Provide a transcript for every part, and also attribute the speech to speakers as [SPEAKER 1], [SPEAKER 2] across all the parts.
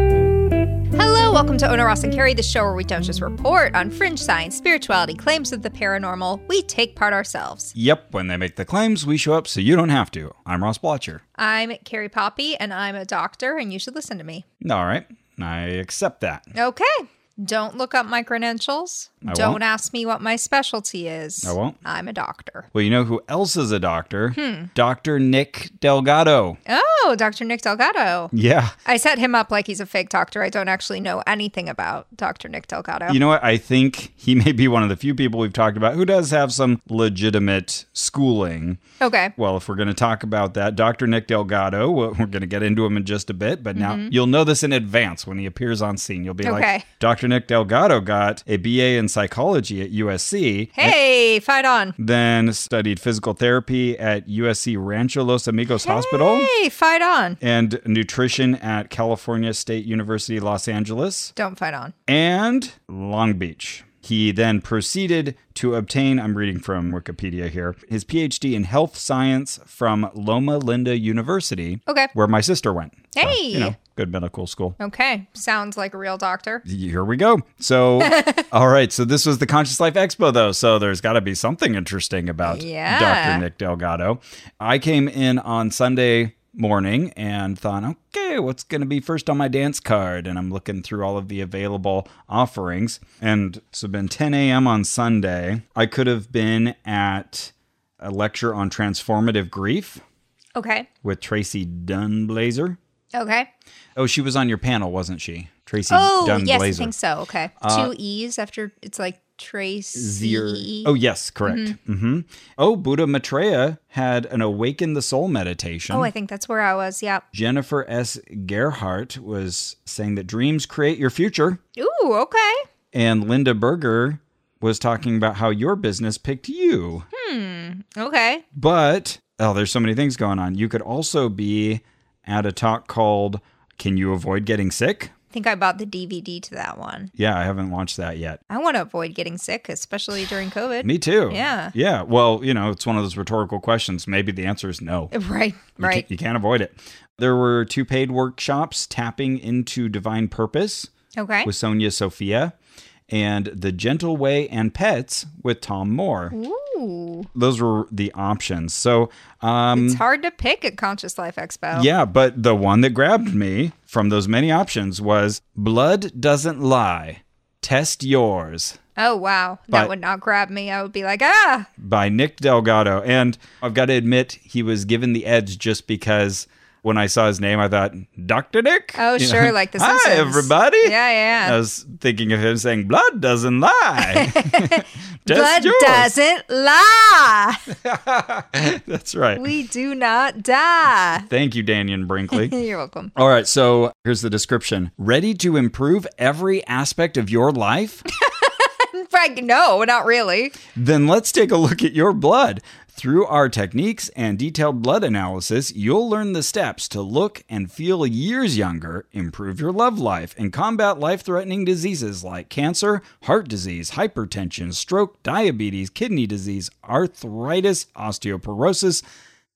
[SPEAKER 1] Hello, welcome to Ona Ross and Carrie, the show where we don't just report on fringe science, spirituality, claims of the paranormal. We take part ourselves.
[SPEAKER 2] Yep, when they make the claims, we show up so you don't have to. I'm Ross Blotcher.
[SPEAKER 1] I'm Carrie Poppy, and I'm a doctor, and you should listen to me.
[SPEAKER 2] All right, I accept that.
[SPEAKER 1] Okay. Don't look up my credentials.
[SPEAKER 2] I
[SPEAKER 1] Don't
[SPEAKER 2] won't.
[SPEAKER 1] ask me what my specialty is.
[SPEAKER 2] I won't.
[SPEAKER 1] I'm a doctor.
[SPEAKER 2] Well, you know who else is a doctor?
[SPEAKER 1] Hmm.
[SPEAKER 2] Dr. Nick Delgado.
[SPEAKER 1] Oh, Dr. Nick Delgado.
[SPEAKER 2] Yeah.
[SPEAKER 1] I set him up like he's a fake doctor. I don't actually know anything about Dr. Nick Delgado.
[SPEAKER 2] You know what? I think he may be one of the few people we've talked about who does have some legitimate schooling.
[SPEAKER 1] okay.
[SPEAKER 2] Well, if we're going to talk about that, Dr. Nick Delgado, we're going to get into him in just a bit, but now you'll know this in advance when he appears on scene. You'll be
[SPEAKER 1] Mm-hmm. Okay.
[SPEAKER 2] like, Dr. Nick Delgado got a BA in psychology at USC.
[SPEAKER 1] Hey, fight on.
[SPEAKER 2] then studied physical therapy at USC Rancho Los Amigos Hospital
[SPEAKER 1] Hey, fight on.
[SPEAKER 2] and nutrition at California State University Los Angeles
[SPEAKER 1] Don't fight on.
[SPEAKER 2] and Long Beach. He then proceeded to obtain, I'm reading from Wikipedia here, his PhD in health science from Loma Linda University,
[SPEAKER 1] Okay.
[SPEAKER 2] where my sister went. So,
[SPEAKER 1] Hey.
[SPEAKER 2] you know, good medical school.
[SPEAKER 1] Okay. Sounds like a real doctor.
[SPEAKER 2] Here we go. So, all right. So, this was the Conscious Life Expo, though. So, there's got to be something interesting about
[SPEAKER 1] Yeah.
[SPEAKER 2] Dr. Nick Delgado. I came in on Sunday morning and thought, okay, what's going to be first on my dance card? And I'm looking through all of the available offerings. And so, it's been 10 a.m. on Sunday. I could have been at a lecture on transformative grief
[SPEAKER 1] Okay.
[SPEAKER 2] with Tracy Dunblazer.
[SPEAKER 1] Okay.
[SPEAKER 2] Oh, she was on your panel, wasn't she? Tracy
[SPEAKER 1] Oh,
[SPEAKER 2] Dunblazer.
[SPEAKER 1] yes, I think so. Okay.
[SPEAKER 2] Uh,
[SPEAKER 1] Two E's after it's like trace.
[SPEAKER 2] Zier.
[SPEAKER 1] E
[SPEAKER 2] Oh, yes, correct.
[SPEAKER 1] Mm-hmm.
[SPEAKER 2] hmm Oh, Buddha Maitreya had an Awaken the Soul meditation.
[SPEAKER 1] Oh, I think that's where I was. Yeah.
[SPEAKER 2] Jennifer S. Gerhart was saying that dreams create your future.
[SPEAKER 1] Ooh, okay.
[SPEAKER 2] And Linda Berger was talking about how your business picked you.
[SPEAKER 1] Okay.
[SPEAKER 2] But, oh, there's so many things going on. You could also be at a talk called Can You Avoid Getting Sick?
[SPEAKER 1] I think I bought the DVD to that one.
[SPEAKER 2] Yeah, I haven't watched that yet.
[SPEAKER 1] I want to avoid getting sick, especially during COVID.
[SPEAKER 2] Me too.
[SPEAKER 1] Yeah.
[SPEAKER 2] Yeah. Well, you know, it's one of those rhetorical questions. Maybe the answer is no.
[SPEAKER 1] Right.
[SPEAKER 2] You
[SPEAKER 1] Right.
[SPEAKER 2] can't- You can't avoid it. There were two paid workshops tapping into divine purpose
[SPEAKER 1] Okay.
[SPEAKER 2] with Sonia Sophia and The Gentle Way and Pets with Tom Moore.
[SPEAKER 1] Ooh.
[SPEAKER 2] Those were the options. So, um,
[SPEAKER 1] It's hard to pick at Conscious Life Expo.
[SPEAKER 2] yeah, but the one that grabbed me from those many options was Blood Doesn't Lie, Test Yours.
[SPEAKER 1] Oh wow. that
[SPEAKER 2] But-
[SPEAKER 1] would not grab me. I would be like, ah.
[SPEAKER 2] by Nick Delgado. And I've got to admit, he was given the edge just because when I saw his name, I thought, Dr. Nick?
[SPEAKER 1] Oh,
[SPEAKER 2] You
[SPEAKER 1] sure, like The
[SPEAKER 2] Hi,
[SPEAKER 1] Simpsons."
[SPEAKER 2] everybody.
[SPEAKER 1] Yeah, yeah, yeah.
[SPEAKER 2] I was thinking of him saying, blood doesn't lie.
[SPEAKER 1] Blood
[SPEAKER 2] Just yours.
[SPEAKER 1] doesn't lie.
[SPEAKER 2] That's right.
[SPEAKER 1] we do not die.
[SPEAKER 2] Thank you, Daniel Brinkley.
[SPEAKER 1] You're welcome.
[SPEAKER 2] All right, so here's the description. Ready to improve every aspect of your life?
[SPEAKER 1] Frank, no, not really.
[SPEAKER 2] Then let's take a look at your blood. Through our techniques and detailed blood analysis, you'll learn the steps to look and feel years younger, improve your love life, and combat life threatening diseases like cancer, heart disease, hypertension, stroke, diabetes, kidney disease, arthritis, osteoporosis,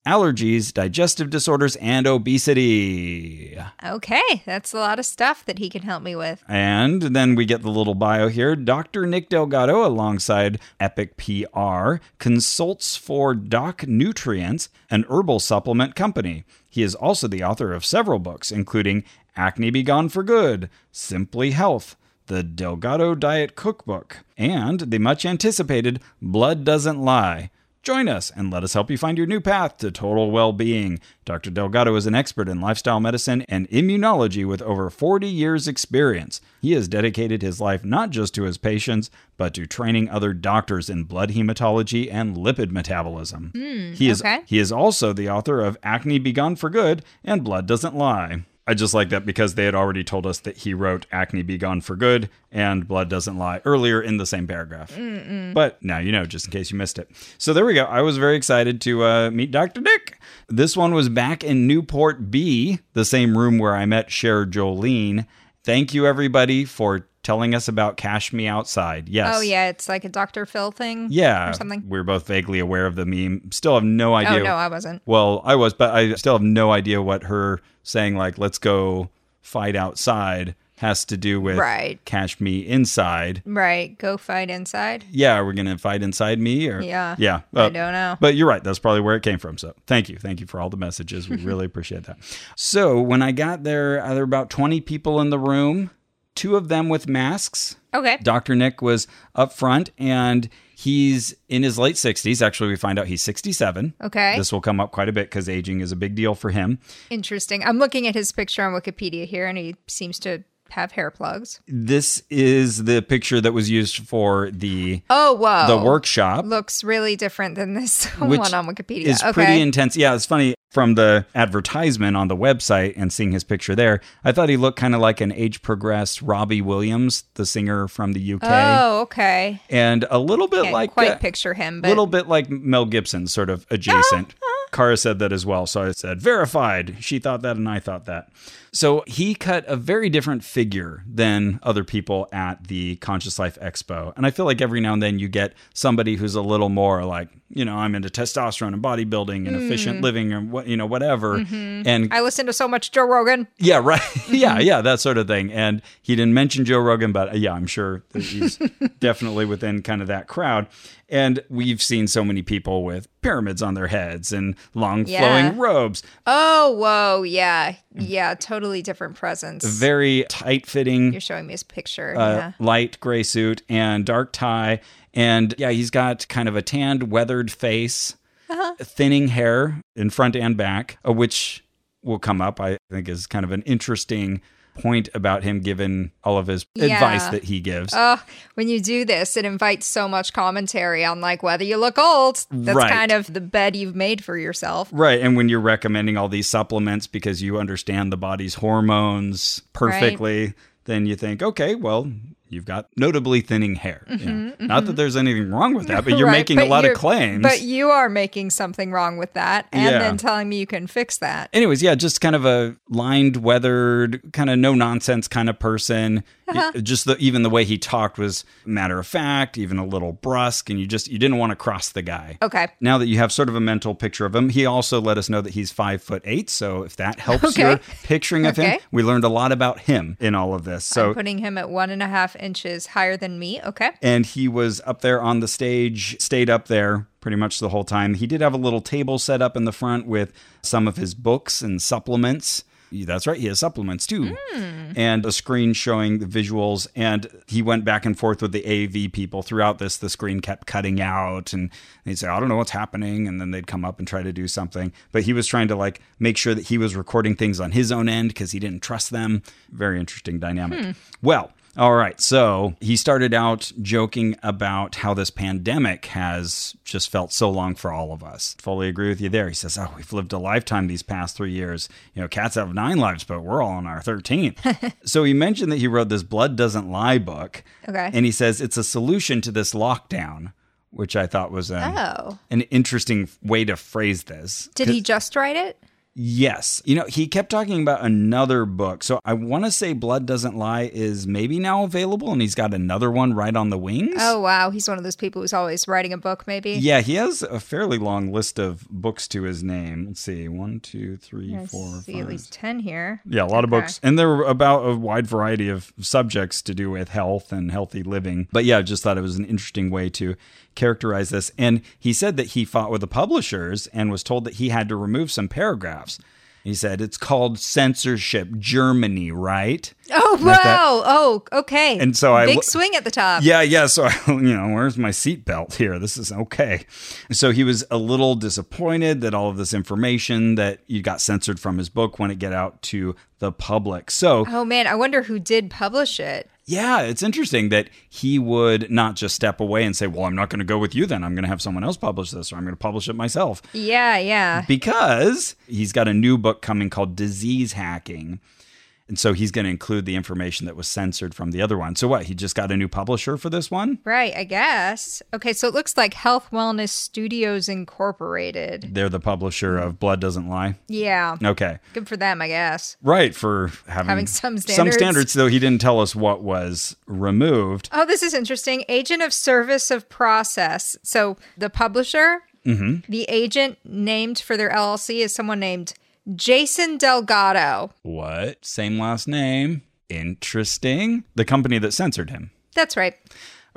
[SPEAKER 2] allergies, digestive disorders, and obesity.
[SPEAKER 1] Okay, that's a lot of stuff that he can help me with.
[SPEAKER 2] And then we get the little bio here. Dr. Nick Delgado, alongside Epic PR, consults for Doc Nutrients, an herbal supplement company. He is also the author of several books, including Acne Be Gone for Good, Simply Health, The Delgado Diet Cookbook, and the much anticipated Blood Doesn't Lie. Join us and let us help you find your new path to total well being. Dr. Delgado is an expert in lifestyle medicine and immunology with over 40 years' experience. He has dedicated his life not just to his patients, but to training other doctors in blood hematology and lipid metabolism. he, is,
[SPEAKER 1] okay.
[SPEAKER 2] he is also the author of Acne Be Gone for Good and Blood Doesn't Lie. I just like that because they had already told us that he wrote Acne Be Gone for Good and Blood Doesn't Lie earlier in the same paragraph.
[SPEAKER 1] Mm-hmm.
[SPEAKER 2] But now you know, just in case you missed it. So there we go. I was very excited to uh, meet Dr. Dick. This one was back in Newport B, the same room where I met Cher Jolene. Thank you, everybody, for telling us about Cash Me Outside. Yes.
[SPEAKER 1] Oh, yeah. It's like a Dr. Phil thing.
[SPEAKER 2] Yeah.
[SPEAKER 1] Or something.
[SPEAKER 2] We are both vaguely aware of the meme. Still have no
[SPEAKER 1] Oh,
[SPEAKER 2] idea.
[SPEAKER 1] no, I wasn't.
[SPEAKER 2] Well, I was, but I still have no idea what her saying, like, let's go fight outside has to do with
[SPEAKER 1] Right.
[SPEAKER 2] Cash Me Inside.
[SPEAKER 1] Right. Go fight inside.
[SPEAKER 2] Yeah. Are we going to fight inside me or?
[SPEAKER 1] Yeah.
[SPEAKER 2] Yeah. uh,
[SPEAKER 1] I don't know.
[SPEAKER 2] But you're right. That's probably where it came from. So thank you. Thank you for all the messages. We really appreciate that. So when I got there, uh, there were about 20 people in the room, two of them with masks.
[SPEAKER 1] Okay.
[SPEAKER 2] Dr. Nick was up front and he's in his late 60s. Actually, we find out he's 67.
[SPEAKER 1] Okay.
[SPEAKER 2] This will come up quite a bit because aging is a big deal for him.
[SPEAKER 1] Interesting. I'm looking at his picture on Wikipedia here, and he seems to have hair plugs.
[SPEAKER 2] This is the picture that was used for the
[SPEAKER 1] Oh, whoa.
[SPEAKER 2] the workshop.
[SPEAKER 1] looks really different than this
[SPEAKER 2] Which
[SPEAKER 1] one on Wikipedia.
[SPEAKER 2] is
[SPEAKER 1] okay.
[SPEAKER 2] pretty intense. Yeah, it's funny from the advertisement on the website and seeing his picture there. I thought he looked kind of like an age progressed Robbie Williams, the singer from the UK,
[SPEAKER 1] Oh, okay.
[SPEAKER 2] and a little bit
[SPEAKER 1] Can't
[SPEAKER 2] like
[SPEAKER 1] quite
[SPEAKER 2] uh,
[SPEAKER 1] picture him,
[SPEAKER 2] a
[SPEAKER 1] but Uh-huh.
[SPEAKER 2] little bit like Mel Gibson, sort of adjacent. Kara said that as well. So I said, verified. She thought that and I thought that. So he cut a very different figure than other people at the Conscious Life Expo. And I feel like every now and then you get somebody who's a little more like, you know, I'm into testosterone and bodybuilding
[SPEAKER 1] Mm.
[SPEAKER 2] and efficient living and what, you know, whatever.
[SPEAKER 1] Mm-hmm.
[SPEAKER 2] And
[SPEAKER 1] I listen to so much Joe Rogan.
[SPEAKER 2] yeah, right. yeah,
[SPEAKER 1] Mm-hmm.
[SPEAKER 2] yeah, that sort of thing. And he didn't mention Joe Rogan, but uh, yeah, I'm sure that he's definitely within kind of that crowd. And we've seen so many people with pyramids on their heads and long
[SPEAKER 1] Yeah.
[SPEAKER 2] flowing robes,
[SPEAKER 1] Oh, whoa.
[SPEAKER 2] Mm.
[SPEAKER 1] Yeah. Yeah. Totally different presence.
[SPEAKER 2] very tight fitting
[SPEAKER 1] You're showing me his picture.
[SPEAKER 2] uh, light gray suit and dark tie. And yeah, he's got kind of a tanned, weathered face,
[SPEAKER 1] Uh-huh.
[SPEAKER 2] thinning hair in front and back, uh, which will come up, I think, is kind of an interesting point about him given all of his advice
[SPEAKER 1] Yeah.
[SPEAKER 2] that he gives.
[SPEAKER 1] yeah. Oh, when you do this, it invites so much commentary on like whether you look old. That's
[SPEAKER 2] Right.
[SPEAKER 1] kind of the bed you've made for yourself.
[SPEAKER 2] Right. And when you're recommending all these supplements because you understand the body's hormones perfectly, then you think, okay, well, you've got notably thinning hair. you know. Not that there's anything wrong with that, but you're
[SPEAKER 1] Mm-hmm, Right,
[SPEAKER 2] making
[SPEAKER 1] but
[SPEAKER 2] a lot of
[SPEAKER 1] you're-
[SPEAKER 2] claims.
[SPEAKER 1] But you are making something wrong with that and
[SPEAKER 2] Yeah.
[SPEAKER 1] then telling me you can fix that.
[SPEAKER 2] Anyways, yeah, just kind of a lined, weathered, kind of no nonsense kind of person.
[SPEAKER 1] Uh-huh.
[SPEAKER 2] It- just the, even the way he talked was matter of fact, even a little brusque, and you just you didn't want to cross the guy.
[SPEAKER 1] Okay.
[SPEAKER 2] now that you have sort of a mental picture of him, he also let us know that he's five foot eight. So if that helps
[SPEAKER 1] Okay.
[SPEAKER 2] your picturing of him,
[SPEAKER 1] Okay.
[SPEAKER 2] we learned a lot about him in all of this. So
[SPEAKER 1] I'm putting him at one and a half inches higher than me. Okay.
[SPEAKER 2] and he was up there on the stage, stayed up there pretty much the whole time. He did have a little table set up in the front with some of his books and supplements. That's right, he has supplements too. And a screen showing the visuals. And he went back and forth with the AV people throughout this. The screen kept cutting out, and they'd say, I don't know what's happening. And then they'd come up and try to do something. But he was trying to like make sure that he was recording things on his own end because he didn't trust them. Very interesting dynamic. Well, all right. So he started out joking about how this pandemic has just felt so long for all of us. Fully agree with you there. He says, Oh, we've lived a lifetime these past three years. You know, cats have nine lives, but we're all on our 13th. so he mentioned that he wrote this Blood Doesn't Lie book.
[SPEAKER 1] Okay.
[SPEAKER 2] And he says it's a solution to this lockdown, which I thought was an,
[SPEAKER 1] Oh.
[SPEAKER 2] an interesting way to phrase this.
[SPEAKER 1] Did he just write it?
[SPEAKER 2] Yes. You know, he kept talking about another book. So I want to say Blood Doesn't Lie is maybe now available, and he's got another one right on the wings.
[SPEAKER 1] Oh, wow. He's one of those people who's always writing a book, maybe.
[SPEAKER 2] Yeah, he has a fairly long list of books to his name. Let's see, one, two, three,
[SPEAKER 1] I
[SPEAKER 2] four,
[SPEAKER 1] see at
[SPEAKER 2] five.
[SPEAKER 1] least 10 here.
[SPEAKER 2] Yeah, a lot of
[SPEAKER 1] Okay.
[SPEAKER 2] books. And they're about a wide variety of subjects to do with health and healthy living. But yeah, I just thought it was an interesting way to characterize this. And he said that he fought with the publishers and was told that he had to remove some paragraphs. He said, it's called censorship Germany, right?
[SPEAKER 1] Oh,
[SPEAKER 2] Like that.
[SPEAKER 1] wow. Oh, okay.
[SPEAKER 2] And so I
[SPEAKER 1] Big
[SPEAKER 2] lo-
[SPEAKER 1] swing at the top.
[SPEAKER 2] Yeah, yeah. So, you know, where's my seatbelt here? This is okay. So he was a little disappointed that all of this information that you got censored from his book wouldn't get out to the public. So,
[SPEAKER 1] Oh, man. I wonder who did publish it.
[SPEAKER 2] yeah, it's interesting that he would not just step away and say, well, I'm not going to go with you then. I'm going to have someone else publish this or I'm going to publish it myself
[SPEAKER 1] Yeah, yeah.
[SPEAKER 2] because he's got a new book coming called Disease Hacking. And so he's going to include the information that was censored from the other one. So what? He just got a new publisher for this one?
[SPEAKER 1] Right, I guess. Okay, so it looks like Health Wellness Studios Incorporated.
[SPEAKER 2] They're the publisher of Blood Doesn't Lie.
[SPEAKER 1] Yeah.
[SPEAKER 2] Okay.
[SPEAKER 1] Good for them, I guess.
[SPEAKER 2] Right, for having,
[SPEAKER 1] Having some
[SPEAKER 2] some
[SPEAKER 1] standards.
[SPEAKER 2] standards, though he didn't tell us what was removed.
[SPEAKER 1] Oh, this is interesting. Agent of Service of Process. So the publisher,
[SPEAKER 2] Mm-hmm.
[SPEAKER 1] the agent named for their LLC is someone named Jason Delgado.
[SPEAKER 2] What? Same last name. Interesting. The company that censored him.
[SPEAKER 1] That's right.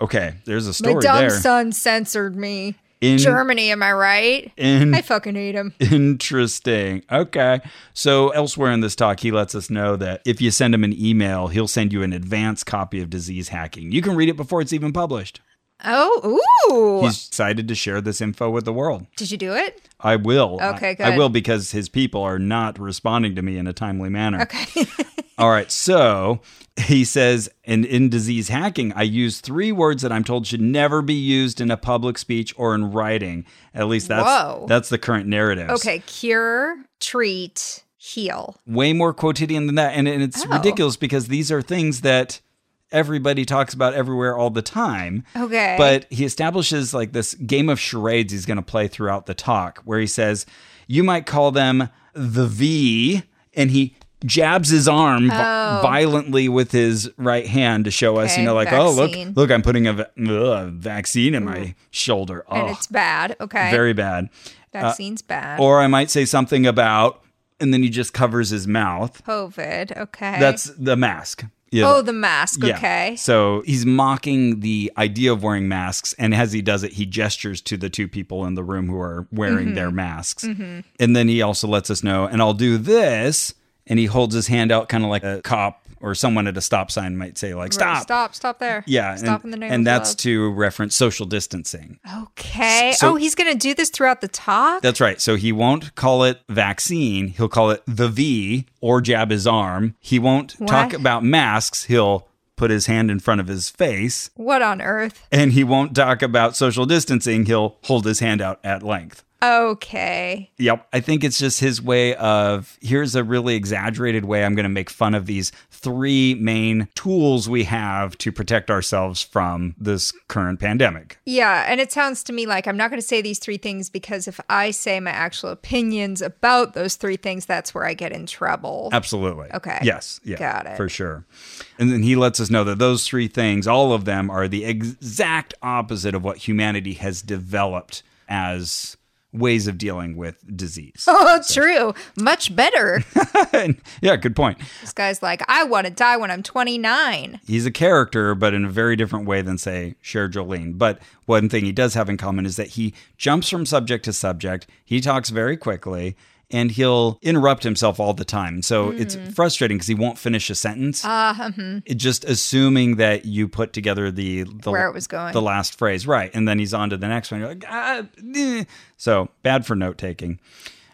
[SPEAKER 2] Okay, there's a
[SPEAKER 1] My
[SPEAKER 2] story
[SPEAKER 1] dumb
[SPEAKER 2] there.
[SPEAKER 1] son censored me.
[SPEAKER 2] In-
[SPEAKER 1] Germany, am I right?
[SPEAKER 2] In-
[SPEAKER 1] I fucking hate him.
[SPEAKER 2] Interesting. Okay. So, elsewhere in this talk, he lets us know that if you send him an email, he'll send you an advance copy of Disease Hacking. You can read it before it's even published.
[SPEAKER 1] Oh, ooh.
[SPEAKER 2] He's excited to share this info with the world.
[SPEAKER 1] Did you do it?
[SPEAKER 2] I will.
[SPEAKER 1] Okay,
[SPEAKER 2] I, I
[SPEAKER 1] good.
[SPEAKER 2] will because his people are not responding to me in a timely manner.
[SPEAKER 1] Okay.
[SPEAKER 2] All right. So he says, and in disease hacking, I use three words that I'm told should never be used in a public speech or in writing. At least that's
[SPEAKER 1] Whoa.
[SPEAKER 2] that's the current narrative.
[SPEAKER 1] okay. Cure, treat, heal.
[SPEAKER 2] Way more quotidian than that. And, and it's
[SPEAKER 1] Oh.
[SPEAKER 2] ridiculous because these are things that everybody talks about everywhere all the time.
[SPEAKER 1] Okay.
[SPEAKER 2] But he establishes like this game of charades he's going to play throughout the talk where he says, You might call them the V, and he jabs his arm vi- violently with his right hand to show us,
[SPEAKER 1] Oh.
[SPEAKER 2] you
[SPEAKER 1] Okay,
[SPEAKER 2] know, like, oh,
[SPEAKER 1] vaccine. Mm.
[SPEAKER 2] look, look, I'm putting a va- ugh, vaccine in my shoulder.
[SPEAKER 1] and
[SPEAKER 2] Oh,
[SPEAKER 1] it's bad. Okay.
[SPEAKER 2] very bad.
[SPEAKER 1] Vaccine's bad.
[SPEAKER 2] Or I might say something about, and then he just covers his mouth.
[SPEAKER 1] COVID. Okay.
[SPEAKER 2] That's the mask. Yeah.
[SPEAKER 1] oh, the mask.
[SPEAKER 2] Yeah.
[SPEAKER 1] Okay.
[SPEAKER 2] So he's mocking the idea of wearing masks. And as he does it, he gestures to the two people in the room who are wearing
[SPEAKER 1] Mm-hmm.
[SPEAKER 2] their masks. And then he also lets us know, and I'll do this. And he holds his hand out, kind of like a cop or someone at a stop sign might say, like, stop.
[SPEAKER 1] Stop. Stop there.
[SPEAKER 2] Yeah.
[SPEAKER 1] Stop
[SPEAKER 2] and,
[SPEAKER 1] in the name
[SPEAKER 2] And
[SPEAKER 1] of
[SPEAKER 2] that's
[SPEAKER 1] love.
[SPEAKER 2] to reference social distancing.
[SPEAKER 1] Okay.
[SPEAKER 2] so-
[SPEAKER 1] oh, he's gonna do this throughout the talk.
[SPEAKER 2] That's right. So he won't call it vaccine. He'll call it the V or jab his arm. He won't talk
[SPEAKER 1] What?
[SPEAKER 2] about masks. He'll put his hand in front of his face.
[SPEAKER 1] what on earth?
[SPEAKER 2] and he won't talk about social distancing. He'll hold his hand out at length.
[SPEAKER 1] Okay.
[SPEAKER 2] Yep. I think it's just his way of here's a really exaggerated way I'm going to make fun of these three main tools we have to protect ourselves from this current pandemic.
[SPEAKER 1] Yeah, and it sounds to me like I'm not going to say these three things because if I say my actual opinions about those three things, that's where I get in trouble.
[SPEAKER 2] Absolutely.
[SPEAKER 1] Okay.
[SPEAKER 2] Yes. Yeah.
[SPEAKER 1] Got it.
[SPEAKER 2] For sure. And then he lets us know that those three things, all of them, are the exact opposite of what humanity has developed as ways of dealing with disease.
[SPEAKER 1] Oh, true. Much better.
[SPEAKER 2] yeah, good point.
[SPEAKER 1] this guy's like, I want to die when I'm 29.
[SPEAKER 2] he's a character, but in a very different way than, say, Cher Jolene. But one thing he does have in common is that he jumps from subject to subject. He talks very quickly and he'll interrupt himself all the time. So it's
[SPEAKER 1] Hmm.
[SPEAKER 2] frustrating because he won't finish a sentence. Uh,
[SPEAKER 1] Ah,
[SPEAKER 2] It just assuming that you put together the, the
[SPEAKER 1] mm-hmm. Where it was going.
[SPEAKER 2] the last phrase, right? And then he's on to the next one. You're like, ah, eh." so bad for note taking.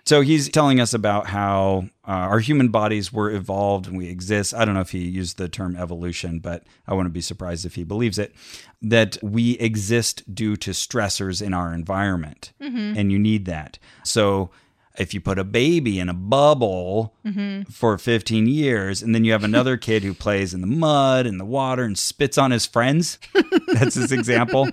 [SPEAKER 2] So he's telling us about how uh, our human bodies were evolved and we exist. I don't know if he used the term evolution, but I wouldn't be surprised if he believes it. That we exist due to stressors in our environment, and you need that. So if you put a baby in a bubble for 15 years and then you have another kid who plays in the mud and the water and spits on his friends that's his example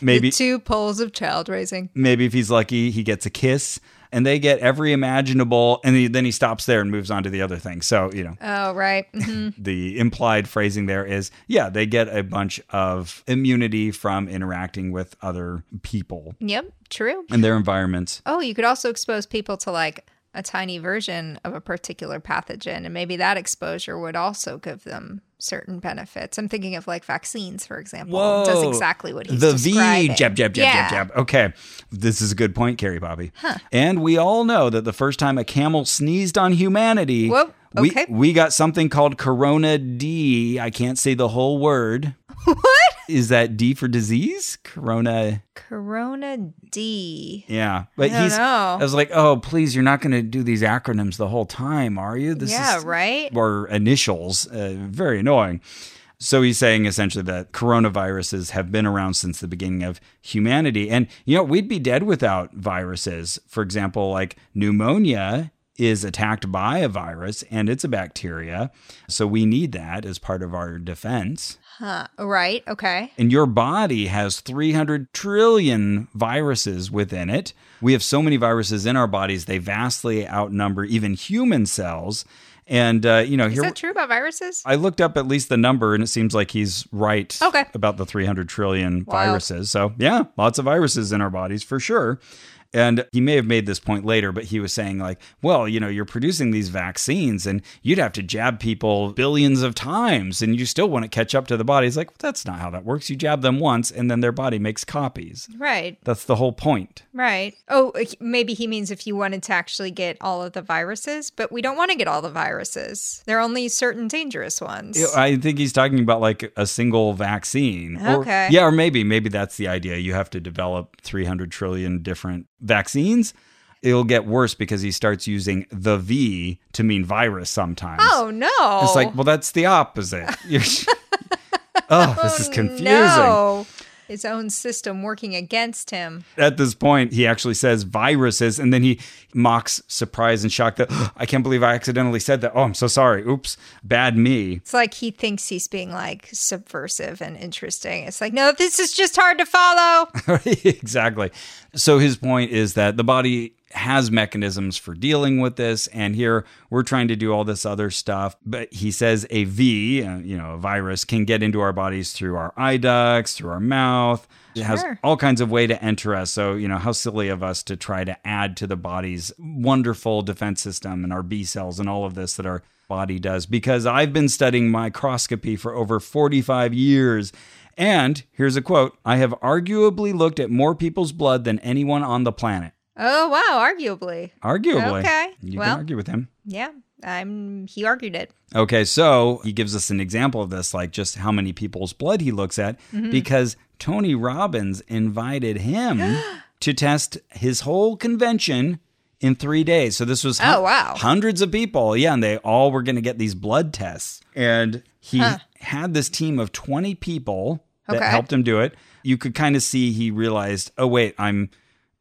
[SPEAKER 2] maybe
[SPEAKER 1] Two poles of child raising.
[SPEAKER 2] maybe if he's lucky he gets a kiss and they get every imaginable and he, then he stops there and moves on to the other thing so you know
[SPEAKER 1] Oh, right. Mhm.
[SPEAKER 2] the implied phrasing there is yeah they get a bunch of immunity from interacting with other people
[SPEAKER 1] yep, true.
[SPEAKER 2] and their environments
[SPEAKER 1] Oh, you could also expose people to like a tiny version of a particular pathogen, and maybe that exposure would also give them certain benefits. I'm thinking of like vaccines, for example. It Does
[SPEAKER 2] Whoa.
[SPEAKER 1] exactly what he's
[SPEAKER 2] the
[SPEAKER 1] describing.
[SPEAKER 2] V jab jab jab
[SPEAKER 1] Yeah.
[SPEAKER 2] jab jab. Okay, this is a good point, Carrie Bobby. And we all know that the first time a camel sneezed on humanity,
[SPEAKER 1] Whoa, okay.
[SPEAKER 2] we we got something called Corona D. I can't say the whole word.
[SPEAKER 1] What?
[SPEAKER 2] Is that D for disease? Corona.
[SPEAKER 1] Corona D.
[SPEAKER 2] Yeah, but
[SPEAKER 1] I don't
[SPEAKER 2] he's.
[SPEAKER 1] know.
[SPEAKER 2] I was like, oh, please, you're not going to do these acronyms the whole time, are you? This
[SPEAKER 1] yeah,
[SPEAKER 2] is
[SPEAKER 1] right?
[SPEAKER 2] or initials. Uh, very annoying. So he's saying essentially that coronaviruses have been around since the beginning of humanity. And, you know, we'd be dead without viruses. For example, like pneumonia is attacked by a virus and it's a bacteria. So we need that as part of our defense.
[SPEAKER 1] Huh. Uh, Right. Okay.
[SPEAKER 2] And your body has 300 trillion viruses within it. We have so many viruses in our bodies, they vastly outnumber even human cells. And, uh, you know,
[SPEAKER 1] Is
[SPEAKER 2] here.
[SPEAKER 1] that true about viruses?
[SPEAKER 2] I looked up at least the number, and it seems like he's right
[SPEAKER 1] Okay.
[SPEAKER 2] about the 300 trillion
[SPEAKER 1] Wild.
[SPEAKER 2] viruses. So, yeah, lots of viruses in our bodies for sure. And he may have made this point later, but he was saying, like, well, you know, you're producing these vaccines and you'd have to jab people billions of times and you still wouldn't catch up to the body. It's like, that's not how that works. You jab them once and then their body makes copies.
[SPEAKER 1] Right.
[SPEAKER 2] That's the whole point.
[SPEAKER 1] Right. Oh, he- maybe he means if you wanted to actually get all of the viruses, but we don't want to get all the viruses. There are only certain dangerous ones.
[SPEAKER 2] I think he's talking about like a single vaccine. Or-
[SPEAKER 1] Okay.
[SPEAKER 2] yeah, or maybe maybe that's the idea. You have to develop 300 trillion different vaccines. It'll get worse because he starts using the V to mean virus sometimes.
[SPEAKER 1] oh no.
[SPEAKER 2] It's like, well, that's the opposite. You're- oh, this is confusing.
[SPEAKER 1] No. His own system working against him.
[SPEAKER 2] At this point, he actually says viruses, and then he mocks surprise and shock that I can't believe I accidentally said that. Oh, I'm so sorry. Oops, bad me.
[SPEAKER 1] It's like he thinks he's being like subversive and interesting. It's like, no, this is just hard to follow.
[SPEAKER 2] exactly. So his point is that the body has mechanisms for dealing with this, and here we're trying to do all this other stuff. But he says a V, uh, you know, a virus, can get into our bodies through our eye ducts, through our mouth. It has
[SPEAKER 1] Sure.
[SPEAKER 2] all kinds of way to enter us. So you know, how silly of us to try to add to the body's wonderful defense system and our B cells and all of this that our body does. Because I've been studying microscopy for over 45 years. And here's a quote I have arguably looked at more people's blood than anyone on the planet.
[SPEAKER 1] oh, wow. Arguably.
[SPEAKER 2] Arguably.
[SPEAKER 1] Okay.
[SPEAKER 2] You
[SPEAKER 1] Well-
[SPEAKER 2] can argue with him.
[SPEAKER 1] Yeah. I'm, he argued it.
[SPEAKER 2] Okay, so he gives us an example of this, like just how many people's blood he looks at,
[SPEAKER 1] Mm-hmm.
[SPEAKER 2] because Tony Robbins invited him to test his whole convention in three days. So this was hun-
[SPEAKER 1] Oh, wow.
[SPEAKER 2] hundreds of people. Yeah, and they all were going to get these blood tests. And he had this team of 20 people that
[SPEAKER 1] Okay.
[SPEAKER 2] helped him do it. You could kind of see he realized, oh, wait, I'm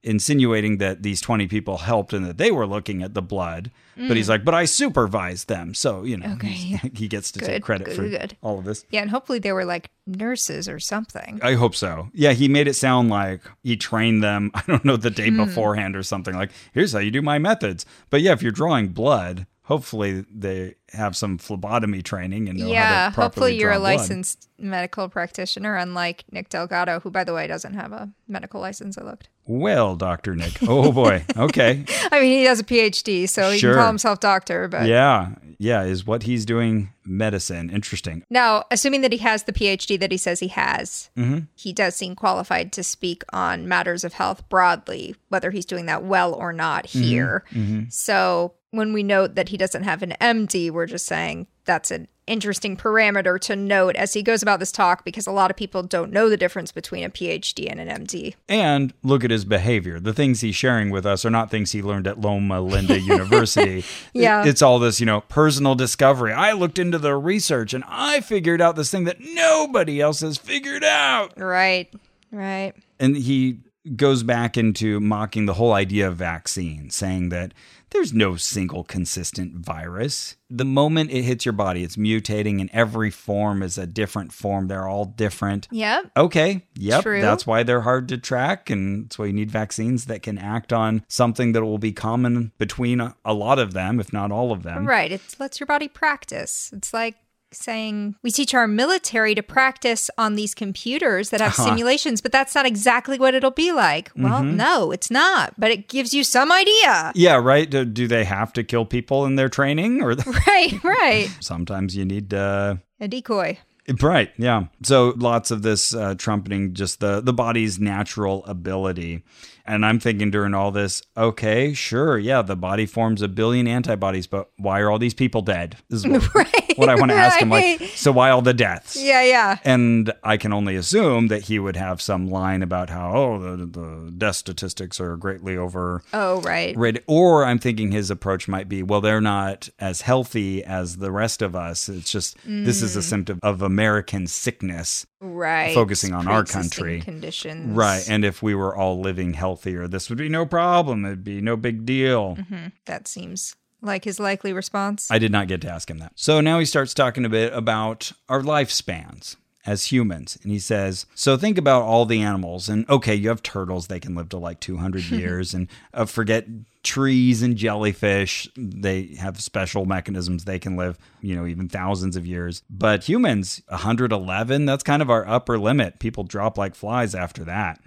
[SPEAKER 2] insinuating that these 20 people helped and that they were looking at the blood. But he's like, but I supervised them. So, you know,
[SPEAKER 1] Mm. Okay,
[SPEAKER 2] he's- he gets to take
[SPEAKER 1] Good,
[SPEAKER 2] credit
[SPEAKER 1] good,
[SPEAKER 2] for
[SPEAKER 1] good.
[SPEAKER 2] all of this.
[SPEAKER 1] Yeah. And hopefully they were like nurses or something.
[SPEAKER 2] I hope so. Yeah, he made it sound like he trained them, I don't know, the day
[SPEAKER 1] Hmm.
[SPEAKER 2] beforehand or something. Like, here's how you do my methods. But yeah, if you're drawing blood, hopefully they have some phlebotomy training and know how
[SPEAKER 1] yeah.
[SPEAKER 2] to properly
[SPEAKER 1] Hopefully you're
[SPEAKER 2] draw
[SPEAKER 1] a
[SPEAKER 2] blood.
[SPEAKER 1] licensed medical practitioner, unlike Nick Delgado, who, by the way, doesn't have a medical license. I looked.
[SPEAKER 2] Well, Dr. Nick. Oh, boy. Okay.
[SPEAKER 1] I mean, he has a PhD, so he
[SPEAKER 2] Sure.
[SPEAKER 1] can call himself doctor, but.
[SPEAKER 2] yeah. Yeah. Is what he's doing medicine? Interesting.
[SPEAKER 1] Now, assuming that he has the PhD that he says he has, he does seem qualified to speak on matters of health broadly, whether he's doing that well or not here. So, when we note that he doesn't have an MD, we're just saying that's an interesting parameter to note as he goes about this talk because a lot of people don't know the difference between a PhD and an MD.
[SPEAKER 2] And look at his behavior. The things he's sharing with us are not things he learned at Loma Linda University.
[SPEAKER 1] Yeah.
[SPEAKER 2] It's all this, you know, personal discovery. I looked into the research and I figured out this thing that nobody else has figured out.
[SPEAKER 1] Right, right.
[SPEAKER 2] And he goes back into mocking the whole idea of vaccine, saying that there's no single consistent virus. The moment it hits your body, it's mutating, and every form is a different form. They're all different.
[SPEAKER 1] Yep.
[SPEAKER 2] Okay. Yep.
[SPEAKER 1] True.
[SPEAKER 2] That's why they're hard to track. And that's why you need vaccines that can act on something that will be common between a, a lot of them, if not all of them.
[SPEAKER 1] Right. It lets your body practice. It's like saying we teach our military to practice on these computers that have
[SPEAKER 2] Uh-huh.
[SPEAKER 1] simulations, but that's not exactly what it'll be like. Well,
[SPEAKER 2] Mm-hmm.
[SPEAKER 1] no, it's not, but it gives you some idea.
[SPEAKER 2] Yeah. Right. Do, do they have to kill people in their training? Or
[SPEAKER 1] Right, right.
[SPEAKER 2] sometimes you need uh,
[SPEAKER 1] A decoy.
[SPEAKER 2] Right. Yeah. So lots of this uh, trumpeting just the the body's natural ability, and I'm thinking during all this, okay, sure, yeah, the body forms a billion antibodies, but why are all these people dead? Is what,
[SPEAKER 1] Right,
[SPEAKER 2] what I want to ask him. Like,
[SPEAKER 1] right.
[SPEAKER 2] so why all the deaths?
[SPEAKER 1] Yeah, yeah.
[SPEAKER 2] And I can only assume that he would have some line about how oh the, the death statistics are greatly over
[SPEAKER 1] Oh, right.
[SPEAKER 2] Right. Or I'm thinking his approach might be, well, they're not as healthy as the rest of us. It's just this is a symptom of American sickness.
[SPEAKER 1] Right.
[SPEAKER 2] Focusing on our
[SPEAKER 1] Pre-existing
[SPEAKER 2] country.
[SPEAKER 1] Conditions.
[SPEAKER 2] Right. And if we were all living healthier, this would be no problem. It'd be no big deal.
[SPEAKER 1] That seems like his likely response?
[SPEAKER 2] I did not get to ask him that. So now he starts talking a bit about our lifespans as humans. And he says, So think about all the animals. And okay, you have turtles, they can live to like 200 years. And uh, forget trees and jellyfish, they have special mechanisms. They can live, you know, even thousands of years. But humans, 111, that's kind of our upper limit. People drop like flies after that.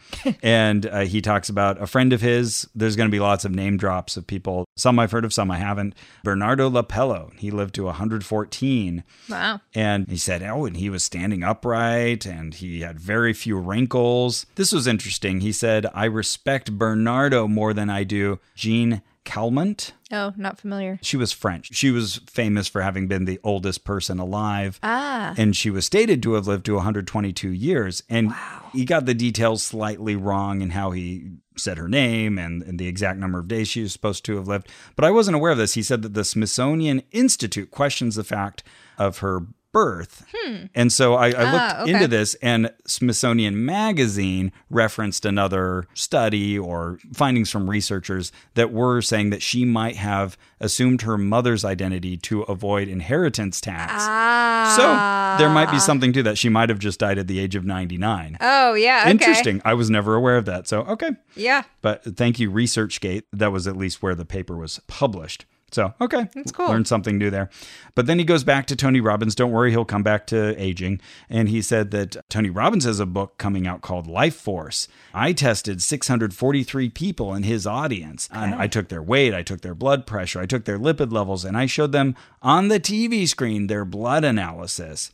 [SPEAKER 2] and uh, he talks about a friend of his. There's going to be lots of name drops of people. Some I've heard of, some I haven't. Bernardo Lapello, he lived to 114.
[SPEAKER 1] Wow.
[SPEAKER 2] And he said, oh, and he was standing upright and he had very few wrinkles. This was interesting. He said, I respect Bernardo more than I do Jean Calment.
[SPEAKER 1] Oh, not familiar.
[SPEAKER 2] She was French. She was famous for having been the oldest person alive.
[SPEAKER 1] Ah.
[SPEAKER 2] And she was stated to have lived to 122 years. And he got the details slightly wrong in how he said her name and, and the exact number of days she was supposed to have lived. But I wasn't aware of this. He said that the Smithsonian Institute questions the fact of her birth. And so I, I looked
[SPEAKER 1] Ah, okay.
[SPEAKER 2] into this, and Smithsonian Magazine referenced another study or findings from researchers that were saying that she might have assumed her mother's identity to avoid inheritance tax.
[SPEAKER 1] Ah.
[SPEAKER 2] So there might be something to that. She might have just died at the age of 99.
[SPEAKER 1] Oh, yeah. Okay.
[SPEAKER 2] Interesting. I was never aware of that. So, okay.
[SPEAKER 1] Yeah.
[SPEAKER 2] But thank you, ResearchGate. That was at least where the paper was published. So, okay.
[SPEAKER 1] That's cool.
[SPEAKER 2] Learned something new there. But then he goes back to Tony Robbins. Don't worry, he'll come back to aging. And he said that Tony Robbins has a book coming out called Life Force. I tested 643 people in his audience. And I took their weight, I took their blood pressure, I took their lipid levels, and I showed them on the TV screen their blood analysis.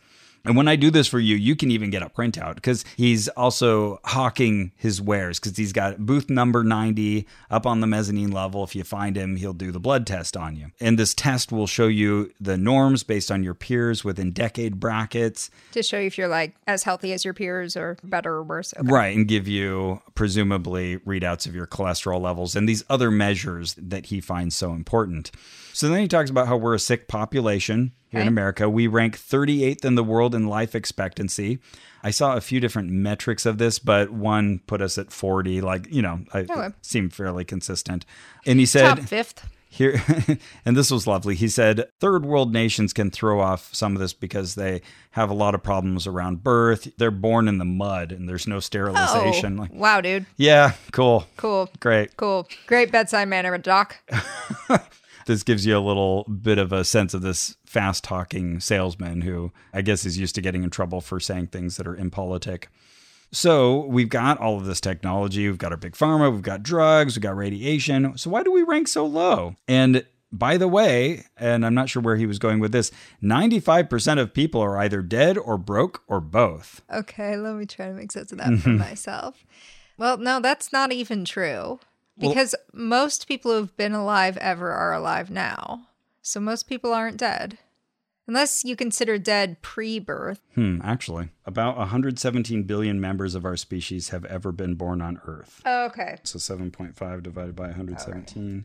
[SPEAKER 2] And when I do this for you, you can even get a printout because he's also hawking his wares because he's got booth number 90 up on the mezzanine level. If you find him, he'll do the blood test on you. And this test will show you the norms based on your peers within decade brackets.
[SPEAKER 1] To show you if you're like as healthy as your peers or better or worse. Okay.
[SPEAKER 2] Right. And give you presumably readouts of your cholesterol levels and these other measures that he finds so important. So then he talks about how we're a sick population here
[SPEAKER 1] Okay.
[SPEAKER 2] in America. We rank 38th in the world in life expectancy. I saw a few different metrics of this, but one put us at 40. Like, you know, I
[SPEAKER 1] Okay.
[SPEAKER 2] it seemed fairly consistent. And he said,
[SPEAKER 1] Top fifth.
[SPEAKER 2] here and this was lovely he said third world nations can throw off some of this because they have a lot of problems around birth they're born in the mud and there's no
[SPEAKER 1] Oh,
[SPEAKER 2] sterilization like
[SPEAKER 1] wow, dude.
[SPEAKER 2] yeah cool
[SPEAKER 1] Cool.
[SPEAKER 2] great
[SPEAKER 1] Cool. Great bedside manner, doc.
[SPEAKER 2] this gives you a little bit of a sense of this fast talking salesman who I guess is used to getting in trouble for saying things that are impolitic. So we've got all of this technology, we've got our big pharma, we've got drugs, we've got radiation. So why do we rank so low? And by the way, and I'm not sure where he was going with this, 95% of people are either dead or broke or both.
[SPEAKER 1] Okay, let me try to make sense of that
[SPEAKER 2] Mm-hmm.
[SPEAKER 1] for myself. Well, no, that's not even true because most people who've been alive ever are alive now. So most people aren't dead. Unless you consider dead pre birth.
[SPEAKER 2] Hmm, actually, about 117 billion members of our species have ever been born on Earth.
[SPEAKER 1] Okay.
[SPEAKER 2] So 7.5 divided by 117.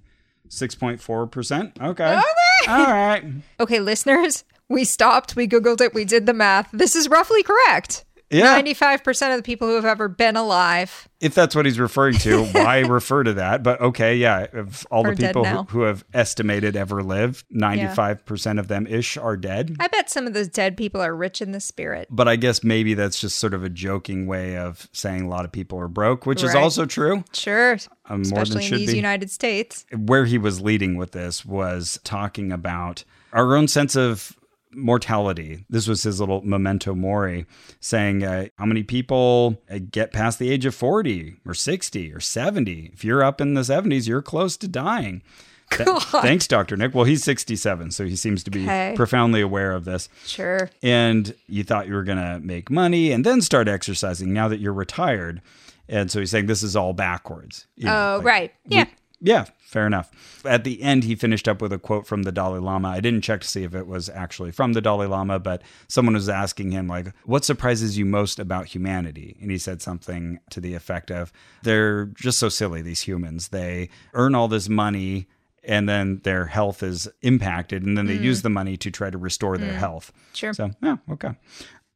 [SPEAKER 2] 6.4%. Okay. All right.
[SPEAKER 1] Okay, listeners, we stopped, we Googled it, we did the math. This is roughly correct.
[SPEAKER 2] Yeah.
[SPEAKER 1] 95% of the people who have ever been alive.
[SPEAKER 2] If that's what he's referring to, why refer to that? But okay, yeah. Of all
[SPEAKER 1] Are
[SPEAKER 2] the
[SPEAKER 1] dead
[SPEAKER 2] people who,
[SPEAKER 1] now.
[SPEAKER 2] who have estimated ever live, 95% of them ish are dead.
[SPEAKER 1] I bet some of those dead people are rich in the spirit.
[SPEAKER 2] But I guess maybe that's just sort of a joking way of saying a lot of people are broke, which is
[SPEAKER 1] Right.
[SPEAKER 2] also true.
[SPEAKER 1] Sure.
[SPEAKER 2] Um, more than
[SPEAKER 1] especially in
[SPEAKER 2] should
[SPEAKER 1] these
[SPEAKER 2] be.
[SPEAKER 1] United States.
[SPEAKER 2] where he was leading with this was talking about our own sense of mortality. This was his little memento mori, saying uh, how many people uh, get past the age of 40 or 60 or 70. If you're up in the 70s, you're close to dying. Th- thanks, Dr. Nick. Well, he's 67, so he seems to be
[SPEAKER 1] Okay.
[SPEAKER 2] profoundly aware of this
[SPEAKER 1] Sure.
[SPEAKER 2] and you thought you were going to make money and then start exercising now that you're retired. And so he's saying this is all backwards. you know,
[SPEAKER 1] Oh, right. Yeah.
[SPEAKER 2] yeah, fair enough. At the end, he finished up with a quote from the Dalai Lama. I didn't check to see if it was actually from the Dalai Lama, but someone was asking him, like, what surprises you most about humanity? And he said something to the effect of, they're just so silly, these humans. They earn all this money and then their health is impacted, and then they use the money to try to restore their health.
[SPEAKER 1] Sure.
[SPEAKER 2] So, yeah, okay.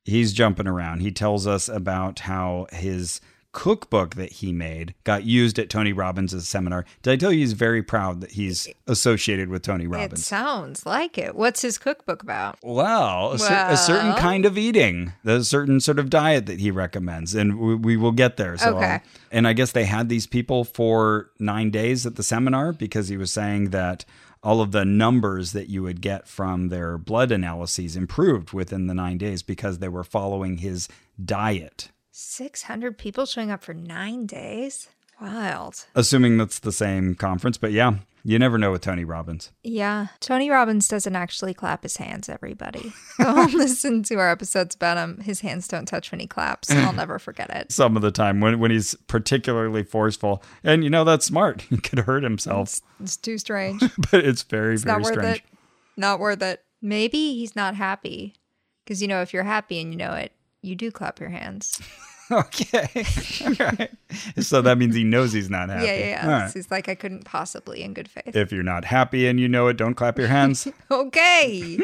[SPEAKER 2] He's jumping around. He tells us about how his cookbook that he made got used at Tony Robbins' seminar. Did I tell you he's very proud that he's associated with Tony
[SPEAKER 1] It
[SPEAKER 2] Robbins?
[SPEAKER 1] sounds like it. What's his cookbook about?
[SPEAKER 2] Well, a, cer- a certain
[SPEAKER 1] Well.
[SPEAKER 2] kind of eating, a certain sort of diet that he recommends, and we, we will get there. So,
[SPEAKER 1] Okay.
[SPEAKER 2] um, and I guess they had these people for nine days at the seminar because he was saying that all of the numbers that you would get from their blood analyses improved within the nine days because they were following his diet.
[SPEAKER 1] 600 people showing up for nine days? Wild.
[SPEAKER 2] Assuming that's the same conference, but yeah, you never know with Tony Robbins.
[SPEAKER 1] Yeah. Tony Robbins doesn't actually clap his hands, everybody. Go and listen to our episodes about him. His hands don't touch when he claps. I'll never forget it.
[SPEAKER 2] Some of the time when, when he's particularly forceful. And you know, that's smart. He could hurt himself,
[SPEAKER 1] It's too strange.
[SPEAKER 2] but it's very,
[SPEAKER 1] It's
[SPEAKER 2] very
[SPEAKER 1] not worth
[SPEAKER 2] strange.
[SPEAKER 1] it. Not worth it. Maybe he's not happy. Because, you know, if you're happy and you know it, you do clap your hands.
[SPEAKER 2] Okay. All right. So that means he knows he's not happy.
[SPEAKER 1] Yeah, yeah, yeah.
[SPEAKER 2] All right.
[SPEAKER 1] So He's like, I couldn't possibly in good faith.
[SPEAKER 2] If you're not happy and you know it, don't clap your hands.
[SPEAKER 1] okay.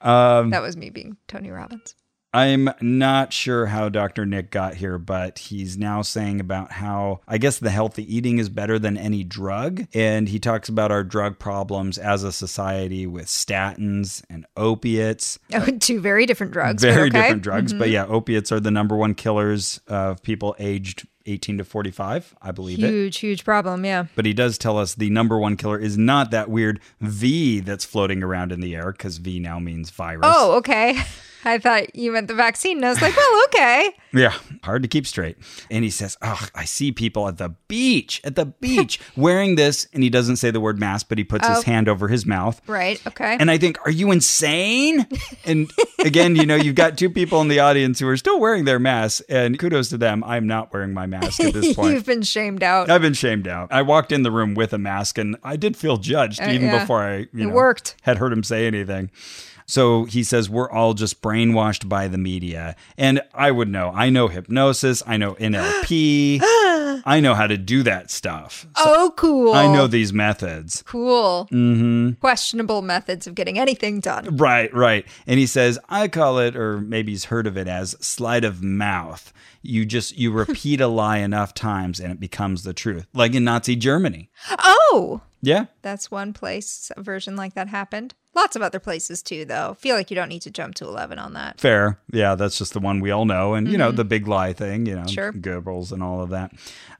[SPEAKER 2] Um,
[SPEAKER 1] that was me being Tony Robbins.
[SPEAKER 2] I'm not sure how Dr. Nick got here, but he's now saying about how I guess the healthy eating is better than any drug. And he talks about our drug problems as a society with statins and opiates.
[SPEAKER 1] Oh, two very different drugs. but okay.
[SPEAKER 2] Very
[SPEAKER 1] Mm-hmm.
[SPEAKER 2] different drugs. But yeah, opiates are the number one killers of people aged 18 to 45, I believe it.
[SPEAKER 1] Huge, huge problem. Yeah.
[SPEAKER 2] But he does tell us the number one killer is not that weird V that's floating around in the air because V now means virus.
[SPEAKER 1] Oh, okay. I thought you meant the vaccine. And I was like, well, okay.
[SPEAKER 2] Yeah, hard to keep straight. And he says, Oh, I see people at the beach, at the beach wearing this. And he doesn't say the word mask, but he puts his hand over his mouth.
[SPEAKER 1] Right. Okay.
[SPEAKER 2] And I think, Are you insane? And again, you know, you've got two people in the audience who are still wearing their masks. And kudos to them. I'm not wearing my mask at this point.
[SPEAKER 1] You've been shamed out.
[SPEAKER 2] I've been shamed out. I walked in the room with a mask and I did feel judged even
[SPEAKER 1] Uh, yeah.
[SPEAKER 2] before I you know,
[SPEAKER 1] worked.
[SPEAKER 2] had heard him say anything. So he says, We're all just brainwashed by the media. And I would know. I know hypnosis. I know NLP. I know how to do that stuff. So
[SPEAKER 1] oh, cool.
[SPEAKER 2] I know Mm-hmm. these methods.
[SPEAKER 1] Cool. Questionable methods of getting anything done.
[SPEAKER 2] Right, right. And he says, I call it, or maybe he's heard of it as sleight of mouth. You just, you repeat a lie enough times and it becomes the truth, like in Nazi Germany.
[SPEAKER 1] Oh,
[SPEAKER 2] Yeah.
[SPEAKER 1] that's one place a version like that happened. Lots of other places too, though. Feel like you don't need to jump to 11 on that.
[SPEAKER 2] Fair. Yeah, that's just the one we all know. And, you know, the big lie thing, you know,
[SPEAKER 1] Sure.
[SPEAKER 2] Goebbels and all of that.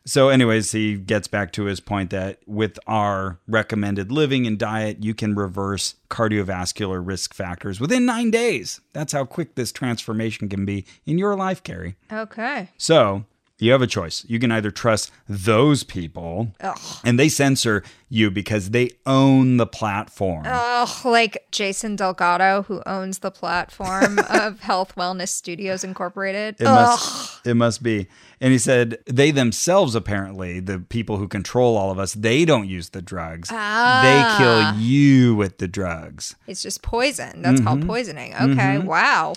[SPEAKER 2] So, anyways, he gets back to his point that with our recommended living and diet, you can reverse cardiovascular risk factors within nine days. That's how quick this transformation can be in your life, Carrie.
[SPEAKER 1] Okay.
[SPEAKER 2] So, you have a choice. You can either trust those people and they censor you because they own the platform.
[SPEAKER 1] Oh, like Jason Delgado, who owns the platform of Health Wellness Studios Incorporated.
[SPEAKER 2] It must, it must be. And he said they themselves, apparently, the people who control all of us, they don't use the drugs.
[SPEAKER 1] Ah.
[SPEAKER 2] They kill you with the drugs.
[SPEAKER 1] It's just poison. That's called
[SPEAKER 2] Mm-hmm.
[SPEAKER 1] poisoning. Okay. Wow.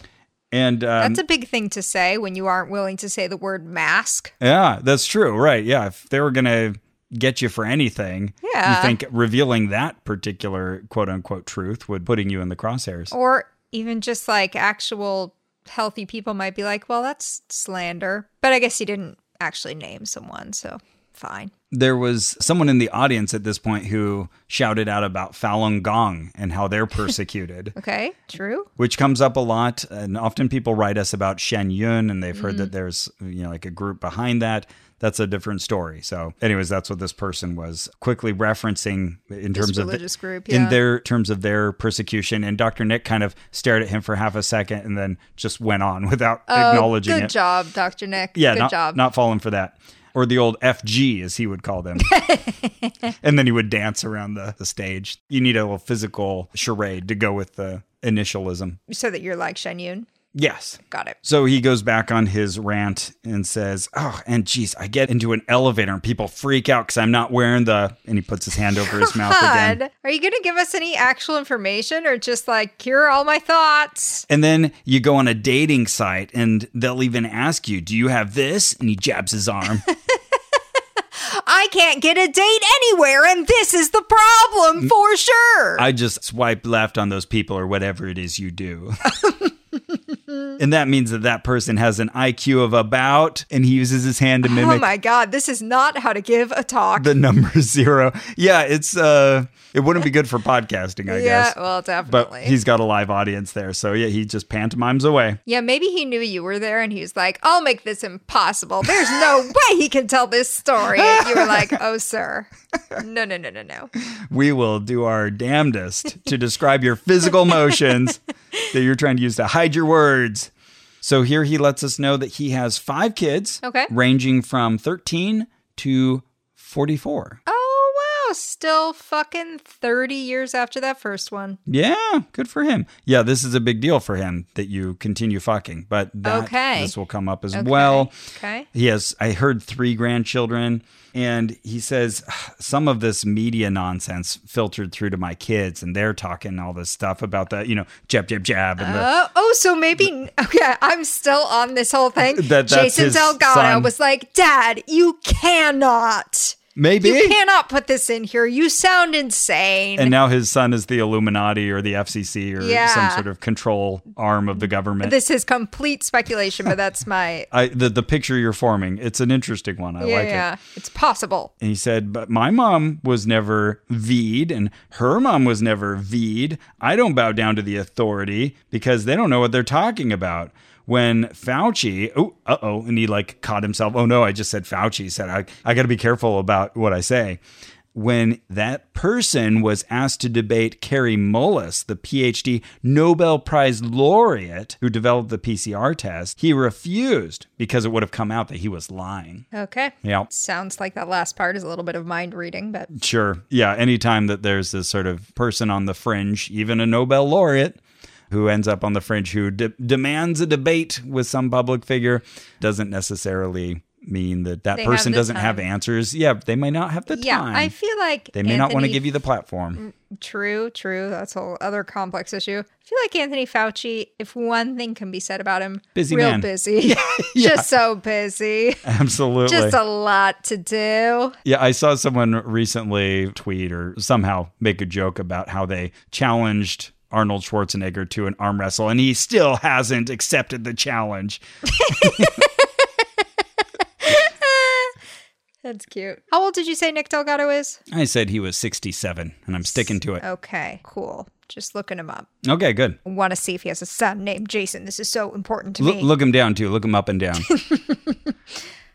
[SPEAKER 2] And um,
[SPEAKER 1] That's a big thing to say when you aren't willing to say the word mask.
[SPEAKER 2] yeah, that's true. Right. Yeah. If they were going to get you for anything,
[SPEAKER 1] Yeah.
[SPEAKER 2] you think revealing that particular quote unquote truth would putting you in the crosshairs.
[SPEAKER 1] Or even just like actual healthy people might be like, well, that's slander. But I guess he didn't actually name someone. So fine.
[SPEAKER 2] There was someone in the audience at this point who shouted out about Falun Gong and how they're persecuted.
[SPEAKER 1] Okay. True.
[SPEAKER 2] which comes up a lot. And often people write us about Shen Yun and they've heard
[SPEAKER 1] Mm.
[SPEAKER 2] that there's, you know, like a group behind that. That's a different story. So, anyways, that's what this person was quickly referencing in terms of the-
[SPEAKER 1] religious group,
[SPEAKER 2] in
[SPEAKER 1] yeah.
[SPEAKER 2] their terms of their persecution. And Dr. Nick kind of stared at him for half a second and then just went on without acknowledging
[SPEAKER 1] Oh, Good
[SPEAKER 2] it.
[SPEAKER 1] job, Dr. Nick.
[SPEAKER 2] Yeah,
[SPEAKER 1] Good
[SPEAKER 2] not,
[SPEAKER 1] job.
[SPEAKER 2] not falling for that. Or the old FG, as he would call them. and then he would dance around the, the stage. You need a little physical charade to go with the initialism.
[SPEAKER 1] so that you're like Shen Yun.
[SPEAKER 2] Yes.
[SPEAKER 1] Got it.
[SPEAKER 2] So he goes back on his rant and says, Oh, and geez, I get into an elevator and people freak out because I'm not wearing the. And he puts his hand over his mouth again.
[SPEAKER 1] God, are you going to give us any actual information or just like, here are all my thoughts?
[SPEAKER 2] And then you go on a dating site and they'll even ask you, Do you have this? And he jabs his arm.
[SPEAKER 1] I can't get a date anywhere, and this is the problem for sure.
[SPEAKER 2] I just swipe left on those people or whatever it is you do. And that means that that person has an IQ of about, and he uses his hand to
[SPEAKER 1] Oh
[SPEAKER 2] mimic
[SPEAKER 1] my God, this is not how to give a talk.
[SPEAKER 2] the number zero. Yeah, it's uh, it wouldn't be good for podcasting, I
[SPEAKER 1] yeah,
[SPEAKER 2] guess.
[SPEAKER 1] well,
[SPEAKER 2] but
[SPEAKER 1] definitely.
[SPEAKER 2] he's got a live audience there, so yeah, he just pantomimes away.
[SPEAKER 1] yeah, maybe he knew you were there and he was like, I'll make this impossible. There's no way he can tell this story. And you were like, oh, sir. No, no, no, no, no.
[SPEAKER 2] We will do our damnedest to describe your physical motions that you're trying to use to hide your words. So here he lets us know that he has five kids,
[SPEAKER 1] Okay.
[SPEAKER 2] ranging from 13 to 44.
[SPEAKER 1] Oh, wow. Still fucking 30 years after that first one.
[SPEAKER 2] Yeah, good for him. Yeah, this is a big deal for him that you continue fucking, but that,
[SPEAKER 1] Okay.
[SPEAKER 2] this will come up as
[SPEAKER 1] Okay.
[SPEAKER 2] well.
[SPEAKER 1] Okay.
[SPEAKER 2] He has, I heard three grandchildren, and he says "Ah, some of this media nonsense filtered through to my kids, and they're talking all this stuff about the, you know, jab, jab, jab, and the.
[SPEAKER 1] Oh, oh, so maybe okay. I'm still on this whole thing.
[SPEAKER 2] That- that's
[SPEAKER 1] Jason
[SPEAKER 2] his
[SPEAKER 1] Delgado
[SPEAKER 2] son.
[SPEAKER 1] was like, "Dad, you cannot,
[SPEAKER 2] Maybe.
[SPEAKER 1] you cannot put this in here. You sound insane."
[SPEAKER 2] and now his son is the Illuminati or the FCC or some
[SPEAKER 1] Yeah.
[SPEAKER 2] sort of control arm of the government.
[SPEAKER 1] this is complete speculation, but that's my
[SPEAKER 2] I, the, the picture you're forming, it's an interesting one. I
[SPEAKER 1] yeah,
[SPEAKER 2] like it.
[SPEAKER 1] yeah. It's possible.
[SPEAKER 2] And he said, But my mom was never V'd, and her mom was never V'd. I don't bow down to the authority because they don't know what they're talking about. When Fauci, oh, uh oh, and he like caught himself. Oh no, I just said Fauci. Said, I, I got to be careful about what I say. When that person was asked to debate Carrie Mullis, the PhD Nobel Prize laureate who developed the PCR test, he refused because it would have come out that he was lying.
[SPEAKER 1] Okay.
[SPEAKER 2] Yeah.
[SPEAKER 1] Sounds like that last part is a little bit of mind reading, but
[SPEAKER 2] Sure. Yeah. Anytime that there's this sort of person on the fringe, even a Nobel laureate who ends up on the fringe who de- demands a debate with some public figure doesn't necessarily mean that that
[SPEAKER 1] They have
[SPEAKER 2] person
[SPEAKER 1] the
[SPEAKER 2] doesn't have
[SPEAKER 1] time.
[SPEAKER 2] answers. Yeah. They may not have the
[SPEAKER 1] yeah,
[SPEAKER 2] time.
[SPEAKER 1] I feel like
[SPEAKER 2] they may not want
[SPEAKER 1] Anthony-
[SPEAKER 2] to
[SPEAKER 1] Mm.
[SPEAKER 2] give you the platform.
[SPEAKER 1] True, true. That's a whole other complex issue. I feel like Anthony Fauci, if one thing can be said about him,
[SPEAKER 2] Busy
[SPEAKER 1] real
[SPEAKER 2] man.
[SPEAKER 1] busy. Just so busy.
[SPEAKER 2] Absolutely.
[SPEAKER 1] Just a lot to do.
[SPEAKER 2] Yeah, I saw someone recently tweet or somehow make a joke about how they challenged Arnold Schwarzenegger to an arm wrestle and he still hasn't accepted the challenge.
[SPEAKER 1] That's cute. How old did you say Nick Delgado is?
[SPEAKER 2] I said he was 67 and I'm sticking to it.
[SPEAKER 1] Okay, cool. Just looking him up.
[SPEAKER 2] Okay, good.
[SPEAKER 1] Want to see if he has a son named Jason. This is so important to
[SPEAKER 2] Look,
[SPEAKER 1] me.
[SPEAKER 2] look him down too. Look him up and down.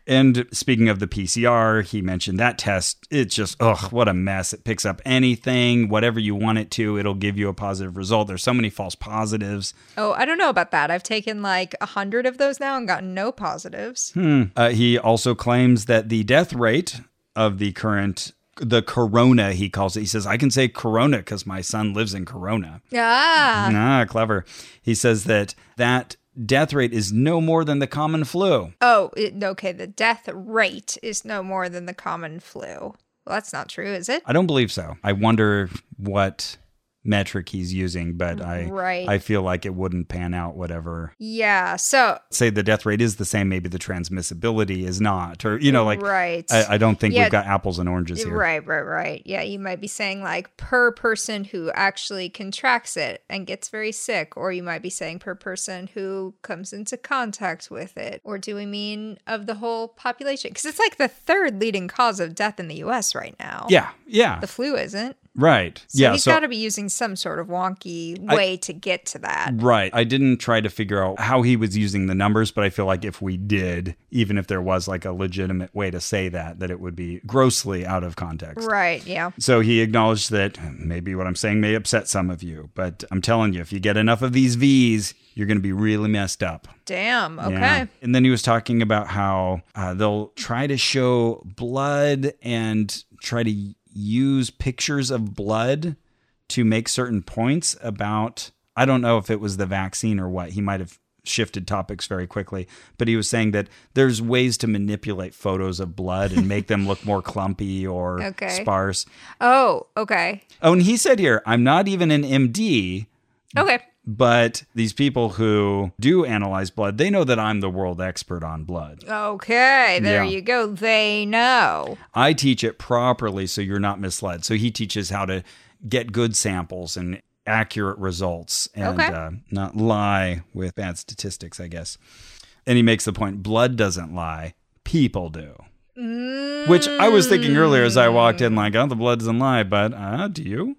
[SPEAKER 2] and speaking of the PCR, he mentioned that test. It's just, ugh, what a mess. It picks up anything, whatever you want it to, it'll give you a positive result. There's so many false positives.
[SPEAKER 1] Oh, I don't know about that. I've taken like a hundred of those now and gotten no positives.
[SPEAKER 2] Uh, he also claims that the death rate of the current, the corona, he calls it. He says, I can say corona because my son lives in corona.
[SPEAKER 1] Ah,
[SPEAKER 2] Ah, clever. He says that that death rate is no more than the common flu.
[SPEAKER 1] Oh, it, okay. The death rate is no more than the common flu. Well, that's not true, is it?
[SPEAKER 2] I don't believe so. I wonder what metric he's using, but I
[SPEAKER 1] Right.
[SPEAKER 2] I feel like it wouldn't pan out whatever.
[SPEAKER 1] Yeah. So,
[SPEAKER 2] Say the death rate is the same, maybe the transmissibility is not. Or you know, like
[SPEAKER 1] right.
[SPEAKER 2] I, I don't think
[SPEAKER 1] Yeah.
[SPEAKER 2] we've got apples and oranges here.
[SPEAKER 1] Right, right, right. Yeah, you might be saying like per person who actually contracts it and gets very sick, or you might be saying per person who comes into contact with it. Or do we mean of the whole population? Because it's like the third leading cause of death in the US right now.
[SPEAKER 2] Yeah, yeah.
[SPEAKER 1] The flu isn't.
[SPEAKER 2] Right.
[SPEAKER 1] So
[SPEAKER 2] yeah.
[SPEAKER 1] he's
[SPEAKER 2] So
[SPEAKER 1] got to be using some sort of wonky way to get to that.
[SPEAKER 2] Right. I didn't try to figure out how he was using the numbers, but I feel like if we did, even if there was like a legitimate way to say that, that it would be grossly out of context.
[SPEAKER 1] Right, yeah.
[SPEAKER 2] So he acknowledged that maybe what I'm saying may upset some of you, but I'm telling you, if you get enough of these V's, you're going to be really messed up.
[SPEAKER 1] Damn. Okay.
[SPEAKER 2] Yeah. And then he was talking about how uh, they'll try to show blood and try to use pictures of blood to make certain points about, I don't know if it was the vaccine or what. He might have shifted topics very quickly, but he was saying that there's ways to manipulate photos of blood and make them look more clumpy or
[SPEAKER 1] Okay.
[SPEAKER 2] sparse.
[SPEAKER 1] Oh, okay.
[SPEAKER 2] Oh, and he said here, I'm not even an MD.
[SPEAKER 1] Okay.
[SPEAKER 2] But these people who do analyze blood, they know that I'm the world expert on blood.
[SPEAKER 1] Okay. There
[SPEAKER 2] Yeah.
[SPEAKER 1] you go. They know.
[SPEAKER 2] I teach it properly so you're not misled. So he teaches how to get good samples and accurate results and
[SPEAKER 1] Okay.
[SPEAKER 2] uh, not lie with bad statistics, I guess. And he makes the point blood doesn't lie, people do. Which I was thinking earlier as I walked in, like, oh, the blood doesn't lie, but uh, do you?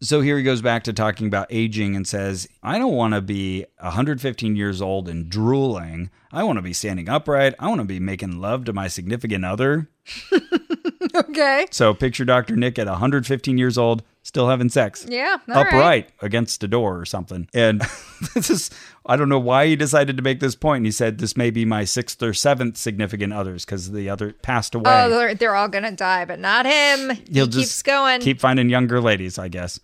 [SPEAKER 2] So here he goes back to talking about aging and says, I don't want to be 115 years old and drooling. I want to be standing upright. I want to be making love to my significant other.
[SPEAKER 1] okay.
[SPEAKER 2] So picture Dr. Nick at 115 years old, still having sex.
[SPEAKER 1] Yeah. all
[SPEAKER 2] upright
[SPEAKER 1] right.
[SPEAKER 2] against a door or something. And this is, I don't know why he decided to make this point. He said, This may be my sixth or seventh significant others because the other passed away.
[SPEAKER 1] Oh, they're, they're all gonna die, but not him.
[SPEAKER 2] He'll
[SPEAKER 1] he
[SPEAKER 2] just
[SPEAKER 1] keeps going.
[SPEAKER 2] Keep finding younger ladies, I guess.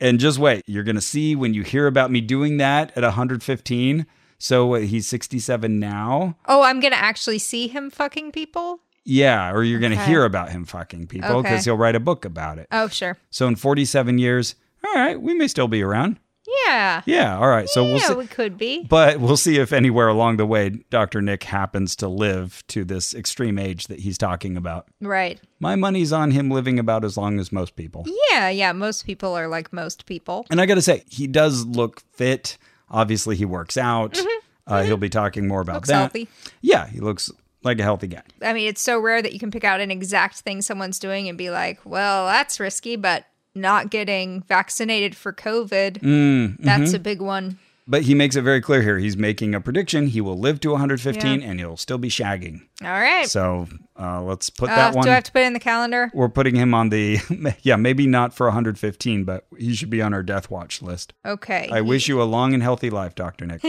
[SPEAKER 2] And just wait, you're going to see when you hear about me doing that at 115. So what, he's 67 now.
[SPEAKER 1] oh, I'm gonna actually see him fucking people.
[SPEAKER 2] Yeah, or you're going to
[SPEAKER 1] Okay.
[SPEAKER 2] hear about him fucking people because
[SPEAKER 1] Okay.
[SPEAKER 2] he'll write a book about it.
[SPEAKER 1] Oh, sure.
[SPEAKER 2] So in 47 years, all right, we may still be around.
[SPEAKER 1] Yeah.
[SPEAKER 2] Yeah, all right. So we'll
[SPEAKER 1] yeah,
[SPEAKER 2] see.
[SPEAKER 1] we could be.
[SPEAKER 2] But we'll see if anywhere along the way Dr. Nick happens to live to this extreme age that he's talking about.
[SPEAKER 1] Right.
[SPEAKER 2] My money's on him living about as long as most people.
[SPEAKER 1] Yeah, yeah. Most people are like most people.
[SPEAKER 2] And I got to say, he does look fit. Obviously, he works out. Uh, He'll be talking more about
[SPEAKER 1] Mm-hmm. Looks
[SPEAKER 2] that.
[SPEAKER 1] healthy.
[SPEAKER 2] Yeah, he looks like a healthy guy.
[SPEAKER 1] I mean, it's so rare that you can pick out an exact thing someone's doing and be like, well, that's risky, but not getting vaccinated for COVID,
[SPEAKER 2] Mm, mm-hmm.
[SPEAKER 1] that's a big one.
[SPEAKER 2] But he makes it very clear here. He's making a prediction. He will live to 115 and he'll still be shagging.
[SPEAKER 1] All right.
[SPEAKER 2] So uh, let's put
[SPEAKER 1] uh,
[SPEAKER 2] that one.
[SPEAKER 1] do I have to put it in the calendar?
[SPEAKER 2] We're putting him on the, yeah, maybe not for 115, but he should be on our death watch list.
[SPEAKER 1] Okay.
[SPEAKER 2] I wish you a long and healthy life, Dr. Nick.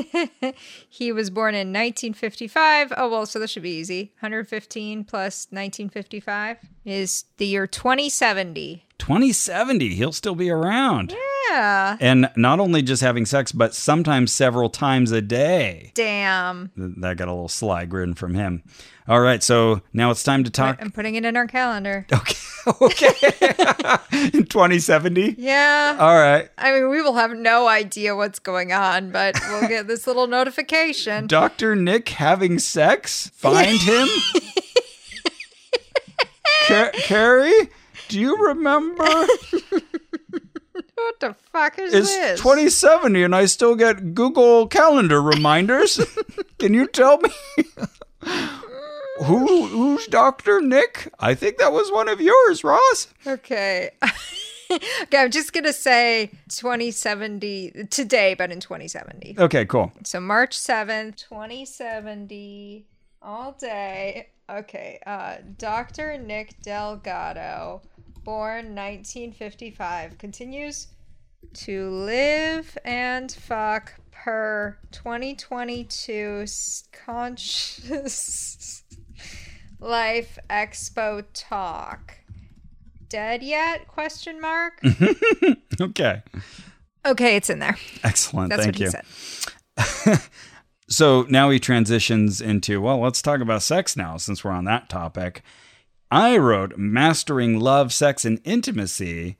[SPEAKER 1] he was born in 1955. Oh, well, so this should be easy. 115 plus 1955 is the year 2070.
[SPEAKER 2] 2070, he'll still be around.
[SPEAKER 1] Yeah.
[SPEAKER 2] And not only just having sex, but sometimes several times a day.
[SPEAKER 1] Damn.
[SPEAKER 2] Th- That got a little sly grin from him. All right, so now it's time to talk.
[SPEAKER 1] I'm putting it in our calendar.
[SPEAKER 2] Okay. okay. In 2070?
[SPEAKER 1] Yeah.
[SPEAKER 2] All right.
[SPEAKER 1] I mean, we will have no idea what's going on, but we'll get this little notification.
[SPEAKER 2] Dr. Nick having sex? Find him? Car- Carrie? Do you remember?
[SPEAKER 1] What the fuck is
[SPEAKER 2] It's
[SPEAKER 1] this?
[SPEAKER 2] 2070 and I still get Google Calendar reminders. Can you tell me who who's Dr. Nick? I think that was one of yours, Ross.
[SPEAKER 1] Okay. okay, I'm just going to say 2070 today, but in 2070.
[SPEAKER 2] Okay, cool.
[SPEAKER 1] So March 7th, 2070, all day. Okay. Uh, Dr. Nick Delgado, born 1955, continues to live and fuck per 2022 s- conscious life expo talk. Dead yet? Question mark.
[SPEAKER 2] Okay.
[SPEAKER 1] okay, it's in there.
[SPEAKER 2] Excellent.
[SPEAKER 1] That's
[SPEAKER 2] Thank
[SPEAKER 1] what he
[SPEAKER 2] you.
[SPEAKER 1] said.
[SPEAKER 2] So now he transitions into, well, let's talk about sex now since we're on that topic. I wrote Mastering Love, Sex, and Intimacy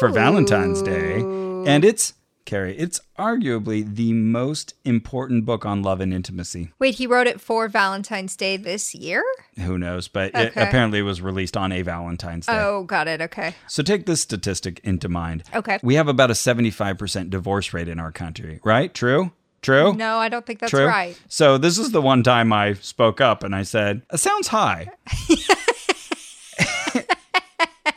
[SPEAKER 2] for Valentine's Day. And it's, Carrie, it's arguably the most important book on love and intimacy.
[SPEAKER 1] Wait, he wrote it for Valentine's Day this year?
[SPEAKER 2] Who knows? But it
[SPEAKER 1] Okay.
[SPEAKER 2] apparently was released on a Valentine's Day.
[SPEAKER 1] Oh, got it. Okay.
[SPEAKER 2] So take this statistic into mind.
[SPEAKER 1] Okay.
[SPEAKER 2] We have about a 75% divorce rate in our country, right? True? True?
[SPEAKER 1] No, I don't think that's
[SPEAKER 2] True.
[SPEAKER 1] right.
[SPEAKER 2] So this is the one time I spoke up and I said, "It sounds high."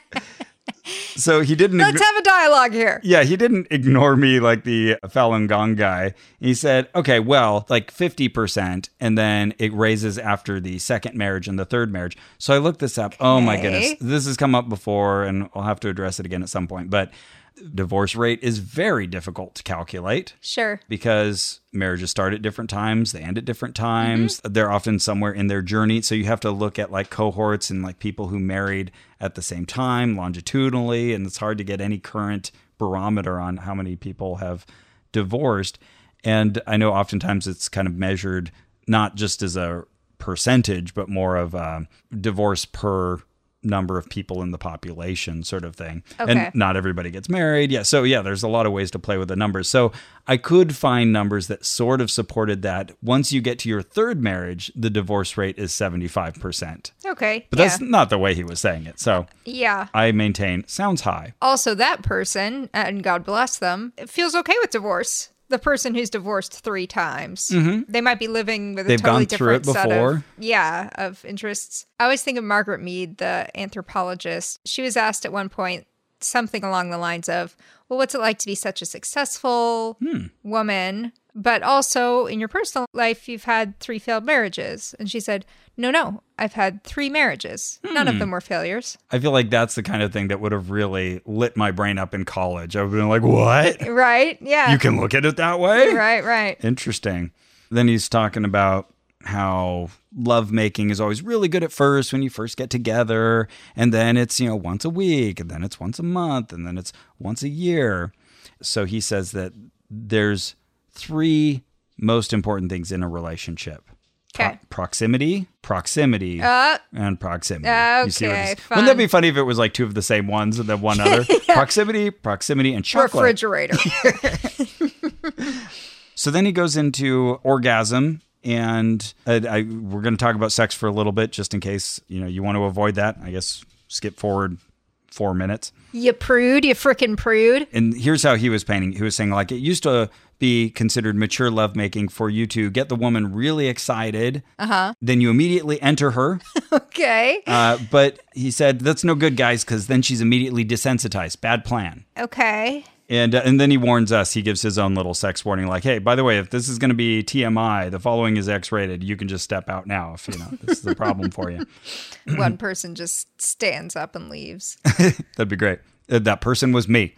[SPEAKER 2] so he didn't.
[SPEAKER 1] Let's
[SPEAKER 2] ign-
[SPEAKER 1] have a dialogue here.
[SPEAKER 2] yeah, he didn't ignore me like the Falun Gong guy. He said, okay, well, like 50%, and then it raises after the second marriage and the third marriage. So I looked this up. Oh my
[SPEAKER 1] Okay.
[SPEAKER 2] goodness. This has come up before, and I'll have to address it again at some point. But divorce rate is very difficult to calculate
[SPEAKER 1] Sure.
[SPEAKER 2] because marriages start at different times, they end at different times. They're often somewhere in their journey. So you have to look at like cohorts and like people who married at the same time longitudinally. And it's hard to get any current barometer on how many people have divorced. And I know oftentimes it's kind of measured not just as a percentage, but more of a divorce per number of people in the population sort of thing.
[SPEAKER 1] Okay.
[SPEAKER 2] And not everybody gets married. Yeah. So yeah, there's a lot of ways to play with the numbers. So I could find numbers that sort of supported that. Once you get to your third marriage, the divorce rate is 75%.
[SPEAKER 1] Okay.
[SPEAKER 2] But
[SPEAKER 1] yeah.
[SPEAKER 2] that's not the way he was saying it. So
[SPEAKER 1] yeah.
[SPEAKER 2] I maintain sounds high.
[SPEAKER 1] Also, that person, and God bless them, feels okay with divorce. The person who's divorced three times, they might be living with a
[SPEAKER 2] Mm-hmm. They've
[SPEAKER 1] totally
[SPEAKER 2] gone through it
[SPEAKER 1] different set of
[SPEAKER 2] before.
[SPEAKER 1] yeah of interests. I always think of Margaret Mead, the anthropologist. She was asked at one point something along the lines of, "Well, what's it like to be such a successful
[SPEAKER 2] Hmm.
[SPEAKER 1] woman?" But also in your personal life, you've had three failed marriages. And she said, No, no, I've had three marriages. None
[SPEAKER 2] Hmm.
[SPEAKER 1] of them were failures.
[SPEAKER 2] I feel like that's the kind of thing that would have really lit my brain up in college. I would have been like, what?
[SPEAKER 1] Right? Yeah.
[SPEAKER 2] You can look at it that way?
[SPEAKER 1] right, right.
[SPEAKER 2] Interesting. Then he's talking about how lovemaking is always really good at first when you first get together. And then it's, you know, once a week, and then it's once a month, and then it's once a year. So he says that there's three most important things in a relationship.
[SPEAKER 1] Okay.
[SPEAKER 2] proximity, proximity,
[SPEAKER 1] Uh,
[SPEAKER 2] and proximity. You see what
[SPEAKER 1] okay,
[SPEAKER 2] it is? Wouldn't that
[SPEAKER 1] fun.
[SPEAKER 2] be funny if it was like two of the same ones and then one other? Proximity, proximity, and chocolate.
[SPEAKER 1] refrigerator.
[SPEAKER 2] So then he goes into orgasm, and uh, I, we're going to talk about sex for a little bit, just in case you know you want to avoid that. I guess skip forward four minutes.
[SPEAKER 1] you prude, you frickin' prude.
[SPEAKER 2] And here's how he was painting. He was saying like it used to be considered mature lovemaking for you to get the woman really excited, uh-huh. then you immediately enter her.
[SPEAKER 1] Okay.
[SPEAKER 2] Uh, but he said that's no good, guys, because then she's immediately desensitized. Bad plan.
[SPEAKER 1] Okay.
[SPEAKER 2] And uh, and then he warns us. He gives his own little sex warning, like, "Hey, by the way, if this is going to be TMI, the following is X-rated. You can just step out now if you know this is a problem for you.
[SPEAKER 1] One person just stands up and leaves.
[SPEAKER 2] That'd be great. Uh, That person was me."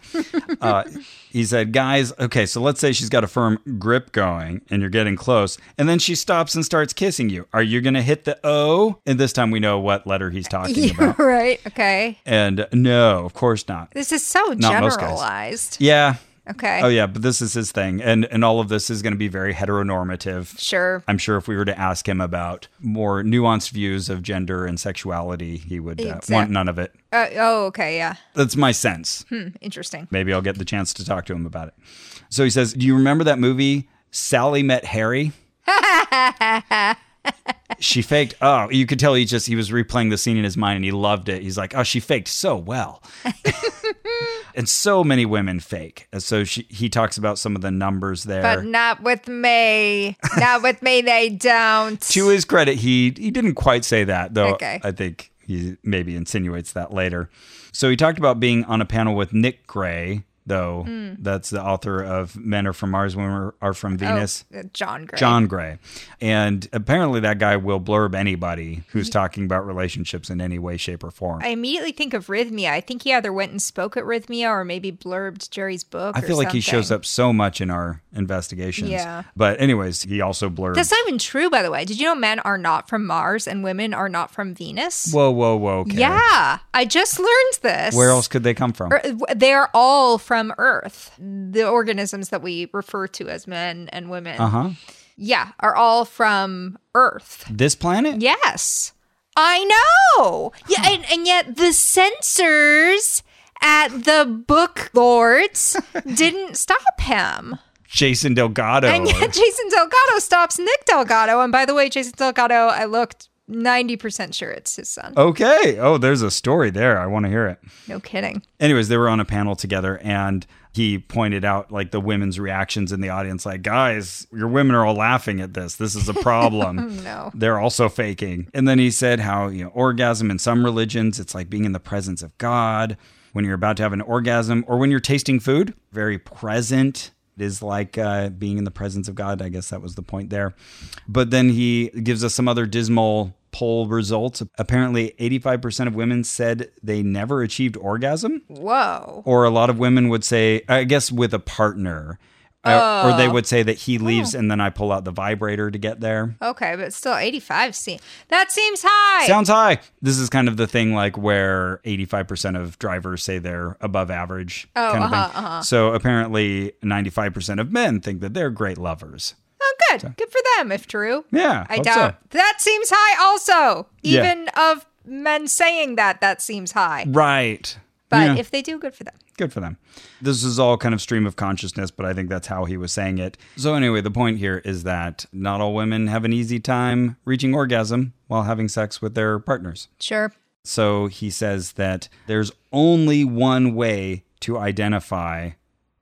[SPEAKER 2] Uh, he said, "Guys, okay, so let's say she's got a firm grip going, and you're getting close, and then she stops and starts kissing you. Are you going to hit the O? And this time we know what letter he's talking
[SPEAKER 1] You're
[SPEAKER 2] about.
[SPEAKER 1] right. Okay.
[SPEAKER 2] And uh, no, of course not.
[SPEAKER 1] This is so
[SPEAKER 2] Not most guys.
[SPEAKER 1] generalized.
[SPEAKER 2] Yeah."
[SPEAKER 1] Okay.
[SPEAKER 2] Oh yeah, but this is his thing, and and all of this is going to be very heteronormative.
[SPEAKER 1] Sure.
[SPEAKER 2] I'm sure if we were to ask him about more nuanced views of gender and sexuality, he would uh,
[SPEAKER 1] Exact-
[SPEAKER 2] want none of it.
[SPEAKER 1] Uh, oh, okay. Yeah.
[SPEAKER 2] That's my sense.
[SPEAKER 1] Hmm, Interesting.
[SPEAKER 2] Maybe I'll get the chance to talk to him about it. So he says, Do you remember that movie, Sally Met Harry? she faked. Oh, you could tell he just, he was replaying the scene in his mind and he loved it. He's like, Oh, she faked so well. and so many women fake. And so she, he talks about some of the numbers there.
[SPEAKER 1] But not with me. Not with me. They don't.
[SPEAKER 2] to his credit, he he didn't quite say that though.
[SPEAKER 1] Okay.
[SPEAKER 2] I think he maybe insinuates that later. So he talked about being on a panel with Nick Gray, though. That's the author of "Men Are From Mars, Women Are From
[SPEAKER 1] Hmm. Oh,
[SPEAKER 2] Venus."
[SPEAKER 1] uh, John Gray.
[SPEAKER 2] John Gray. And apparently, that guy will blurb anybody who's talking about relationships in any way, shape, or form.
[SPEAKER 1] I immediately think of Rhythmia. I think he either went and spoke at Rhythmia or maybe blurbed Jerry's book.
[SPEAKER 2] I feel like he shows up so much in our investigations.
[SPEAKER 1] Yeah.
[SPEAKER 2] But, anyways, he also blurbed.
[SPEAKER 1] That's not even true, by the way. Did you know men are not from Mars and women are not from Venus?
[SPEAKER 2] whoa, whoa, whoa. Okay.
[SPEAKER 1] Yeah, I just learned this.
[SPEAKER 2] Where else could they come from?
[SPEAKER 1] Er, w- They are all from Earth. The organisms that we refer to as men and women,
[SPEAKER 2] Uh huh.
[SPEAKER 1] yeah, are all from Earth.
[SPEAKER 2] This planet?
[SPEAKER 1] Yes, I know. Yeah, and, and yet the censors at the book lords didn't stop him.
[SPEAKER 2] Jason Delgado.
[SPEAKER 1] And yet Jason Delgado stops Nick Delgado. And by the way, Jason Delgado, I looked 90% sure it's his son.
[SPEAKER 2] Okay. Oh, there's a story there. I want to hear it.
[SPEAKER 1] No kidding.
[SPEAKER 2] Anyways, they were on a panel together and he pointed out like the women's reactions in the audience like, guys, your women are all laughing at this. This is a problem.
[SPEAKER 1] No.
[SPEAKER 2] They're also faking. And then he said how, you know, orgasm in some religions, it's like being in the presence of God when you're about to have an orgasm or when you're tasting food, very present. It is like uh, being in the presence of God. I guess that was the point there. But then he gives us some other dismal poll results. Apparently, 85% of women said they never achieved orgasm
[SPEAKER 1] Whoa.
[SPEAKER 2] or a lot of women would say, I guess with a partner, uh, or they
[SPEAKER 1] Oh.
[SPEAKER 2] would say that he leaves and then I pull out the vibrator to get there.
[SPEAKER 1] Okay, but still 85 seems that seems high.
[SPEAKER 2] Sounds high. This is kind of the thing like where 85% of drivers say they're above average
[SPEAKER 1] Oh,
[SPEAKER 2] kind of
[SPEAKER 1] uh-huh,
[SPEAKER 2] thing. So apparently 95% of men think that they're great lovers.
[SPEAKER 1] oh, good. Good for them if true.
[SPEAKER 2] Yeah.
[SPEAKER 1] I
[SPEAKER 2] hope so.
[SPEAKER 1] doubt that seems high also,
[SPEAKER 2] Yeah.
[SPEAKER 1] even of men saying that, that seems high.
[SPEAKER 2] Right.
[SPEAKER 1] But
[SPEAKER 2] Yeah.
[SPEAKER 1] if they do, good for them.
[SPEAKER 2] good for them. This is all kind of stream of consciousness, but I think that's how he was saying it. So, anyway, the point here is that not all women have an easy time reaching orgasm while having sex with their partners.
[SPEAKER 1] Sure.
[SPEAKER 2] So, he says that there's only one way to identify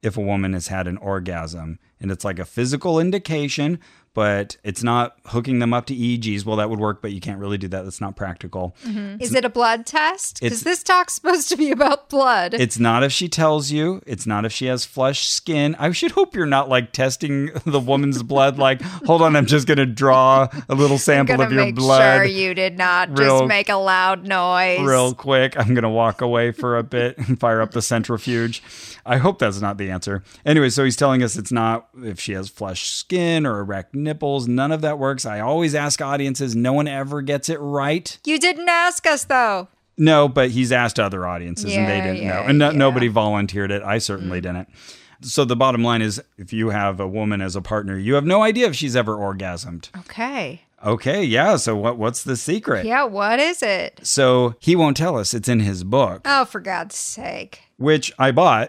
[SPEAKER 2] if a woman has had an orgasm, and it's like a physical indication. But it's not hooking them up to EEGs. Well, that would work, but you can't really do that. That's not practical.
[SPEAKER 1] Is it a blood test?
[SPEAKER 2] Mm-hmm. It's-
[SPEAKER 1] Because this talk's supposed to be about blood.
[SPEAKER 2] It's not if she tells you. It's not if she has flush skin. I should hope you're not like testing the woman's blood. Like, hold on, I'm just gonna draw a little sample
[SPEAKER 1] gonna
[SPEAKER 2] of your
[SPEAKER 1] make sure
[SPEAKER 2] blood
[SPEAKER 1] you did not
[SPEAKER 2] real-
[SPEAKER 1] just make a loud noise.
[SPEAKER 2] real quick. I'm gonna walk away for a bit and fire up the centrifuge. I hope that's not the answer. Anyway, so he's telling us it's not if she has flush skin or erect nipples. None of that works. I always ask audiences. No one ever gets it right.
[SPEAKER 1] You didn't ask us though.
[SPEAKER 2] No, but he's asked other audiences and they
[SPEAKER 1] Yeah,
[SPEAKER 2] didn't
[SPEAKER 1] yeah,
[SPEAKER 2] know. And no,
[SPEAKER 1] yeah. Mm.
[SPEAKER 2] nobody volunteered it. I certainly didn't. So the bottom line is if you have a woman as a partner, you have no idea if she's ever orgasmed.
[SPEAKER 1] Okay.
[SPEAKER 2] Okay, yeah, so what what's the secret?
[SPEAKER 1] Yeah, what is it?
[SPEAKER 2] So he won't tell us. It's in his book,
[SPEAKER 1] Oh, for God's sake.
[SPEAKER 2] which I bought.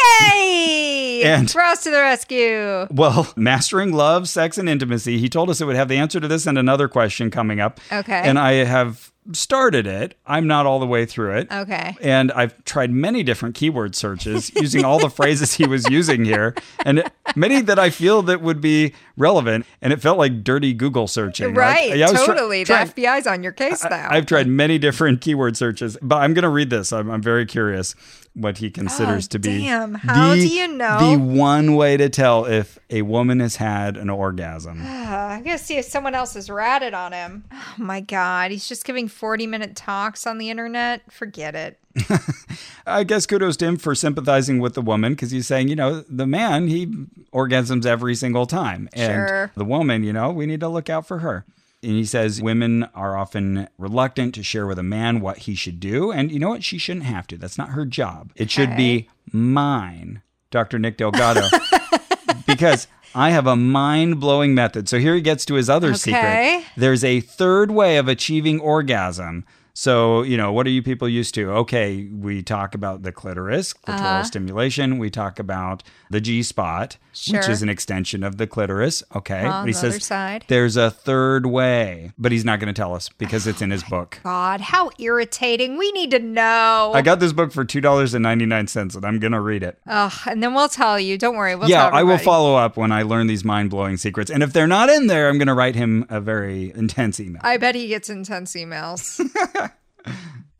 [SPEAKER 1] Yoki!
[SPEAKER 2] And-
[SPEAKER 1] Frost to the rescue.
[SPEAKER 2] Well, mastering love, sex, and intimacy. He told us it would have the answer to this and another question coming up.
[SPEAKER 1] Okay.
[SPEAKER 2] And I have started it. I'm not all the way through it.
[SPEAKER 1] Okay.
[SPEAKER 2] And I've tried many different keyword searches using all the phrases he was using here, and it- many that I feel that would be relevant. And it felt like dirty Google searching. Like,
[SPEAKER 1] Right,
[SPEAKER 2] yeah, I was try-
[SPEAKER 1] totally.
[SPEAKER 2] trying-
[SPEAKER 1] the FBI's on your case now.
[SPEAKER 2] I've tried many different keyword searches, but I'm going to read this. I'm, I'm very curious what he considers to be.
[SPEAKER 1] Ah, damn. How do you know?
[SPEAKER 2] The one way to tell if a woman has had an orgasm.
[SPEAKER 1] Uh, I'm gonna see if someone else has ratted on him. Oh my god, he's just giving 40 minute talks on the internet. Forget it.
[SPEAKER 2] I guess kudos to him for sympathizing with the woman because he's saying, you know, the man, he orgasms every single time. And
[SPEAKER 1] Sure.
[SPEAKER 2] the woman, you know, we need to look out for her. And he says women are often reluctant to share with a man what he should do. And you know what? She shouldn't have to. That's not her job. It should be mine, Dr. Nick Delgado. because I have a mind blowing method. So here he gets to his other secret.
[SPEAKER 1] Okay.
[SPEAKER 2] There's a third way of achieving orgasm. So, you know, what are you people used to? Okay, we talk about the clitoris, clitoral
[SPEAKER 1] Uh-huh.
[SPEAKER 2] stimulation. We talk about the G spot, which
[SPEAKER 1] Sure.
[SPEAKER 2] is an extension of the clitoris. Okay.
[SPEAKER 1] On
[SPEAKER 2] but he
[SPEAKER 1] the
[SPEAKER 2] says
[SPEAKER 1] other side.
[SPEAKER 2] there's a third way, but he's not going to tell us because it's in his book.
[SPEAKER 1] God, how irritating. We need to know.
[SPEAKER 2] I got this book for $2.99 and I'm going to read it.
[SPEAKER 1] Ugh, and then we'll tell you. Don't worry. We'll
[SPEAKER 2] yeah,
[SPEAKER 1] tell
[SPEAKER 2] I will
[SPEAKER 1] everybody.
[SPEAKER 2] follow up when I learn these mind blowing secrets. And if they're not in there, I'm going to write him a very intense email.
[SPEAKER 1] I bet he gets intense emails.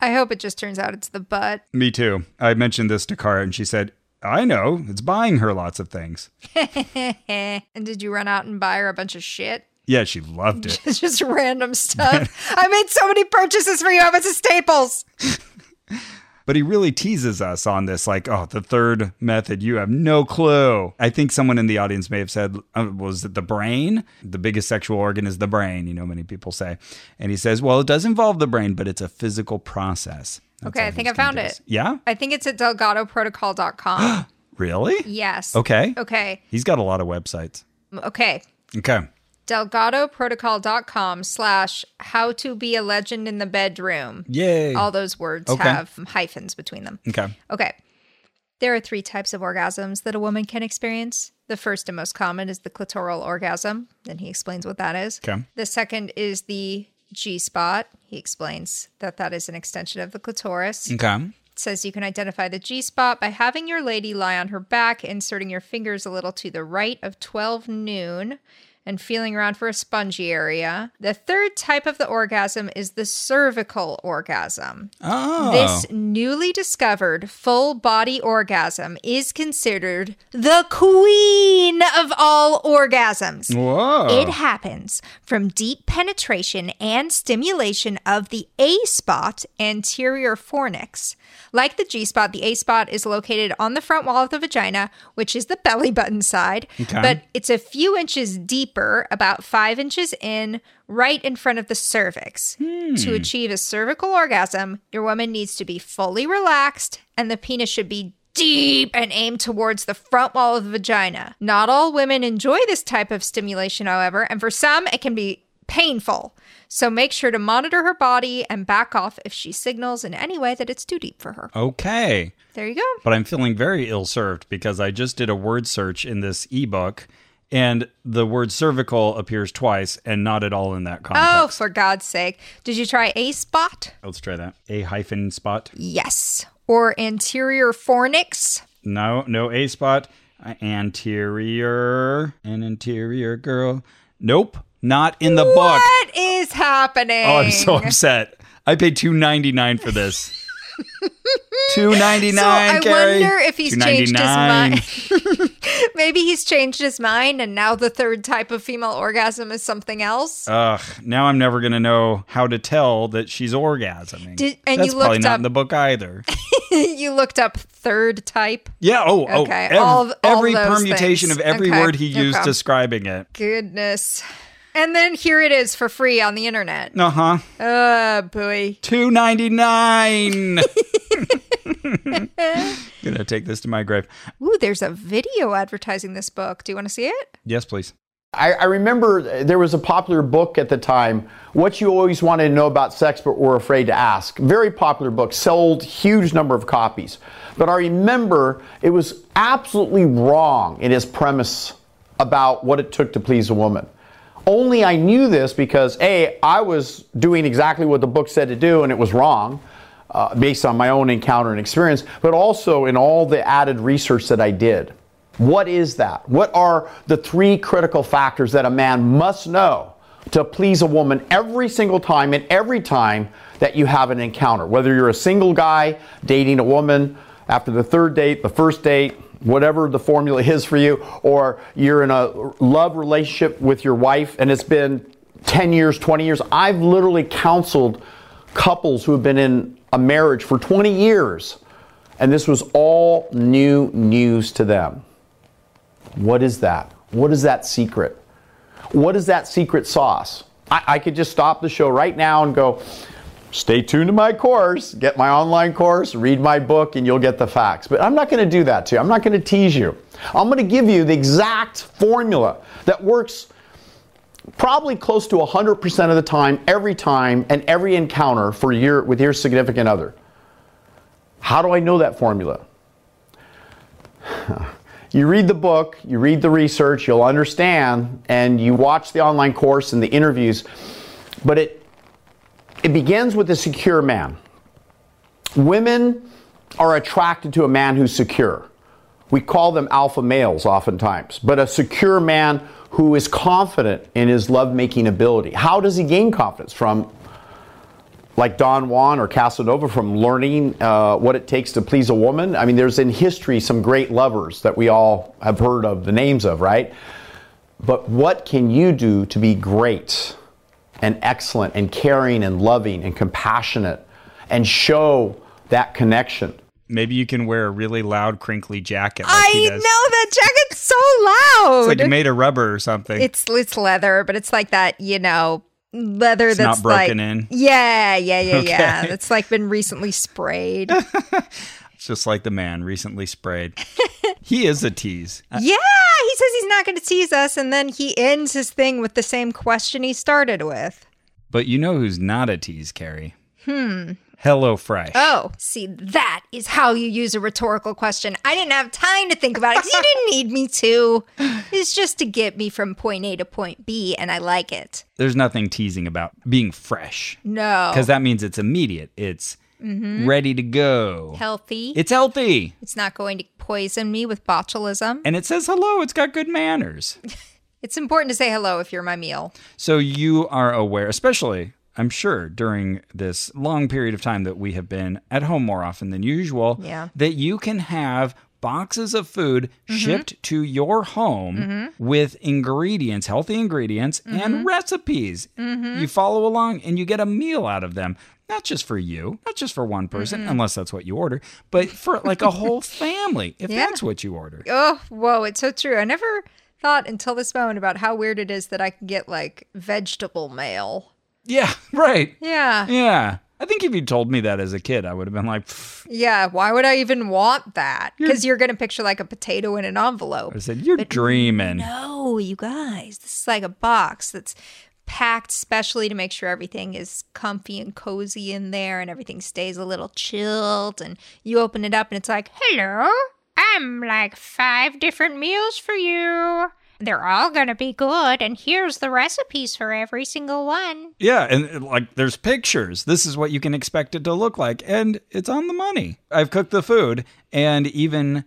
[SPEAKER 1] I hope it just turns out it's the butt.
[SPEAKER 2] Me too. I mentioned this to Cara and she said, I know, it's buying her lots of things.
[SPEAKER 1] Eh. And did you run out and buy her a bunch of shit?
[SPEAKER 2] Yeah, she loved it.
[SPEAKER 1] It's just random stuff. I made so many purchases for you. I went to Staples.
[SPEAKER 2] But he really teases us on this, like, oh, the third method, you have no clue. I think someone in the audience may have said, uh, was it the brain? The biggest sexual organ is the brain, you know, many people say. And he says, well, it does involve the brain, but it's a physical process. That's
[SPEAKER 1] Okay,
[SPEAKER 2] all
[SPEAKER 1] I think
[SPEAKER 2] he's
[SPEAKER 1] I found
[SPEAKER 2] gonna give us.
[SPEAKER 1] it.
[SPEAKER 2] Yeah?
[SPEAKER 1] I think it's at delgadoprotocol.com.
[SPEAKER 2] Really?
[SPEAKER 1] yes.
[SPEAKER 2] Okay.
[SPEAKER 1] Okay.
[SPEAKER 2] He's got a lot of websites.
[SPEAKER 1] Okay.
[SPEAKER 2] Okay.
[SPEAKER 1] Delgadoprotocol.com slash how to be a legend in the bedroom.
[SPEAKER 2] Yay.
[SPEAKER 1] All those words
[SPEAKER 2] Okay.
[SPEAKER 1] have hyphens between them.
[SPEAKER 2] okay.
[SPEAKER 1] Okay. There are three types of orgasms that a woman can experience. The first and most common is the clitoral orgasm, and he explains what that is.
[SPEAKER 2] Okay.
[SPEAKER 1] The second is the G spot. He explains that that is an extension of the clitoris.
[SPEAKER 2] Okay.
[SPEAKER 1] It says you can identify the G spot by having your lady lie on her back, inserting your fingers a little to the right of 12 noon, and feeling around for a spongy area. The third type of the orgasm is the cervical orgasm.
[SPEAKER 2] Oh.
[SPEAKER 1] This newly discovered full body orgasm is considered the queen of all orgasms.
[SPEAKER 2] Whoa.
[SPEAKER 1] It happens from deep penetration and stimulation of the A spot anterior fornix. Like the G spot, the A spot is located on the front wall of the vagina, which is the belly button side,
[SPEAKER 2] Okay.
[SPEAKER 1] but it's a few inches deeper, about five inches in, right in front of the cervix. To achieve a cervical orgasm, your woman needs to be fully relaxed and the penis should be deep and aimed towards the front wall of the vagina. Not all women enjoy this type of stimulation, however, and for some, it can be painful. So make sure to monitor her body and back off if she signals in any way that it's too deep for her.
[SPEAKER 2] Okay.
[SPEAKER 1] There you go.
[SPEAKER 2] But I'm feeling very ill served because I just did a word search in this ebook and the word cervical appears twice and not at all in that
[SPEAKER 1] Oh,
[SPEAKER 2] context.
[SPEAKER 1] for God's sake. Did you try A spot?
[SPEAKER 2] Let's try that. A hyphen spot.
[SPEAKER 1] Yes. Or anterior fornix?
[SPEAKER 2] No, no A spot. Uh, Anterior. An interior girl. Nope. Not in the book.
[SPEAKER 1] What is happening?
[SPEAKER 2] Oh, I'm so upset. I paid two ninety nine for this. two ninety
[SPEAKER 1] So I
[SPEAKER 2] nine. Carrie.
[SPEAKER 1] wonder if he's changed his mind.
[SPEAKER 2] $2.99.
[SPEAKER 1] Maybe he's changed his mind and now the third type of female orgasm is something else.
[SPEAKER 2] Ugh, now I'm never gonna know how to tell that she's orgasming.
[SPEAKER 1] Did- and you
[SPEAKER 2] That's probably
[SPEAKER 1] looked
[SPEAKER 2] not
[SPEAKER 1] up-
[SPEAKER 2] in the book either.
[SPEAKER 1] you looked up third type.
[SPEAKER 2] Yeah. Oh.
[SPEAKER 1] Okay,
[SPEAKER 2] Oh. ev-
[SPEAKER 1] all of- all
[SPEAKER 2] every
[SPEAKER 1] those
[SPEAKER 2] permutation
[SPEAKER 1] things.
[SPEAKER 2] of every
[SPEAKER 1] Okay,
[SPEAKER 2] word he used
[SPEAKER 1] okay.
[SPEAKER 2] describing it.
[SPEAKER 1] Goodness. And then here it is for free on the internet.
[SPEAKER 2] Uh huh.
[SPEAKER 1] Uh, boy.
[SPEAKER 2] Two ninety nine. Gonna take this to my grave.
[SPEAKER 1] Ooh, there's a video advertising this book. Do you want to see it?
[SPEAKER 2] Yes, please.
[SPEAKER 3] I, I remember there was a popular book at the time, What You Always Wanted to Know About Sex But Were Afraid to Ask. Very popular book, sold huge number of copies. But I remember it was absolutely wrong in its premise about what it took to please a woman. Only I knew this because A, I was doing exactly what the book said to do and it was wrong uh, based on my own encounter and experience, but also in all the added research that I did. What is that? What are the three critical factors that a man must know to please a woman every single time and every time that you have an encounter? Whether you're a single guy dating a woman after the third date, the first date, whatever the formula is for you, or you're in a love relationship with your wife and it's been 10 years, 20 years. I've literally counseled couples who have been in a marriage for 20 years and this was all new news to them. What is that? What is that secret? What is that secret sauce? I, I could just stop the show right now and go, stay tuned to my course, get my online course, read my book, and you'll get the facts. But I'm not going to do that to you. I'm not going to tease you. I'm going to give you the exact formula that works probably close to 100% of the time, every time, and every encounter for your, with your significant other. How do I know that formula? you read the book, you read the research, you'll understand, and you watch the online course and the interviews. But it it begins with a secure man. Women are attracted to a man who's secure. We call them alpha males oftentimes, but a secure man who is confident in his lovemaking ability. How does he gain confidence? From like Don Juan or Casanova from learning uh, what it takes to please a woman. I mean, there's in history some great lovers that we all have heard of the names of, right? But what can you do to be great and excellent and caring and loving and compassionate and show that connection?
[SPEAKER 2] Maybe you can wear a really loud, crinkly jacket. Like
[SPEAKER 1] I
[SPEAKER 2] he
[SPEAKER 1] know
[SPEAKER 2] does.
[SPEAKER 1] that jacket's so loud.
[SPEAKER 2] It's like made of rubber or something.
[SPEAKER 1] it's it's leather, but it's like that, you know, leather
[SPEAKER 2] not
[SPEAKER 1] that's
[SPEAKER 2] broken
[SPEAKER 1] like,
[SPEAKER 2] in.
[SPEAKER 1] Yeah, yeah, yeah, yeah.
[SPEAKER 2] Okay.
[SPEAKER 1] That's like been recently sprayed.
[SPEAKER 2] It's just like the man recently sprayed. he is a tease.
[SPEAKER 1] yeah, he says he's not going to tease us, and then he ends his thing with the same question he started with.
[SPEAKER 2] But you know who's not a tease, Carrie? Hmm. Hello Fresh.
[SPEAKER 1] Oh, see, that is how you use a rhetorical question. I didn't have time to think about it because you didn't need me to. It's just to get me from point A to point B, and I like it.
[SPEAKER 2] There's nothing teasing about being fresh
[SPEAKER 1] No,
[SPEAKER 2] because that means it's immediate. It's ready to go.
[SPEAKER 1] healthy.
[SPEAKER 2] It's healthy.
[SPEAKER 1] It's not going to poison me with botulism.
[SPEAKER 2] And it says hello. It's got good manners.
[SPEAKER 1] It's important to say hello if you're my meal.
[SPEAKER 2] So you are aware, especially, I'm sure, during this long period of time that we have been at home more often than usual,
[SPEAKER 1] Yeah.
[SPEAKER 2] that you can have boxes of food shipped to your home with ingredients, healthy ingredients, and recipes. You follow along and you get a meal out of them. Not just for you, not just for one person, unless that's what you order, but for like a whole family, if that's what you order.
[SPEAKER 1] Oh, whoa, it's so true. I never thought until this moment about how weird it is that I can get like vegetable mail.
[SPEAKER 2] Yeah, right.
[SPEAKER 1] Yeah.
[SPEAKER 2] Yeah. I think if you told me that as a kid, I would have been like, "Pfft,
[SPEAKER 1] Yeah. Why would I even want that? Because you're going to picture like a potato in an envelope.
[SPEAKER 2] I said, "You're dreaming."
[SPEAKER 1] No, you guys, this is like a box that's packed specially to make sure everything is comfy and cozy in there and everything stays a little chilled. And you open it up and it's like, hello, I'm like five different meals for you. They're all going to be good. And here's the recipes for every single one.
[SPEAKER 2] Yeah, and uh, like there's pictures. This is what you can expect it to look like, and it's on the money. I've cooked the food, and even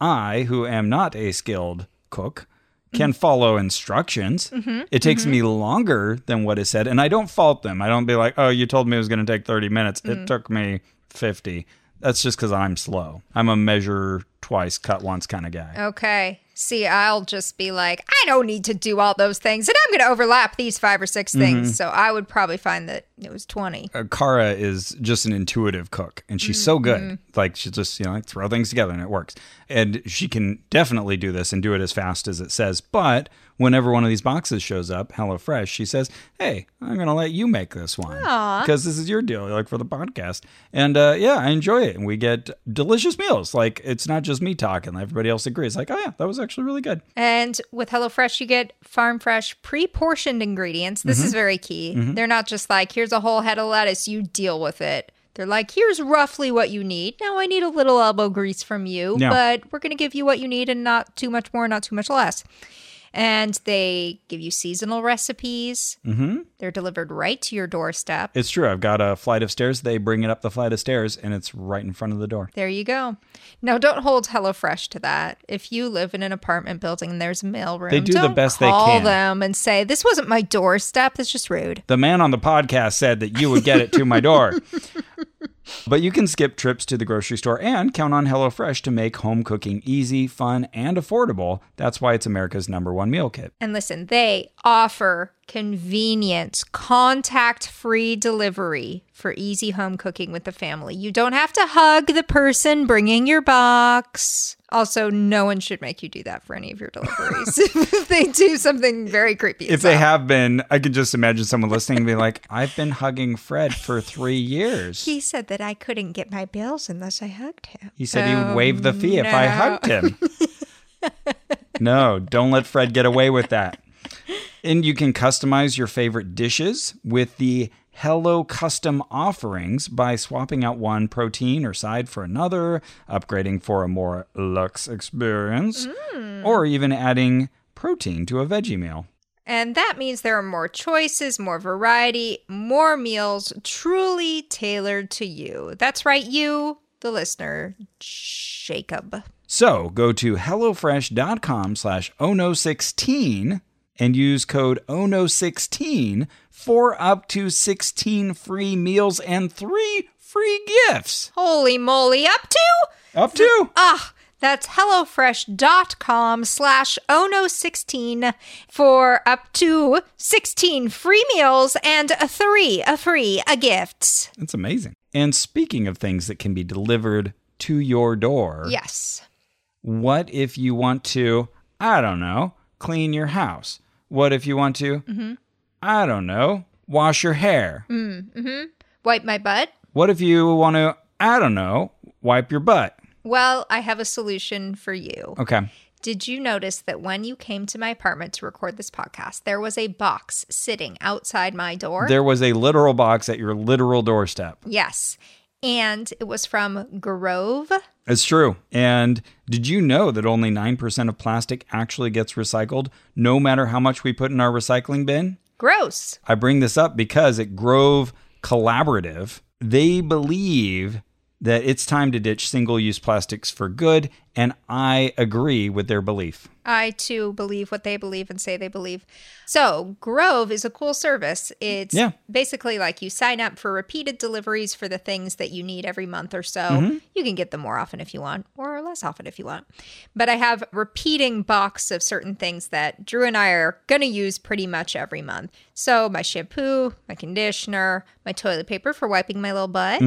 [SPEAKER 2] I, who am not a skilled cook, can follow instructions. It takes me longer than what is said, and I don't fault them. I don't be like, oh, you told me it was going to take 30 minutes. It took me 50. That's just because I'm slow. I'm a measure twice, cut once kind of guy.
[SPEAKER 1] Okay. See, I'll just be like, I don't need to do all those things, and I'm going to overlap these five or 6 things. So I would probably find that it was 20.
[SPEAKER 2] uh, Kara is just an intuitive cook, and she's so good. Like she just you know like throw things together and it works. And she can definitely do this and do it as fast as it says. But whenever one of these boxes shows up, HelloFresh, she says, "Hey, I'm gonna let you make this one because this is your deal, like for the podcast." And uh, yeah, I enjoy it, and we get delicious meals. Like it's not just me talking; everybody else agrees. Like, oh yeah, that was actually really good.
[SPEAKER 1] And with HelloFresh, you get farm fresh, pre portioned ingredients. This is very key. They're not just like, here's a whole head of lettuce, you deal with it. They're like, here's roughly what you need. Now I need a little elbow grease from you,
[SPEAKER 2] Yeah.
[SPEAKER 1] but we're going to give you what you need and not too much more, not too much less. And they give you seasonal recipes. Mm-hmm. They're delivered right to your doorstep.
[SPEAKER 2] It's true. I've got a flight of stairs. They bring it up the flight of stairs, and it's right in front of the door.
[SPEAKER 1] There you go. Now, don't hold HelloFresh to that. If you live in an apartment building and there's a mailroom,
[SPEAKER 2] They do the
[SPEAKER 1] don't
[SPEAKER 2] best they
[SPEAKER 1] call
[SPEAKER 2] can.
[SPEAKER 1] them and say this wasn't my doorstep. That's just rude.
[SPEAKER 2] The man on the podcast said that you would get it to my door. but you can skip trips to the grocery store and count on HelloFresh to make home cooking easy, fun, and affordable. That's why it's America's number one meal kit.
[SPEAKER 1] And listen, they offer convenient, contact free delivery for easy home cooking with the family. You don't have to hug the person bringing your box. Also, no one should make you do that for any of your deliveries. if they do something very creepy.
[SPEAKER 2] If they have been, I could just imagine someone listening and be like, I've been hugging Fred for three years.
[SPEAKER 1] he said that I couldn't get my bills unless I hugged him.
[SPEAKER 2] He said he would waive the fee if I hugged him. no, don't let Fred get away with that. And you can customize your favorite dishes with the Hello Custom offerings by swapping out one protein or side for another, upgrading for a more luxe experience, or even adding protein to a veggie meal.
[SPEAKER 1] And that means there are more choices, more variety, more meals truly tailored to you. That's right, you, the listener, Jacob.
[SPEAKER 2] So go to HelloFresh.com slash ONO16 and use code ONO16 for up to 16 free meals and three free gifts.
[SPEAKER 1] Holy moly, up to?
[SPEAKER 2] Up to.
[SPEAKER 1] Ah, that's HelloFresh.com slash ONO16 for up to 16 free meals and a three, a free, a gift.
[SPEAKER 2] That's amazing. And speaking of things that can be delivered to your door,
[SPEAKER 1] Yes.
[SPEAKER 2] what if you want to, I don't know, clean your house? What if you want to, I don't know, wash your hair?
[SPEAKER 1] Wipe my butt.
[SPEAKER 2] What if you want to, I don't know, wipe your butt?
[SPEAKER 1] Well, I have a solution for you.
[SPEAKER 2] Okay.
[SPEAKER 1] Did you notice that when you came to my apartment to record this podcast, there was a box sitting outside my door?
[SPEAKER 2] There was a literal box at your literal doorstep.
[SPEAKER 1] yes. And it was from Grove.
[SPEAKER 2] It's true. And did you know that only 9% of plastic actually gets recycled, no matter how much we put in our recycling bin?
[SPEAKER 1] Gross.
[SPEAKER 2] I bring this up because at Grove Collaborative, they believe that it's time to ditch single use plastics for good. And I agree with their belief.
[SPEAKER 1] I too believe what they believe and say they believe. So, Grove is a cool service. It's
[SPEAKER 2] Yeah.
[SPEAKER 1] basically like you sign up for repeated deliveries for the things that you need every month or so. You can get them more often if you want, or less often if you want. But I have repeating box of certain things that Drew and I are going to use pretty much every month. So, my shampoo, my conditioner, my toilet paper for wiping my little butt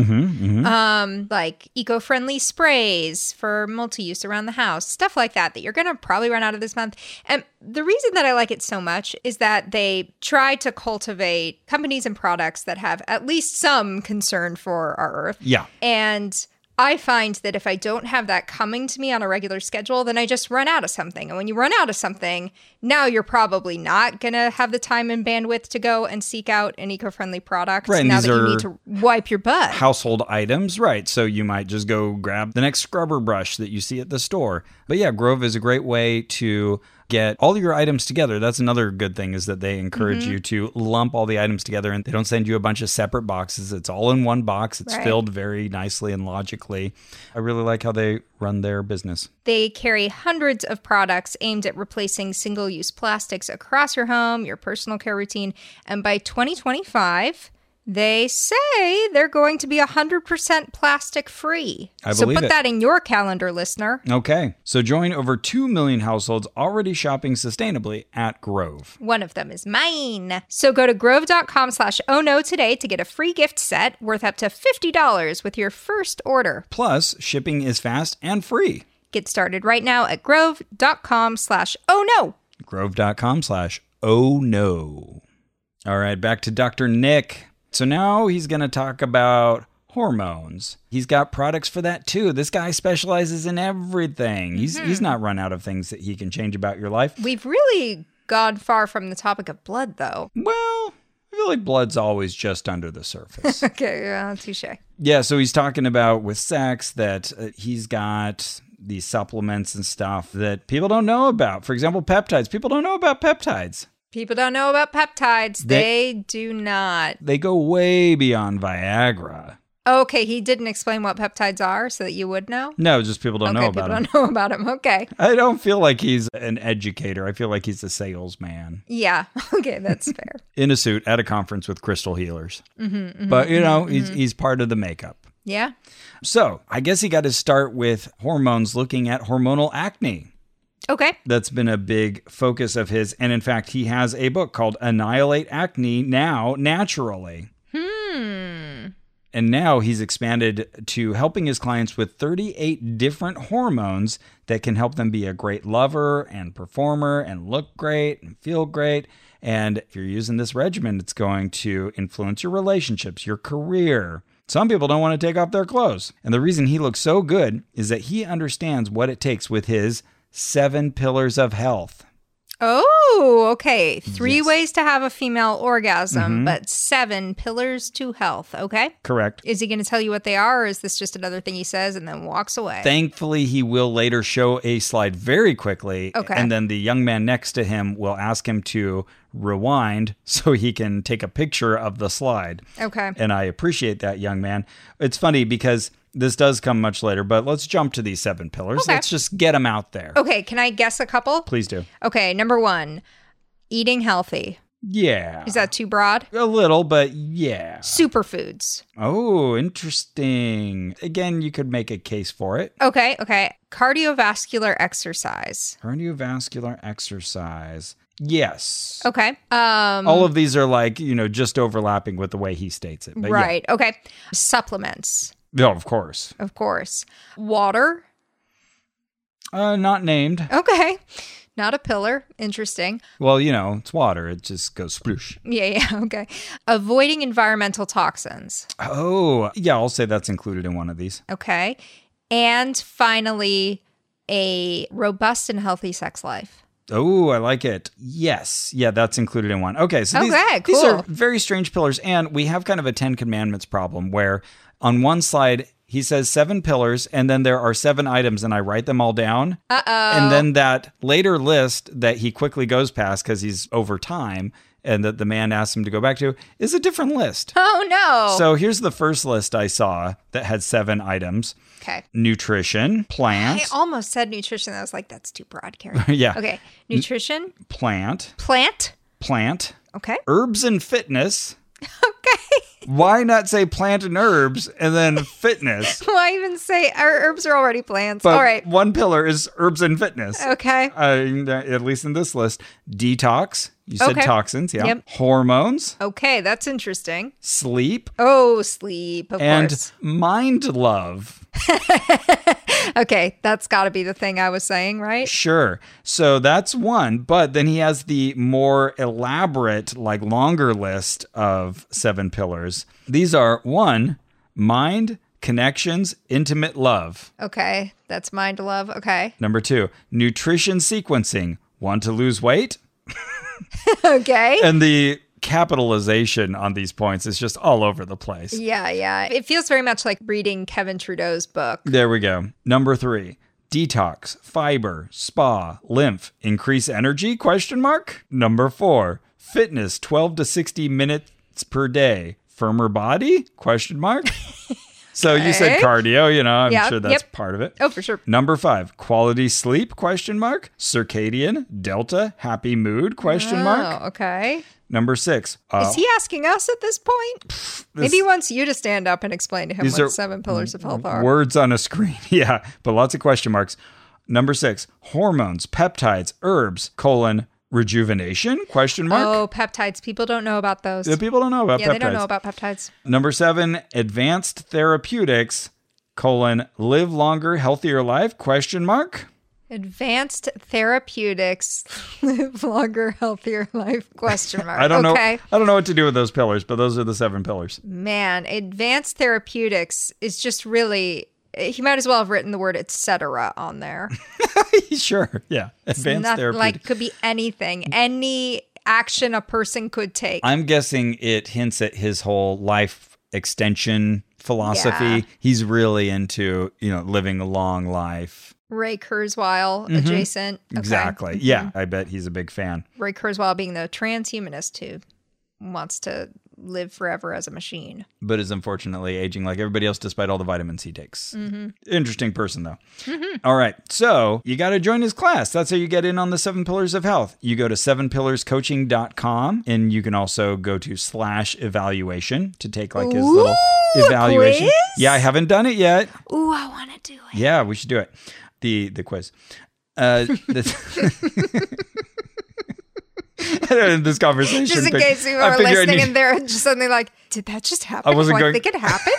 [SPEAKER 1] um, like eco-friendly sprays for multi-use around the house, stuff like that that you're going to probably run out of this month. And the reason that I like it so much is that they try to cultivate companies and products that have at least some concern for our earth.
[SPEAKER 2] Yeah.
[SPEAKER 1] And I find that if I don't have that coming to me on a regular schedule, then I just run out of something. And when you run out of something, now you're probably not going to have the time and bandwidth to go and seek out an eco friendly product
[SPEAKER 2] Right, and
[SPEAKER 1] now
[SPEAKER 2] these
[SPEAKER 1] that you
[SPEAKER 2] are
[SPEAKER 1] need to wipe your butt.
[SPEAKER 2] household items, right? So you might just go grab the next scrubber brush that you see at the store. But yeah, Grove is a great way to get all your items together. That's another good thing is that they encourage you to lump all the items together and they don't send you a bunch of separate boxes. It's all in one box. It's
[SPEAKER 1] Right.
[SPEAKER 2] filled very nicely and logically. I really like how they run their business.
[SPEAKER 1] They carry hundreds of products aimed at replacing single use plastics across your home, your personal care routine. And by 2025, they say they're going to be 100% plastic free.
[SPEAKER 2] I
[SPEAKER 1] so
[SPEAKER 2] believe
[SPEAKER 1] put
[SPEAKER 2] it.
[SPEAKER 1] that in your calendar, listener.
[SPEAKER 2] Okay. So join over 2 million households already shopping sustainably at Grove.
[SPEAKER 1] One of them is mine. So go to grove.com slash oh no today to get a free gift set worth up to $50 with your first order.
[SPEAKER 2] Plus, shipping is fast and free.
[SPEAKER 1] Get started right now at grove.com slash oh no.
[SPEAKER 2] grove.com slash oh no. All right, back to Dr. Nick. So now he's going to talk about hormones. He's got products for that too. This guy specializes in everything. He's, he's not run out of things that he can change about your life.
[SPEAKER 1] We've really gone far from the topic of blood, though.
[SPEAKER 2] Well, I feel like blood's always just under the surface.
[SPEAKER 1] Okay, yeah, touche.
[SPEAKER 2] Yeah, so he's talking about with sex that uh, he's got these supplements and stuff that people don't know about. For example, peptides. People don't know about peptides.
[SPEAKER 1] People don't know about peptides. They,
[SPEAKER 2] They-
[SPEAKER 1] do not.
[SPEAKER 2] They go way beyond Viagra.
[SPEAKER 1] Okay, he didn't explain what peptides are so that you would know.
[SPEAKER 2] No, just people don't
[SPEAKER 1] okay,
[SPEAKER 2] know
[SPEAKER 1] people
[SPEAKER 2] about him.
[SPEAKER 1] don't know about them. Okay.
[SPEAKER 2] I don't feel like he's an educator. I feel like he's a salesman
[SPEAKER 1] Yeah. Okay, that's fair.
[SPEAKER 2] in a suit at a conference with crystal healers.
[SPEAKER 1] Mm-hmm,
[SPEAKER 2] but you know, he's he's part of the makeup.
[SPEAKER 1] Yeah.
[SPEAKER 2] So I guess he got to start with hormones, looking at hormonal acne.
[SPEAKER 1] Okay.
[SPEAKER 2] That's been a big focus of his. And in fact, he has a book called Annihilate Acne Now Naturally. And now he's expanded to helping his clients with 38 different hormones that can help them be a great lover and performer and look great and feel great. And if you're using this regimen, it's going to influence your relationships, your career. Some people don't want to take off their clothes. And the reason he looks so good is that he understands what it takes with his seven pillars of health.
[SPEAKER 1] Oh, okay. Three ways to have a female
[SPEAKER 2] Mm-hmm.
[SPEAKER 1] orgasm, but seven pillars to health. Okay.
[SPEAKER 2] Correct.
[SPEAKER 1] Is he going to tell you what they are, or is this just another thing he says and then walks away?
[SPEAKER 2] Thankfully, he will later show a slide very quickly.
[SPEAKER 1] Okay.
[SPEAKER 2] And then the young man next to him will ask him to rewind so he can take a picture of the slide.
[SPEAKER 1] okay.
[SPEAKER 2] And I appreciate that, young man. It's funny because this does come much later, but let's jump to these seven pillars.
[SPEAKER 1] Okay. Oh.
[SPEAKER 2] Let's just get them out there.
[SPEAKER 1] Okay. Can I guess a couple?
[SPEAKER 2] Please do.
[SPEAKER 1] Okay. Number one, eating healthy.
[SPEAKER 2] Yeah.
[SPEAKER 1] Is that too broad?
[SPEAKER 2] a little, but yeah.
[SPEAKER 1] Superfoods.
[SPEAKER 2] Oh, interesting. Again, you could make a case for it.
[SPEAKER 1] Okay, okay. Cardiovascular exercise.
[SPEAKER 2] Cardiovascular exercise. Yes.
[SPEAKER 1] Okay. Um
[SPEAKER 2] All of these are like, you know, just overlapping with the way he states it. But
[SPEAKER 1] right. Okay. Supplements,
[SPEAKER 2] Yeah. No, of course.
[SPEAKER 1] of course. Water.
[SPEAKER 2] Uh, not named.
[SPEAKER 1] Okay. Not a pillar. Interesting.
[SPEAKER 2] Well, you know, it's water. It just goes sploosh.
[SPEAKER 1] Yeah, yeah, okay. Avoiding environmental toxins.
[SPEAKER 2] Oh, yeah. I'll say that's included in one of these.
[SPEAKER 1] Okay. And finally, a robust and healthy sex life.
[SPEAKER 2] Oh, I like it. Yes. Yeah, that's included in one. Okay. So these,
[SPEAKER 1] Okay,
[SPEAKER 2] these
[SPEAKER 1] cool.
[SPEAKER 2] are very strange pillars. And we have kind of a 10 commandments problem where on one slide, he says seven pillars, and then there are seven items, and I write them all down. Uh oh. And then that later list that he quickly goes past because he's over time and that the man asks him to go back to is a different list.
[SPEAKER 1] Oh no.
[SPEAKER 2] So here's the first list I saw that had seven items
[SPEAKER 1] okay.
[SPEAKER 2] nutrition,
[SPEAKER 1] I
[SPEAKER 2] plant,
[SPEAKER 1] almost said nutrition. I was like, that's too broad, Karen.
[SPEAKER 2] Yeah.
[SPEAKER 1] Okay. Nutrition,
[SPEAKER 2] plant,
[SPEAKER 1] plant.
[SPEAKER 2] plant,
[SPEAKER 1] Okay.
[SPEAKER 2] herbs and fitness.
[SPEAKER 1] Okay.
[SPEAKER 2] why not say plant and herbs and then fitness?
[SPEAKER 1] Why even say our herbs are already plants?
[SPEAKER 2] But
[SPEAKER 1] All right.
[SPEAKER 2] one pillar is herbs and fitness.
[SPEAKER 1] Okay.
[SPEAKER 2] Uh, at least in this list, detox. You said
[SPEAKER 1] Okay.
[SPEAKER 2] toxins, yeah.
[SPEAKER 1] Yep.
[SPEAKER 2] Hormones,
[SPEAKER 1] Okay, that's interesting.
[SPEAKER 2] sleep,
[SPEAKER 1] Oh, sleep, of
[SPEAKER 2] and
[SPEAKER 1] course.
[SPEAKER 2] mind love.
[SPEAKER 1] Okay, that's got to be the thing I was saying, right?
[SPEAKER 2] Sure. So that's one. But then he has the more elaborate, like longer list of seven pillars. These are one, mind, Connections, intimate love.
[SPEAKER 1] Okay. That's mind love. Okay.
[SPEAKER 2] Number two, nutrition sequencing. Want to lose weight?
[SPEAKER 1] Okay.
[SPEAKER 2] And the capitalization on these points is just all over the place.
[SPEAKER 1] yeah, yeah. It feels very much like reading Kevin Trudeau's book.
[SPEAKER 2] There we go. Number three, detox, fiber, spa, lymph, increase energy? Question mark. Number four, fitness, twelve to sixty minutes per day, firmer body? Question mark. so you said
[SPEAKER 1] Okay.
[SPEAKER 2] cardio, you know, I'm
[SPEAKER 1] Yeah,
[SPEAKER 2] sure that's
[SPEAKER 1] yep.
[SPEAKER 2] part of it.
[SPEAKER 1] Oh, for sure.
[SPEAKER 2] Number five, quality sleep? Question mark. Circadian, delta, happy mood? Question mark.
[SPEAKER 1] Oh, okay.
[SPEAKER 2] Number six. Uh,
[SPEAKER 1] Is he asking us at this point? Maybe he wants you to stand up and explain to him
[SPEAKER 2] These
[SPEAKER 1] what
[SPEAKER 2] are
[SPEAKER 1] seven pillars of health are.
[SPEAKER 2] words on a screen. Yeah, but lots of question marks. Number six, hormones, peptides, herbs, colon, rejuvenation, question mark.
[SPEAKER 1] Oh, peptides. People don't know about those.
[SPEAKER 2] The people don't know about
[SPEAKER 1] yeah,
[SPEAKER 2] peptides.
[SPEAKER 1] they don't know about peptides.
[SPEAKER 2] Number seven, advanced therapeutics, colon, live longer, healthier life, question mark.
[SPEAKER 1] Advanced therapeutics live longer, healthier life? Question mark.
[SPEAKER 2] I don't
[SPEAKER 1] okay.
[SPEAKER 2] know. I don't know what to do with those pillars, but those are the seven pillars.
[SPEAKER 1] Man, advanced therapeutics is just really. He might as well have written the word et cetera on there.
[SPEAKER 2] sure. Yeah. Advanced
[SPEAKER 1] Not,
[SPEAKER 2] therapeutics.
[SPEAKER 1] like could be anything, any action a person could take.
[SPEAKER 2] I'm guessing it hints at his whole life extension philosophy.
[SPEAKER 1] Yeah.
[SPEAKER 2] He's really into, you know, living a long life.
[SPEAKER 1] Ray Kurzweil adjacent. Okay.
[SPEAKER 2] Mm-hmm.
[SPEAKER 1] Mm-hmm.
[SPEAKER 2] Exactly. Yeah, I bet he's a big fan.
[SPEAKER 1] Ray Kurzweil being the transhumanist who wants to live forever as a machine.
[SPEAKER 2] But is unfortunately aging like everybody else despite all the vitamins he takes.
[SPEAKER 1] Mm-hmm.
[SPEAKER 2] Interesting person, though. All right. So you got to join his class. That's how you get in on the seven pillars of health. You go to sevenpillarscoaching.com and you can also go to slash evaluation to take like his little
[SPEAKER 1] Ooh, a
[SPEAKER 2] evaluation.
[SPEAKER 1] quiz?
[SPEAKER 2] Yeah, I haven't done it yet.
[SPEAKER 1] Ooh, I want to do it.
[SPEAKER 2] Yeah, we should do it. The the quiz. Uh, the I don't know, this conversation.
[SPEAKER 1] Just in
[SPEAKER 2] pic-
[SPEAKER 1] case you
[SPEAKER 2] I
[SPEAKER 1] are
[SPEAKER 2] figure I
[SPEAKER 1] listening
[SPEAKER 2] need-
[SPEAKER 1] and they're just suddenly like, did that just happen?
[SPEAKER 2] I wasn't
[SPEAKER 1] oh,
[SPEAKER 2] going-
[SPEAKER 1] I think it happened.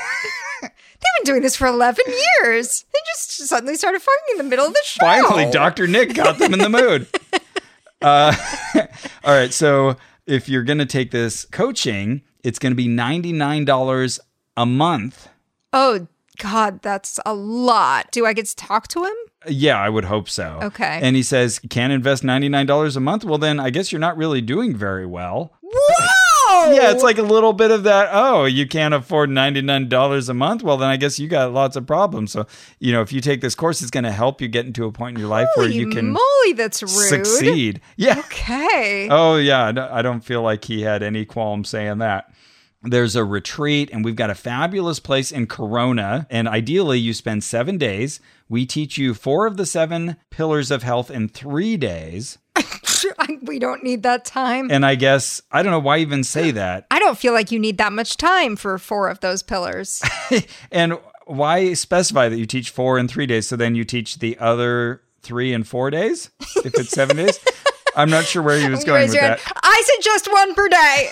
[SPEAKER 1] They've been doing this for 11 years. They just suddenly started fucking in the middle of the show.
[SPEAKER 2] Finally, Dr. Nick got them in the mood. Uh, all right. So if you're going to take this coaching, it's going to be $99 a month.
[SPEAKER 1] Oh, God, that's a lot. Do I get to talk to him?
[SPEAKER 2] Yeah, I would hope so.
[SPEAKER 1] Okay.
[SPEAKER 2] And he says, can invest $99 a month. Well, then I guess you're not really doing very well.
[SPEAKER 1] Whoa!
[SPEAKER 2] Yeah, it's like a little bit of that. Oh, you can't afford ninety nine dollars a month. Well, then I guess you got lots of problems. So you know, if you take this course, it's going to help you get into a point in your life
[SPEAKER 1] Holy
[SPEAKER 2] where you can
[SPEAKER 1] moly, that's rude.
[SPEAKER 2] succeed. Yeah.
[SPEAKER 1] Okay.
[SPEAKER 2] Oh yeah. No, I don't feel like he had any qualm saying that. There's a retreat, and we've got a fabulous place in Corona. And ideally, you spend seven days. We teach you four of the seven pillars of health in three days.
[SPEAKER 1] I- we don't need that time.
[SPEAKER 2] And I guess I don't know why even say that.
[SPEAKER 1] I don't feel like you need that much time for four of those pillars.
[SPEAKER 2] And why specify that you teach four and three days? So then you teach the other three and four days if it's seven days? I'm not sure where he was going
[SPEAKER 1] Raise
[SPEAKER 2] with
[SPEAKER 1] your hand.
[SPEAKER 2] that.
[SPEAKER 1] I suggest one per day.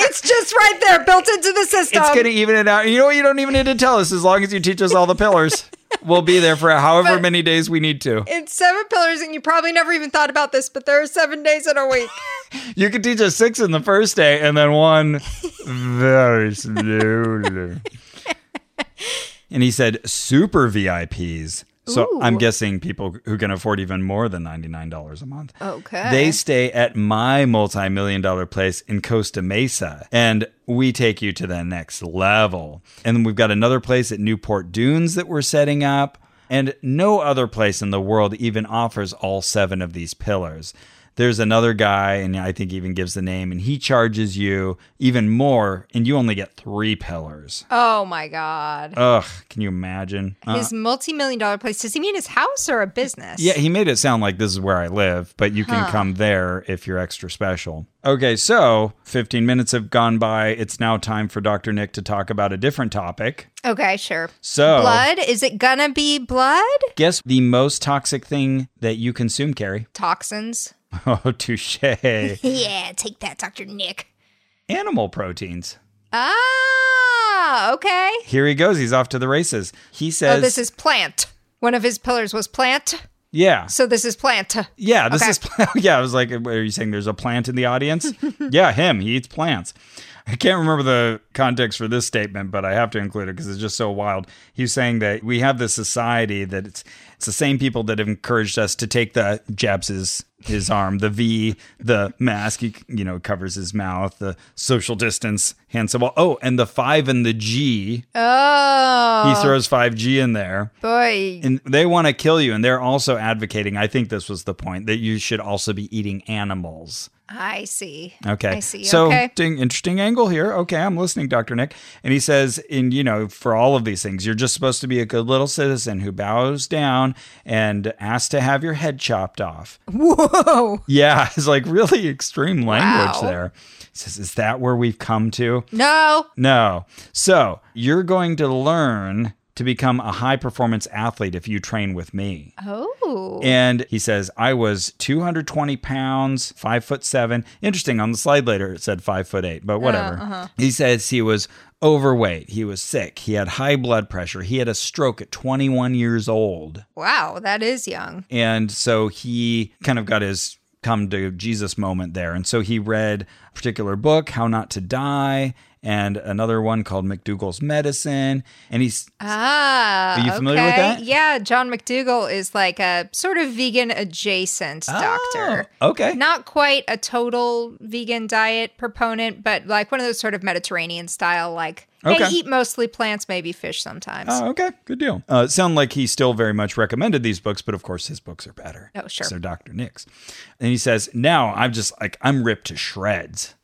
[SPEAKER 1] it's just right there, built into the system.
[SPEAKER 2] It's going to even it out. You know what? You don't even need to tell us as long as you teach us all the pillars. We'll be there for however many days we need to.
[SPEAKER 1] it's seven pillars, and you probably never even thought about this, but there are seven days in a week.
[SPEAKER 2] You could teach us six in the first day and then one very slowly. and he said super VIPs. So I'm guessing people who can afford even more than $99 a month.
[SPEAKER 1] Okay.
[SPEAKER 2] They stay at my multi million dollar place in Costa Mesa, and we take you to the next level. And then we've got another place at Newport Dunes that we're setting up, and no other place in the world even offers all seven of these pillars. There's another guy, and I think even gives the name, and he charges you even more, and you only get three pillars.
[SPEAKER 1] oh my God.
[SPEAKER 2] Ugh, can you imagine? Uh,
[SPEAKER 1] his multi million dollar place. Does he mean his house or a business?
[SPEAKER 2] Yeah, he made it sound like this is where I live, but you can come there if you're extra special. Okay, so 15 minutes have gone by. It's now time for Dr. Nick to talk about a different topic.
[SPEAKER 1] Okay, sure.
[SPEAKER 2] So,
[SPEAKER 1] Blood? Is it gonna be blood?
[SPEAKER 2] guess the most toxic thing that you consume, Carrie?
[SPEAKER 1] Toxins.
[SPEAKER 2] Oh, touche.
[SPEAKER 1] Yeah, take that, Dr. Nick.
[SPEAKER 2] Animal proteins.
[SPEAKER 1] Ah, okay.
[SPEAKER 2] Here he goes. He's off to the races. He says,
[SPEAKER 1] Oh, this is plant. One of his pillars was plant.
[SPEAKER 2] Yeah.
[SPEAKER 1] So this is plant.
[SPEAKER 2] Yeah, this
[SPEAKER 1] Okay.
[SPEAKER 2] is. yeah, I was like, are you saying there's a plant in the audience? yeah, him. He eats plants. I can't remember the context for this statement, but I have to include it because it's just so wild. He's saying that we have this society that it's it's the same people that have encouraged us to take the jabs his his arm, the V, the mask, he, you know, covers his mouth, the social distance, hand symbol. Oh, and the five and the G.
[SPEAKER 1] Oh,
[SPEAKER 2] He throws five G in there.
[SPEAKER 1] boy.
[SPEAKER 2] And they want to kill you, and they're also advocating. I think this was the point that you should also be eating animals.
[SPEAKER 1] I see.
[SPEAKER 2] Okay.
[SPEAKER 1] I see.
[SPEAKER 2] So
[SPEAKER 1] okay.
[SPEAKER 2] ding, interesting angle here. Okay, I'm listening, Dr. Nick. And he says, in you know, for all of these things, you're just supposed to be a good little citizen who bows down and asks to have your head chopped off.
[SPEAKER 1] Whoa.
[SPEAKER 2] Yeah, it's like really extreme language
[SPEAKER 1] Wow.
[SPEAKER 2] there. He says, is that where we've come to?
[SPEAKER 1] No.
[SPEAKER 2] No. So you're going to learn to become a high performance athlete if you train with me.
[SPEAKER 1] Oh.
[SPEAKER 2] And he says, I was 220 pounds, five foot seven. Interesting. On the slide later, it said five foot eight, but whatever. He says he was overweight. He was sick. He had high blood pressure. He had a stroke at 21 years old.
[SPEAKER 1] wow. That is young.
[SPEAKER 2] And so he kind of got his come to Jesus moment there. And so he read a particular book, How Not to Die, and another one called McDougall's Medicine. And he's,
[SPEAKER 1] Ah.
[SPEAKER 2] Are you familiar with
[SPEAKER 1] okay.
[SPEAKER 2] that?
[SPEAKER 1] Yeah. John McDougall is like a sort of vegan adjacent doctor.
[SPEAKER 2] Oh, okay.
[SPEAKER 1] Not quite a total vegan diet proponent, but like one of those sort of Mediterranean style, like
[SPEAKER 2] Okay.
[SPEAKER 1] they eat mostly plants, maybe fish sometimes.
[SPEAKER 2] Oh, okay. Good deal. Uh, it sound like he still very much recommended these books, but of course his books are better.
[SPEAKER 1] Oh, sure.
[SPEAKER 2] So Dr. Nix. And he says, now I'm just like, I'm ripped to shreds.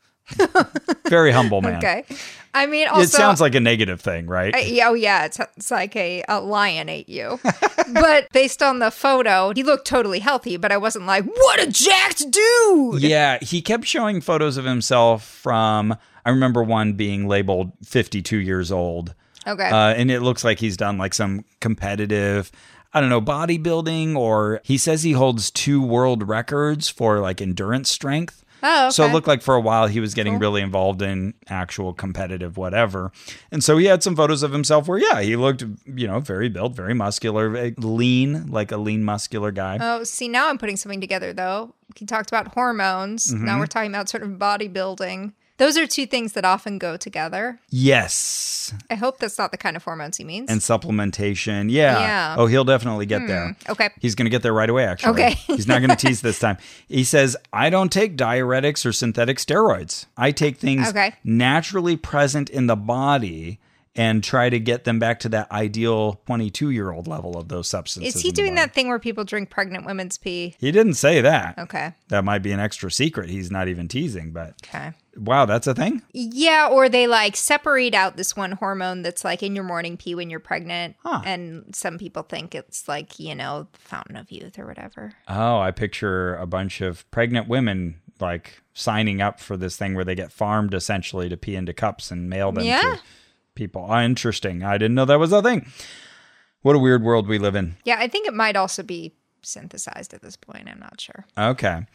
[SPEAKER 2] very humble man.
[SPEAKER 1] okay. I mean, also,
[SPEAKER 2] It sounds like a negative thing, right?
[SPEAKER 1] I- yeah, oh yeah, it's, it's like a, a lion ate you. but based on the photo, he looked totally healthy, but I wasn't like, what a jacked dude.
[SPEAKER 2] yeah. He kept showing photos of himself from, I remember one being labeled 52 years old.
[SPEAKER 1] Okay.
[SPEAKER 2] Uh, and it looks like he's done like some competitive, I don't know, bodybuilding, or he says he holds two world records for like endurance strength.
[SPEAKER 1] Oh,
[SPEAKER 2] So it
[SPEAKER 1] okay.
[SPEAKER 2] looked like for a while he was getting really involved in actual competitive whatever. And so he had some photos of himself where, yeah, he looked, you know, very built, very muscular, very lean, like a lean, muscular guy.
[SPEAKER 1] oh, see, now I'm putting something together though. He talked about hormones.
[SPEAKER 2] Mm-hmm.
[SPEAKER 1] Now we're talking about sort of bodybuilding. Those are two things that often go together.
[SPEAKER 2] yes.
[SPEAKER 1] I hope that's not the kind of hormones he means.
[SPEAKER 2] And supplementation. Yeah.
[SPEAKER 1] Yeah. Hmm.
[SPEAKER 2] Oh, he'll definitely get there.
[SPEAKER 1] okay.
[SPEAKER 2] He's going to get there right away, actually.
[SPEAKER 1] Okay.
[SPEAKER 2] He's not going to tease this time. He says, I don't take diuretics or synthetic steroids. I take things
[SPEAKER 1] Okay.
[SPEAKER 2] naturally present in the body and try to get them back to that ideal 22 year old level of those substances.
[SPEAKER 1] Is he
[SPEAKER 2] in the
[SPEAKER 1] doing
[SPEAKER 2] body.
[SPEAKER 1] that thing where people drink pregnant women's pee?
[SPEAKER 2] He didn't say that.
[SPEAKER 1] Okay.
[SPEAKER 2] That might be an extra secret. He's not even teasing, but
[SPEAKER 1] Okay.
[SPEAKER 2] wow, that's a thing?
[SPEAKER 1] Yeah, or they like separate out this one hormone that's like in your morning pee when you're pregnant.
[SPEAKER 2] Huh.
[SPEAKER 1] And some people think it's like, you know, the fountain of youth or whatever.
[SPEAKER 2] Oh, I picture a bunch of pregnant women like signing up for this thing where they get farmed essentially to pee into cups and mail them
[SPEAKER 1] Yeah.
[SPEAKER 2] to people. Ah, interesting. I didn't know that was a thing. What a weird world we live in.
[SPEAKER 1] Yeah, I think it might also be synthesized at this point. I'm not sure.
[SPEAKER 2] Okay.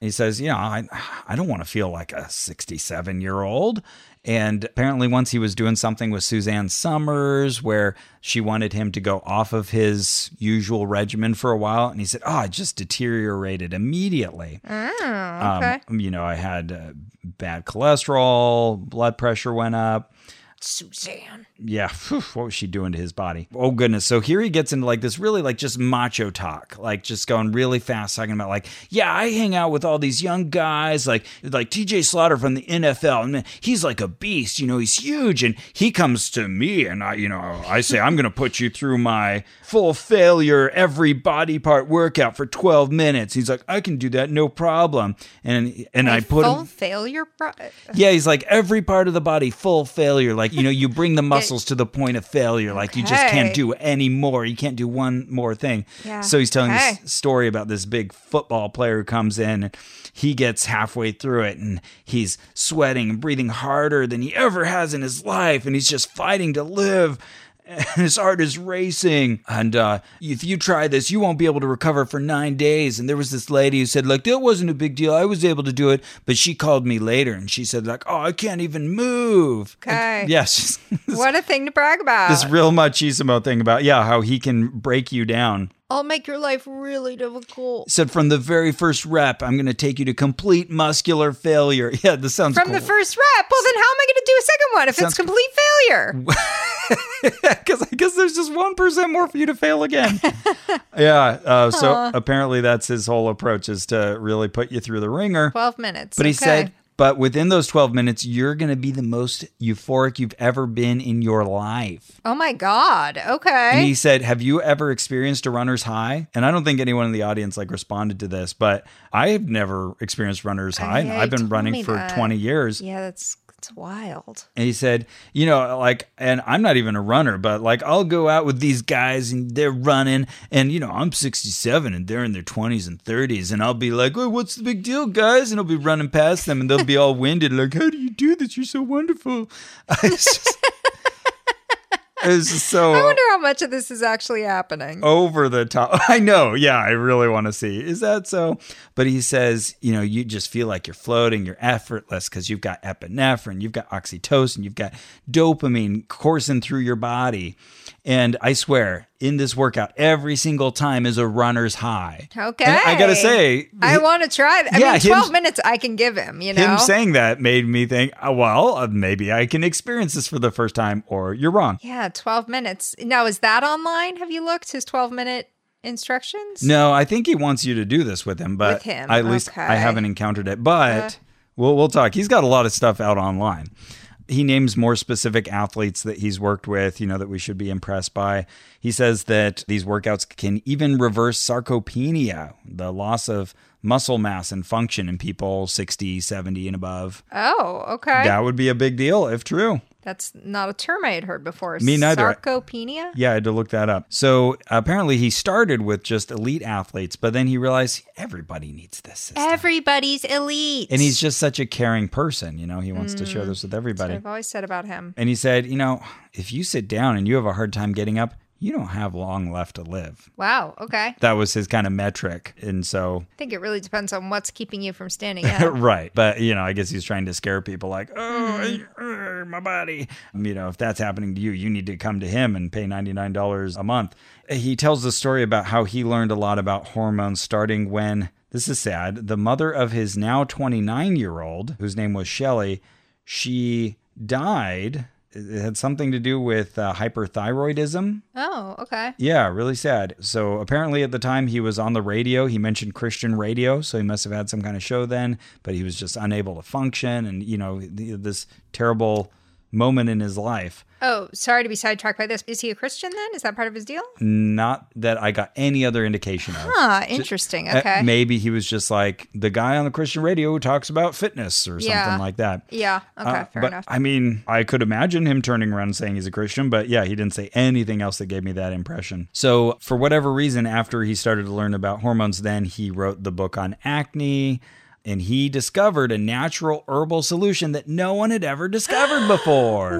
[SPEAKER 2] He says, you know, I, I don't want to feel like a 67 year old. And apparently, once he was doing something with Suzanne Summers where she wanted him to go off of his usual regimen for a while. And he said, oh, I just deteriorated immediately.
[SPEAKER 1] Oh, okay.
[SPEAKER 2] Um, you know, I had uh, bad cholesterol, blood pressure went up.
[SPEAKER 1] Suzanne.
[SPEAKER 2] Yeah, phew, what was she doing to his body? Oh goodness! So here he gets into like this really like just macho talk, like just going really fast, talking about like, yeah, I hang out with all these young guys, like like T.J. Slaughter from the NFL, and he's like a beast, you know, he's huge, and he comes to me, and I, you know, I say I'm gonna put you through my full failure every body part workout for 12 minutes. He's like, I can do that, no problem, and and I put him
[SPEAKER 1] Full failure? Bro-
[SPEAKER 2] yeah, he's like every part of the body full failure. Like, you know, you bring the muscles to the point of failure. Like, you just can't
[SPEAKER 1] Okay.
[SPEAKER 2] do any more. You can't do one more thing.
[SPEAKER 1] Yeah.
[SPEAKER 2] So he's telling
[SPEAKER 1] Okay.
[SPEAKER 2] this story about this big football player who comes in and he gets halfway through it and he's sweating and breathing harder than he ever has in his life. And he's just fighting to live. And his heart is racing. And uh, if you try this, you won't be able to recover for nine days. And there was this lady who said, like, that wasn't a big deal. I was able to do it. But she called me later and she said, like, oh, I can't even move.
[SPEAKER 1] Okay.
[SPEAKER 2] Yes.
[SPEAKER 1] what a thing to brag about.
[SPEAKER 2] this real machismo thing about, yeah, how he can break you down.
[SPEAKER 1] I'll make your life really difficult.
[SPEAKER 2] Said from the very first rep, I'm going to take you to complete muscular failure. Yeah, this sounds
[SPEAKER 1] From the first rep, well, then how am I going to do a second one if
[SPEAKER 2] Sounds
[SPEAKER 1] it's complete failure?
[SPEAKER 2] because I guess there's just one percent more for you to fail again. yeah. Uh, so apparently that's his whole approach is to really put you through the ringer.
[SPEAKER 1] 12 minutes.
[SPEAKER 2] But he
[SPEAKER 1] okay.
[SPEAKER 2] said, but within those 12 minutes, you're going to be the most euphoric you've ever been in your life.
[SPEAKER 1] Oh my God. Okay.
[SPEAKER 2] And he said, Have you ever experienced a runner's high? And I don't think anyone in the audience like responded to this, but I've never experienced runner's high.
[SPEAKER 1] yeah,
[SPEAKER 2] I've
[SPEAKER 1] you
[SPEAKER 2] been
[SPEAKER 1] told me
[SPEAKER 2] running for
[SPEAKER 1] that.
[SPEAKER 2] 20 years.
[SPEAKER 1] yeah, that's, that's wild.
[SPEAKER 2] And he said, you know, like, and I'm not even a runner, but like, I'll go out with these guys and they're running, and you know, I'm 67 and they're in their 20s and 30s, and I'll be like, oh, what's the big deal, guys? And I'll be running past them, and they'll be all winded, like, how do you do this? You're so wonderful. It's just, it's just so
[SPEAKER 1] I wonder how much of this is actually happening.
[SPEAKER 2] over the top. I know. Yeah, I really want to see. Is that so? But he says, you know, you just feel like you're floating, you're effortless because you've got epinephrine, you've got oxytocin, you've got dopamine coursing through your body. And I swear, in this workout, every single time is a runner's high.
[SPEAKER 1] Okay.
[SPEAKER 2] And I got to say,
[SPEAKER 1] I want to try. th- I
[SPEAKER 2] Yeah,
[SPEAKER 1] mean,
[SPEAKER 2] him-
[SPEAKER 1] 12 minutes I can give him, you know?
[SPEAKER 2] him saying that made me think, oh, well, uh, maybe I can experience this for the first time, or you're wrong.
[SPEAKER 1] yeah, 12 minutes. Now, is that online? Have you looked? His 12 minute instructions?
[SPEAKER 2] No, I think he wants you to do this with him, but
[SPEAKER 1] With him,
[SPEAKER 2] I- at least I
[SPEAKER 1] okay. Uh-huh.
[SPEAKER 2] haven't encountered it. But we'll we'll talk. He's got a lot of stuff out online. He names more specific athletes that he's worked with, you know, that we should be impressed by. He says that these workouts can even reverse sarcopenia, the loss of muscle mass and function in people 60, 70 and above.
[SPEAKER 1] Oh, okay.
[SPEAKER 2] That would be a big deal if true.
[SPEAKER 1] That's not a term I had heard before.
[SPEAKER 2] Me neither.
[SPEAKER 1] Sarcopenia?
[SPEAKER 2] Yeah, I had to look that up. So apparently he started with just elite athletes, but then he realized everybody needs this system.
[SPEAKER 1] Everybody's elite.
[SPEAKER 2] And he's just such a caring person, you know, he wants to share this with everybody.
[SPEAKER 1] I've always said about him.
[SPEAKER 2] And he said, you know, if you sit down and you have a hard time getting up, you don't have long left to live.
[SPEAKER 1] Wow. Okay.
[SPEAKER 2] That was his kind of metric. And so,
[SPEAKER 1] I think it really depends on what's keeping you from standing up.
[SPEAKER 2] right. But, you know, I guess he's trying to scare people like, oh, uh, my body. You know, if that's happening to you, you need to come to him and pay $99 a month. He tells the story about how he learned a lot about hormones starting when, this is sad, the mother of his now 29 year old, whose name was Shelly, she died. It had something to do with uh, hyperthyroidism.
[SPEAKER 1] oh, okay.
[SPEAKER 2] Yeah, really sad. So apparently at the time he was on the radio, he mentioned Christian radio, so he must have had some kind of show then, but he was just unable to function and you know th- this terrible moment in his life.
[SPEAKER 1] Oh, sorry to be sidetracked by this. Is he a Christian then? Is that part of his deal?
[SPEAKER 2] Not that I got any other indication of.
[SPEAKER 1] Ah, interesting.
[SPEAKER 2] Uh,
[SPEAKER 1] Okay.
[SPEAKER 2] Maybe he was just like the guy on the Christian radio who talks about fitness or
[SPEAKER 1] Yeah.
[SPEAKER 2] something like that.
[SPEAKER 1] yeah. Okay.
[SPEAKER 2] Uh,
[SPEAKER 1] fair
[SPEAKER 2] but,
[SPEAKER 1] enough.
[SPEAKER 2] I mean, I could imagine him turning around and saying he's a Christian, but yeah, he didn't say anything else that gave me that impression. So, for whatever reason, after he started to learn about hormones, then he wrote the book on acne and he discovered a natural herbal solution that no one had ever discovered before.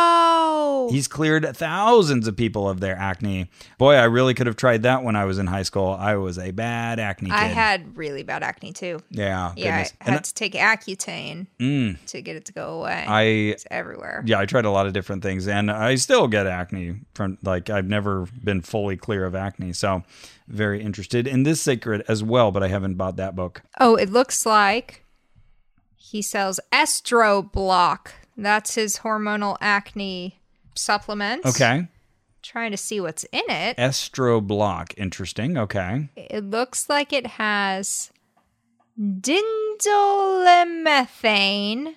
[SPEAKER 1] Whoa.
[SPEAKER 2] He's cleared thousands of people of their acne. Boy, I really could have tried that when I was in high school. I was a bad acne kid.
[SPEAKER 1] I had really bad acne too.
[SPEAKER 2] yeah,
[SPEAKER 1] Yeah,
[SPEAKER 2] goodness.
[SPEAKER 1] I
[SPEAKER 2] And Hmm. uh, mm,
[SPEAKER 1] had to take Accutane to get it to go away.
[SPEAKER 2] I
[SPEAKER 1] it's everywhere.
[SPEAKER 2] yeah, I tried a lot of different things and I still get acne from like I've never been fully clear of acne. So very interested in this secret as well, but I haven't bought that book.
[SPEAKER 1] Oh, it looks like he sells Estro Block. That's his hormonal acne supplement.
[SPEAKER 2] Okay.
[SPEAKER 1] Trying to see what's in it.
[SPEAKER 2] Estro block. Interesting. Okay.
[SPEAKER 1] It looks like it has dindolimethane,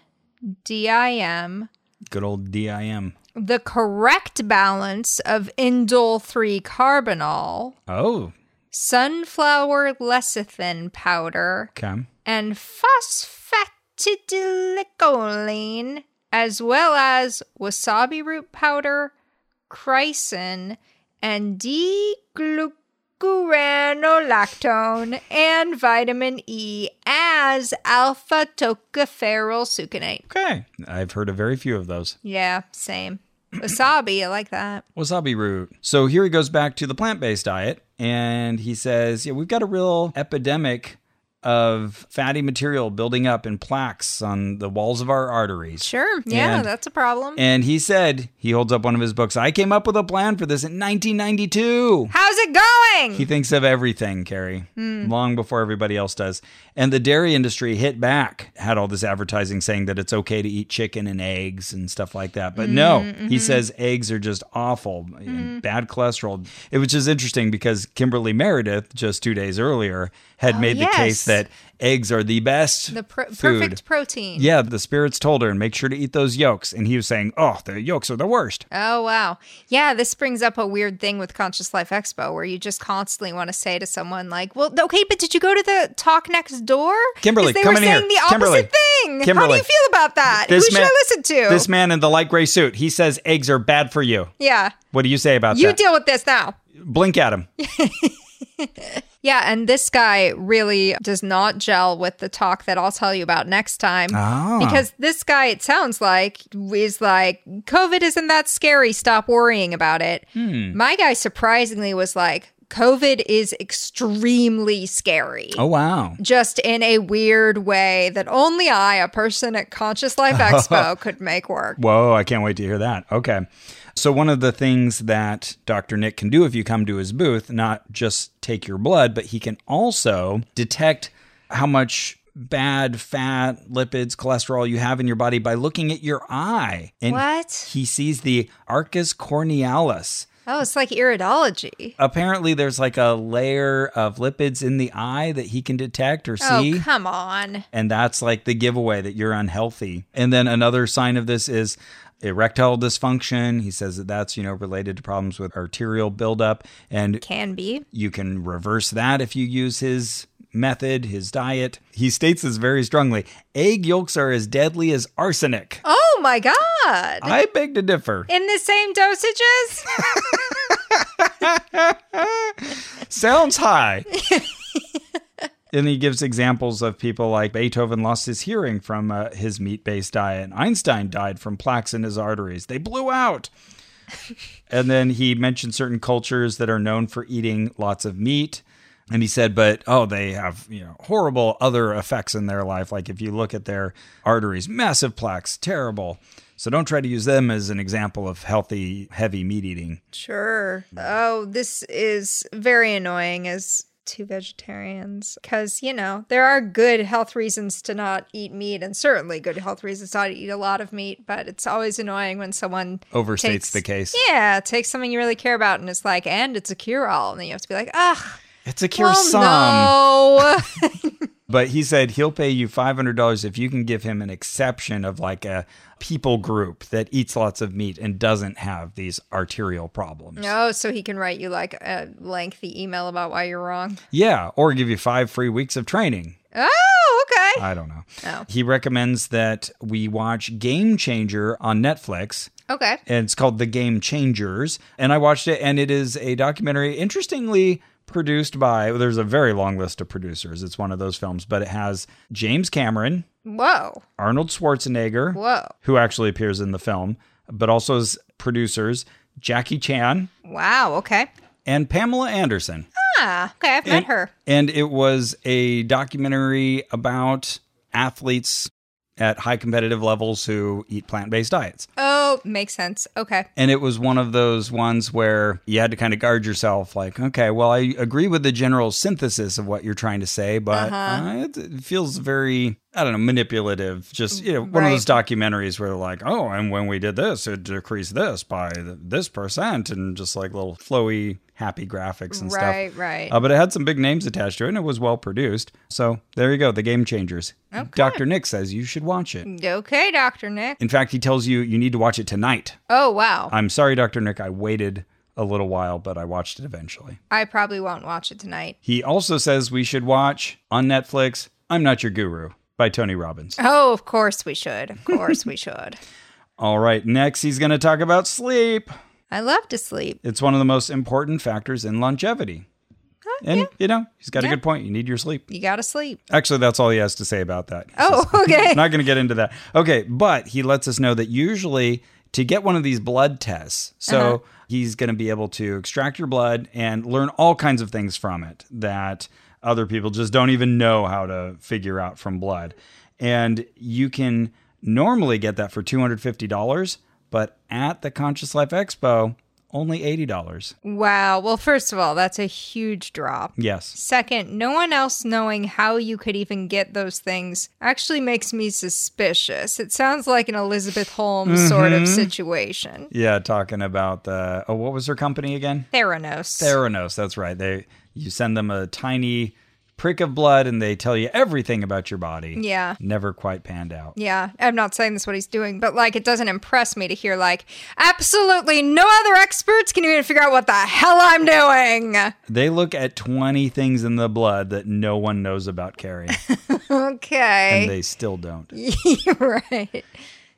[SPEAKER 1] DIM,
[SPEAKER 2] Good old DIM.
[SPEAKER 1] the correct balance of indole 3 carbonyl,
[SPEAKER 2] Oh,
[SPEAKER 1] sunflower lecithin powder,
[SPEAKER 2] okay.
[SPEAKER 1] and phosphatidylcholine, as well as wasabi root powder, chrysin, and D-glucuronolactone and vitamin E as alpha tocopherol succinate.
[SPEAKER 2] Okay. I've heard of very few of those.
[SPEAKER 1] Yeah, same. Wasabi, I like that.
[SPEAKER 2] Wasabi root. So here he goes back to the plant based diet and he says, Yeah, we've got a real epidemic of fatty material building up in plaques on the walls of our arteries.
[SPEAKER 1] Sure. Yeah,
[SPEAKER 2] And-
[SPEAKER 1] that's a problem.
[SPEAKER 2] And he said, he holds up one of his books, I came up with a plan for this in 1992.
[SPEAKER 1] How's it going?
[SPEAKER 2] He thinks of everything, Carrie,
[SPEAKER 1] Hmm.
[SPEAKER 2] long before everybody else does. And the dairy industry hit back, had all this advertising saying that it's okay to eat chicken and eggs and stuff like that. But no,
[SPEAKER 1] Mm-hmm,
[SPEAKER 2] he says eggs are just awful, and bad cholesterol. It was just interesting because Kimberly Meredith, just two days earlier, had made
[SPEAKER 1] Oh, yes.
[SPEAKER 2] the case that eggs are the best
[SPEAKER 1] the pr-
[SPEAKER 2] food.
[SPEAKER 1] perfect protein.
[SPEAKER 2] Yeah, the spirits told her, and make sure to eat those yolks. And he was saying, oh, the yolks are the worst.
[SPEAKER 1] Oh, wow. Yeah, this brings up a weird thing with Conscious Life Expo where you just constantly want to say to someone, like, well, okay, but did you go to the talk next door? 'Cause
[SPEAKER 2] Kimberly,
[SPEAKER 1] they
[SPEAKER 2] come
[SPEAKER 1] were
[SPEAKER 2] in
[SPEAKER 1] saying
[SPEAKER 2] here.
[SPEAKER 1] the opposite
[SPEAKER 2] Kimberly.
[SPEAKER 1] thing. How do
[SPEAKER 2] Kimberly.
[SPEAKER 1] you feel about that? Who should I listen to?
[SPEAKER 2] This man in the light gray suit. He says eggs are bad for you.
[SPEAKER 1] yeah.
[SPEAKER 2] What do you say about
[SPEAKER 1] You
[SPEAKER 2] that?
[SPEAKER 1] deal with this now.
[SPEAKER 2] Blink at him.
[SPEAKER 1] Yeah, and this guy really does not gel with the talk that I'll tell you about next time.
[SPEAKER 2] Ah.
[SPEAKER 1] Because this guy, it sounds like, is like, COVID isn't that scary. Stop worrying about it.
[SPEAKER 2] Hmm.
[SPEAKER 1] My guy surprisingly was like, COVID is extremely scary.
[SPEAKER 2] Oh wow.
[SPEAKER 1] Just in a weird way that only I, a person at Conscious Life Expo, could make work.
[SPEAKER 2] Whoa, I can't wait to hear that. Okay. So one of the things that Dr. Nick can do if you come to his booth, not just take your blood, but he can also detect how much bad fat, lipids, cholesterol you have in your body by looking at your eye. And
[SPEAKER 1] What?
[SPEAKER 2] he sees the arcus cornealis.
[SPEAKER 1] Oh, it's like iridology.
[SPEAKER 2] Apparently there's like a layer of lipids in the eye that he can detect or see.
[SPEAKER 1] Oh, come on.
[SPEAKER 2] And that's like the giveaway that you're unhealthy. And then another sign of this is erectile dysfunction. He says that that's, you know, related to problems with arterial buildup. And
[SPEAKER 1] Can be.
[SPEAKER 2] you can reverse that if you use his method, his diet. He states this very strongly egg yolks are as deadly as arsenic.
[SPEAKER 1] Oh, my God.
[SPEAKER 2] I beg to differ.
[SPEAKER 1] in the same dosages?
[SPEAKER 2] Sounds high. and he gives examples of people like Beethoven lost his hearing from uh, his meat based diet. Einstein died from plaques in his arteries. They blew out. and then he mentioned certain cultures that are known for eating lots of meat. And he said, but oh, they have you know horrible other effects in their life. Like if you look at their arteries, massive plaques, terrible. So don't try to use them as an example of healthy, heavy meat eating.
[SPEAKER 1] Sure.
[SPEAKER 2] Hmm.
[SPEAKER 1] Oh, this is very annoying as two vegetarians because, you know, there are good health reasons to not eat meat and certainly good health reasons not to eat a lot of meat, but it's always annoying when someone
[SPEAKER 2] Overstates
[SPEAKER 1] takes-
[SPEAKER 2] the case.
[SPEAKER 1] Yeah, takes something you really care about and it's like, and it's a cure all. And then you have to be like, ah,
[SPEAKER 2] It's a cure
[SPEAKER 1] well,
[SPEAKER 2] some.
[SPEAKER 1] no.
[SPEAKER 2] But he said he'll pay you $500 if you can give him an exception of like a people group that eats lots of meat and doesn't have these arterial problems.
[SPEAKER 1] no, Oh, so he can write you like a lengthy email about why you're wrong.
[SPEAKER 2] Yeah, or give you five free weeks of training.
[SPEAKER 1] Oh, okay.
[SPEAKER 2] I don't know.
[SPEAKER 1] Oh.
[SPEAKER 2] He recommends that we watch Game Changer on Netflix.
[SPEAKER 1] Okay.
[SPEAKER 2] and it's called The Game Changers. And I watched it, and it is a documentary, interestingly produced by. There's a very long list of producers. It's one of those films, but it has James Cameron,
[SPEAKER 1] Whoa.
[SPEAKER 2] Arnold Schwarzenegger,
[SPEAKER 1] Whoa.
[SPEAKER 2] who actually appears in the film, but also as producers Jackie Chan
[SPEAKER 1] Wow. Okay.
[SPEAKER 2] and Pamela Anderson.
[SPEAKER 1] Ah, okay. I've met her.
[SPEAKER 2] And it was a documentary about athletes at high competitive levels who eat plant-based diets.
[SPEAKER 1] Oh, makes sense. Okay.
[SPEAKER 2] And it was one of those ones where you had to kind of guard yourself like, okay, well, I agree with the general synthesis of what you're trying to say, but uh it, it feels very, I don't know, manipulative. Just, you know, one of those documentaries where they're like, oh, and when we did this, it decreased this by th- this percent and just like little flowy, happy graphics and
[SPEAKER 1] Right,
[SPEAKER 2] stuff.
[SPEAKER 1] right.
[SPEAKER 2] Uh, but it had some big names attached to it and it was well produced. So there you go, The Game Changers. Dr. Nick says you should watch it.
[SPEAKER 1] Okay, Dr. Nick.
[SPEAKER 2] In fact, he tells you you need to watch it tonight.
[SPEAKER 1] Oh, wow.
[SPEAKER 2] I'm sorry, Dr. Nick, I waited a little while, but I watched it eventually.
[SPEAKER 1] I probably won't watch it tonight.
[SPEAKER 2] He also says we should watch on Netflix I'm Not Your Guru by Tony Robbins.
[SPEAKER 1] Oh, of course we should. Of course we should.
[SPEAKER 2] All right, next he's going to talk about sleep.
[SPEAKER 1] I love to sleep.
[SPEAKER 2] It's one of the most important factors in longevity. And, you know, he's got a good point. You need your sleep.
[SPEAKER 1] You got to sleep.
[SPEAKER 2] Actually, that's all he has to say about that. He
[SPEAKER 1] Oh,
[SPEAKER 2] says-
[SPEAKER 1] okay.
[SPEAKER 2] not going to get into that. Okay, but he lets us know that usually to get one of these blood tests, so he's going to be able to extract your blood and learn all kinds of things from it that other people just don't even know how to figure out from blood. And you can normally get that for $250, but at the Conscious Life Expo, only $80.
[SPEAKER 1] Wow. Well, first of all, that's a huge drop.
[SPEAKER 2] Yes.
[SPEAKER 1] Second, no one else knowing how you could even get those things actually makes me suspicious. It sounds like an Elizabeth Holmes sort of situation.
[SPEAKER 2] Yeah, talking about the oh, what was her company again?
[SPEAKER 1] Theranos.
[SPEAKER 2] Theranos, that's right. They you send them a tiny prick of blood and they tell you everything about your body.
[SPEAKER 1] Yeah.
[SPEAKER 2] Never quite panned out.
[SPEAKER 1] Yeah, I'm not saying that's what he's doing, but like it doesn't impress me to hear like absolutely no other experts can even figure out what the hell I'm doing.
[SPEAKER 2] They look at 20 things in the blood that no one knows about Carrie and
[SPEAKER 1] Okay,
[SPEAKER 2] they still don't.
[SPEAKER 1] You're right.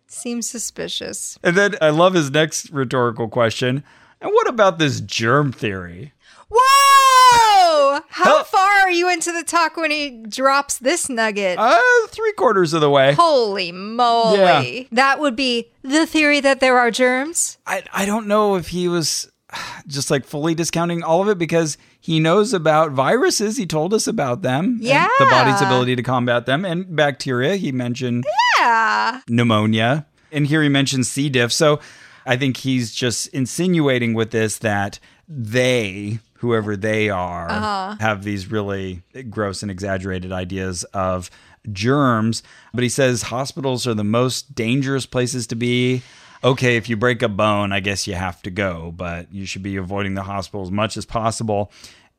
[SPEAKER 1] Seems suspicious.
[SPEAKER 2] And then I love his next rhetorical question. And what about this germ theory?
[SPEAKER 1] Whoa! How
[SPEAKER 2] Huh?
[SPEAKER 1] far are you into the talk when he drops this nugget?
[SPEAKER 2] Uh, three quarters of the way.
[SPEAKER 1] Holy moly!
[SPEAKER 2] Yeah.
[SPEAKER 1] That would be the theory that there are germs.
[SPEAKER 2] I, I don't know if he was just like fully discounting all of it because he knows about viruses. He told us about them. and
[SPEAKER 1] Yeah.
[SPEAKER 2] The body's ability to combat them and bacteria. He mentioned
[SPEAKER 1] Yeah.
[SPEAKER 2] pneumonia. And here he mentions C. diff. So I think he's just insinuating with this that they, whoever they are, have these really gross and exaggerated ideas of germs. But he says hospitals are the most dangerous places to be. Okay, if you break a bone, I guess you have to go, but you should be avoiding the hospital as much as possible.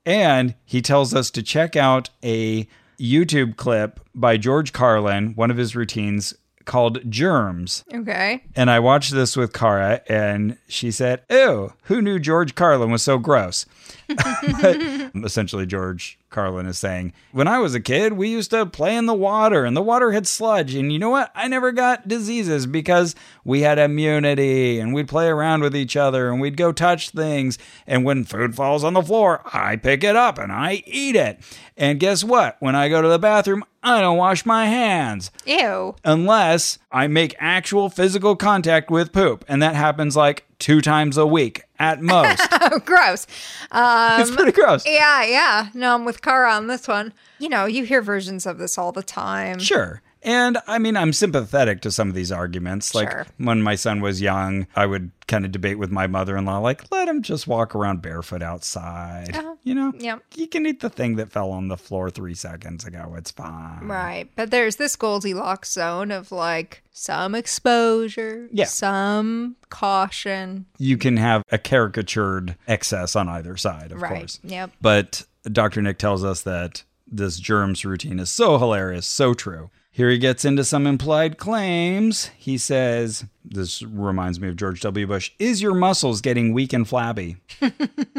[SPEAKER 2] And he tells us to check out a YouTube clip by George Carlin, one of his routines called Germs.
[SPEAKER 1] Okay.
[SPEAKER 2] And I watched this with Kara, and she said, Ew, who knew George Carlin was so gross? Essentially, George Carlin is saying, When I was a kid, we used to play in the water, and the water had sludge. And you know what? I never got diseases because we had immunity, and we'd play around with each other, and we'd go touch things. And when food falls on the floor, I pick it up and I eat it. And guess what? When I go to the bathroom, I don't wash my hands
[SPEAKER 1] Ew.
[SPEAKER 2] unless I make actual physical contact with poop. And that happens like two times a week at most.
[SPEAKER 1] Oh, gross.
[SPEAKER 2] it's
[SPEAKER 1] Um,
[SPEAKER 2] pretty gross.
[SPEAKER 1] Yeah, yeah. No, I'm with Kara on this one. You know, you hear versions of this all the time.
[SPEAKER 2] Sure. And I mean, I'm sympathetic to some of these arguments. Like
[SPEAKER 1] Sure.
[SPEAKER 2] when my son was young, I would kind of debate with my mother in law, like, let him just walk around barefoot outside. You know?
[SPEAKER 1] Uh-huh. Yep.
[SPEAKER 2] He can eat the thing that fell on the floor three seconds ago. It's fine.
[SPEAKER 1] Right. But there's this Goldilocks zone of like some exposure,
[SPEAKER 2] Yeah.
[SPEAKER 1] some caution.
[SPEAKER 2] You can have a caricatured excess on either side, of
[SPEAKER 1] Right.
[SPEAKER 2] course.
[SPEAKER 1] Yep.
[SPEAKER 2] But Dr. Nick tells us that this germs routine is so hilarious, so true. Here he gets into some implied claims. He says, This reminds me of George W. Bush. Is your muscles getting weak and flabby?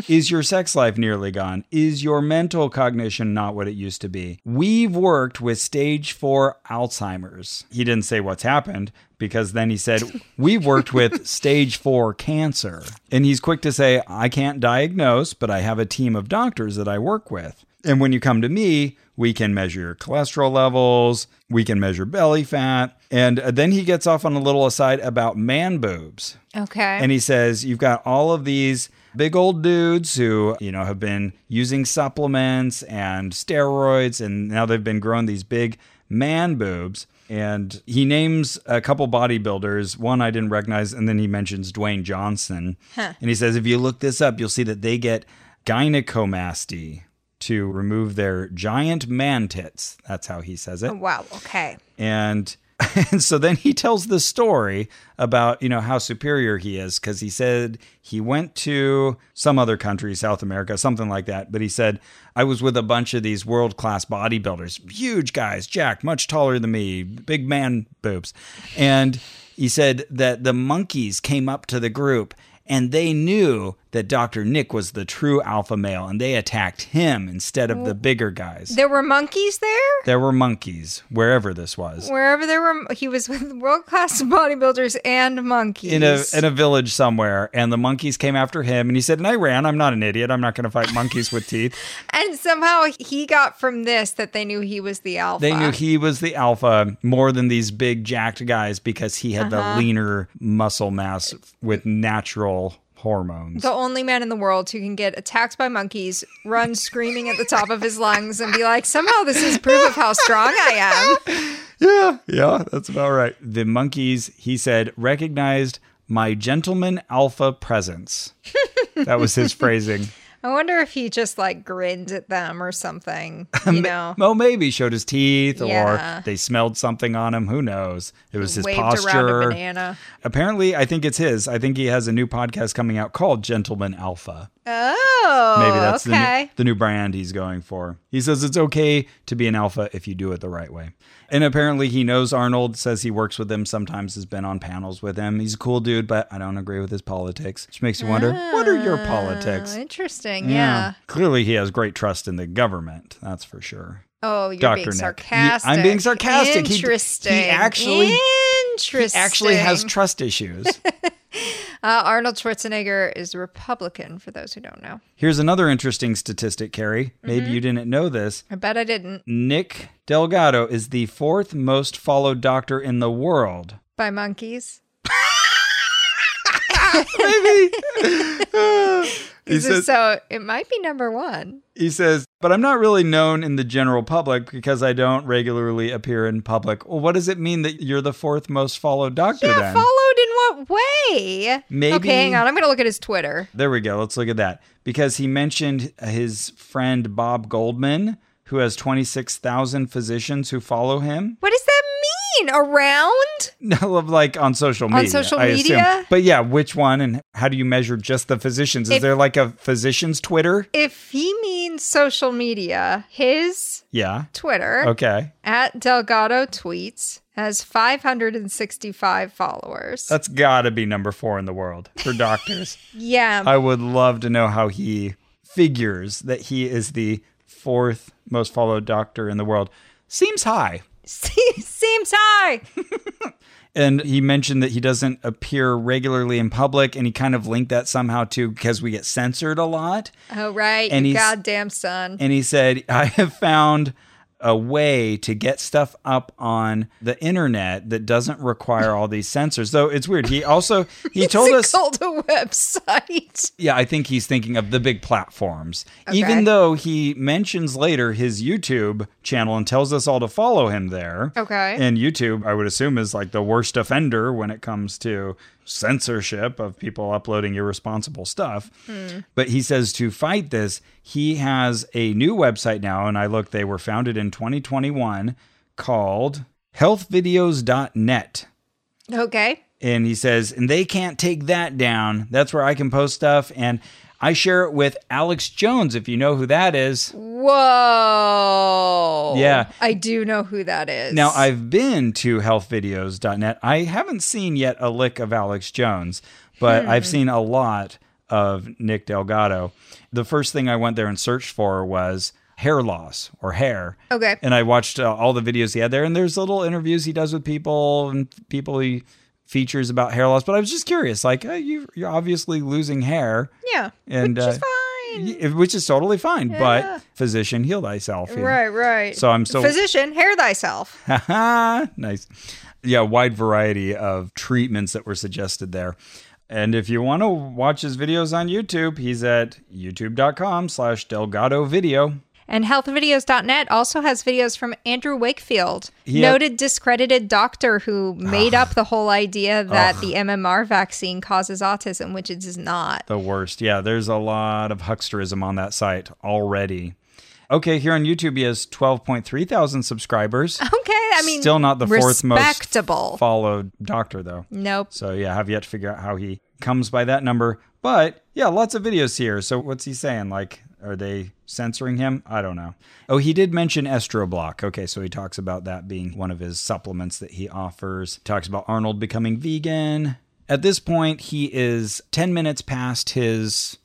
[SPEAKER 2] Is your sex life nearly gone? Is your mental cognition not what it used to be? We've worked with stage four Alzheimer's. He didn't say what's happened because then he said, We've worked with stage four cancer. And he's quick to say, I can't diagnose, but I have a team of doctors that I work with. And when you come to me, we can measure your cholesterol levels, we can measure belly fat. And then he gets off on a little aside about man boobs.
[SPEAKER 1] Okay.
[SPEAKER 2] And he says, You've got all of these big old dudes who, you know, have been using supplements and steroids, and now they've been growing these big man boobs. And he names a couple bodybuilders, one I didn't recognize, and then he mentions Dwayne Johnson. And he says, If you look this up, you'll see that they get gynecomasty to remove their giant man tits. That's how he says it
[SPEAKER 1] wow. Okay.
[SPEAKER 2] and and so then he tells the story about you know how superior he is because he said he went to some other country south america something like that but he said i was with a bunch of these world-class bodybuilders huge guys jack much taller than me big man boobs and he said that the monkeys came up to the group and they knew that dr nick was the true alpha male and they attacked him instead of the bigger guys
[SPEAKER 1] There were monkeys there?
[SPEAKER 2] there were monkeys wherever this was
[SPEAKER 1] Wherever there were, he was with world class bodybuilders and monkeys.
[SPEAKER 2] in a in a village somewhere, and the monkeys came after him, and he said, "And I ran. I'm not an idiot. I'm not going to fight monkeys with teeth."
[SPEAKER 1] and somehow he got from this that they knew he was the alpha.
[SPEAKER 2] They knew he was the alpha more than these Uh-huh. big jacked guys because he had the leaner muscle mass with natural hormones.
[SPEAKER 1] The only man in the world who can get attacked by monkeys, run screaming at the top of his lungs, and be like, somehow this is proof of how strong I am.
[SPEAKER 2] yeah, yeah, that's about right. The monkeys, he said, recognized my gentleman alpha presence. that was his phrasing.
[SPEAKER 1] I wonder if he just like grinned at them or something. You know,
[SPEAKER 2] Well, maybe showed his teeth
[SPEAKER 1] Yeah.
[SPEAKER 2] or they smelled something on him. Who knows? It was his
[SPEAKER 1] waved
[SPEAKER 2] posture.
[SPEAKER 1] around a banana.
[SPEAKER 2] Apparently, I think it's his. I think he has a new podcast coming out called Gentleman Alpha.
[SPEAKER 1] Oh,
[SPEAKER 2] Maybe that's the,
[SPEAKER 1] okay.
[SPEAKER 2] new, the new brand he's going for. He says it's okay to be an alpha if you do it the right way. And apparently, he knows Arnold, says he works with him, sometimes has been on panels with him. He's a cool dude, but I don't agree with his politics, which makes you wonder what are your politics?
[SPEAKER 1] Oh, interesting. Yeah.
[SPEAKER 2] Clearly, he has great trust in the government. That's for sure.
[SPEAKER 1] Oh, you're
[SPEAKER 2] Dr.
[SPEAKER 1] being
[SPEAKER 2] Nick.
[SPEAKER 1] sarcastic.
[SPEAKER 2] I'm being sarcastic. He- he
[SPEAKER 1] Interesting.
[SPEAKER 2] actually-
[SPEAKER 1] Interesting.
[SPEAKER 2] Actually, has trust issues.
[SPEAKER 1] uh, Arnold Schwarzenegger is Republican. For those who don't know,
[SPEAKER 2] Here's another interesting statistic, Carrie. Maybe
[SPEAKER 1] Mm-hmm.
[SPEAKER 2] you didn't know this.
[SPEAKER 1] I bet I didn't
[SPEAKER 2] Nick Delgado is the fourth most followed doctor in the world.
[SPEAKER 1] by monkeys.
[SPEAKER 2] He says,
[SPEAKER 1] so it might be number one.
[SPEAKER 2] he says, but I'm not really known in the general public because I don't regularly appear in public. Well, what does it mean that you're the fourth most followed doctor
[SPEAKER 1] Yeah,
[SPEAKER 2] then?
[SPEAKER 1] followed in what way?
[SPEAKER 2] Maybe-
[SPEAKER 1] Okay, hang on. I'm gonna look at his Twitter.
[SPEAKER 2] there we go. Let's look at that. Because he mentioned his friend Bob Goldman, who has 26,000 physicians who follow him.
[SPEAKER 1] What does that mean? Around?
[SPEAKER 2] No, of like on social media.
[SPEAKER 1] social
[SPEAKER 2] I assume.
[SPEAKER 1] media?
[SPEAKER 2] But yeah, which one and how do you measure just the physicians? Is
[SPEAKER 1] If-
[SPEAKER 2] there like a physician's Twitter?
[SPEAKER 1] If he means social media, his
[SPEAKER 2] Yeah.
[SPEAKER 1] Twitter
[SPEAKER 2] Okay.
[SPEAKER 1] at Delgado tweets has 565 followers.
[SPEAKER 2] That's got to be number four in the world for doctors.
[SPEAKER 1] yeah,
[SPEAKER 2] I would love to know how he figures that he is the fourth most followed doctor in the world. Seems high.
[SPEAKER 1] seems high.
[SPEAKER 2] And he mentioned that he doesn't appear regularly in public, and he kind of linked that somehow to because we get censored a lot.
[SPEAKER 1] Oh right,
[SPEAKER 2] And
[SPEAKER 1] you
[SPEAKER 2] he's-
[SPEAKER 1] goddamn son.
[SPEAKER 2] and he said, I have found a way to get stuff up on the internet that doesn't require all these sensors. Though it's weird. He also he told
[SPEAKER 1] it's
[SPEAKER 2] us
[SPEAKER 1] called a website.
[SPEAKER 2] Yeah, I think he's thinking of the big platforms.
[SPEAKER 1] Okay.
[SPEAKER 2] Even though he mentions later his YouTube channel and tells us all to follow him there.
[SPEAKER 1] Okay.
[SPEAKER 2] And YouTube, I would assume, is like the worst offender when it comes to censorship of people uploading irresponsible stuff.
[SPEAKER 1] Hmm.
[SPEAKER 2] But he says to fight this, he has a new website now. And I look, they were founded in 2021 called healthvideos.net.
[SPEAKER 1] Okay.
[SPEAKER 2] And he says, and they can't take that down. That's where I can post stuff. And I share it with Alex Jones, if you know who that is.
[SPEAKER 1] Whoa.
[SPEAKER 2] Yeah.
[SPEAKER 1] I do know who that is.
[SPEAKER 2] Now, I've been to healthvideos.net. I haven't seen yet a lick of Alex Jones,
[SPEAKER 1] Hmm.
[SPEAKER 2] but I've seen a lot of Nick Delgado. The first thing I went there and searched for was hair loss or hair.
[SPEAKER 1] Okay.
[SPEAKER 2] And I watched uh, all the videos he had there, and there's little interviews he does with people and people he features about hair loss. But I was just curious, like, hey, you, you're obviously losing hair.
[SPEAKER 1] Yeah.
[SPEAKER 2] And,
[SPEAKER 1] which is
[SPEAKER 2] uh,
[SPEAKER 1] fine.
[SPEAKER 2] y- Which is totally fine,
[SPEAKER 1] Yeah.
[SPEAKER 2] but physician, heal thyself. you know?
[SPEAKER 1] Right, right.
[SPEAKER 2] So I'm still-
[SPEAKER 1] physician. Hair thyself.
[SPEAKER 2] Haha, nice. Yeah, wide variety of treatments that were suggested there. And if you want to watch his videos on YouTube, he's at youtube.com slash Delgado Video.
[SPEAKER 1] And healthvideos.net also has videos from Andrew Wakefield,
[SPEAKER 2] had-
[SPEAKER 1] noted discredited doctor who made
[SPEAKER 2] Ah.
[SPEAKER 1] up the whole idea that the MMR vaccine causes autism, which it does not.
[SPEAKER 2] The worst. Yeah, there's a lot of hucksterism on that site already. Okay, here on YouTube, he has 12.3 thousand subscribers.
[SPEAKER 1] Okay, I mean,
[SPEAKER 2] Still not the fourth most
[SPEAKER 1] respectable.
[SPEAKER 2] followed doctor, though.
[SPEAKER 1] nope.
[SPEAKER 2] So yeah, have yet to figure out how he comes by that number. But yeah, lots of videos here. So what's he saying? Like, are they censoring him? I don't know. Oh, he did mention Estroblock. Okay, so he talks about that being one of his supplements that he offers. Talks about Arnold becoming vegan. At this point, he is 10 minutes past his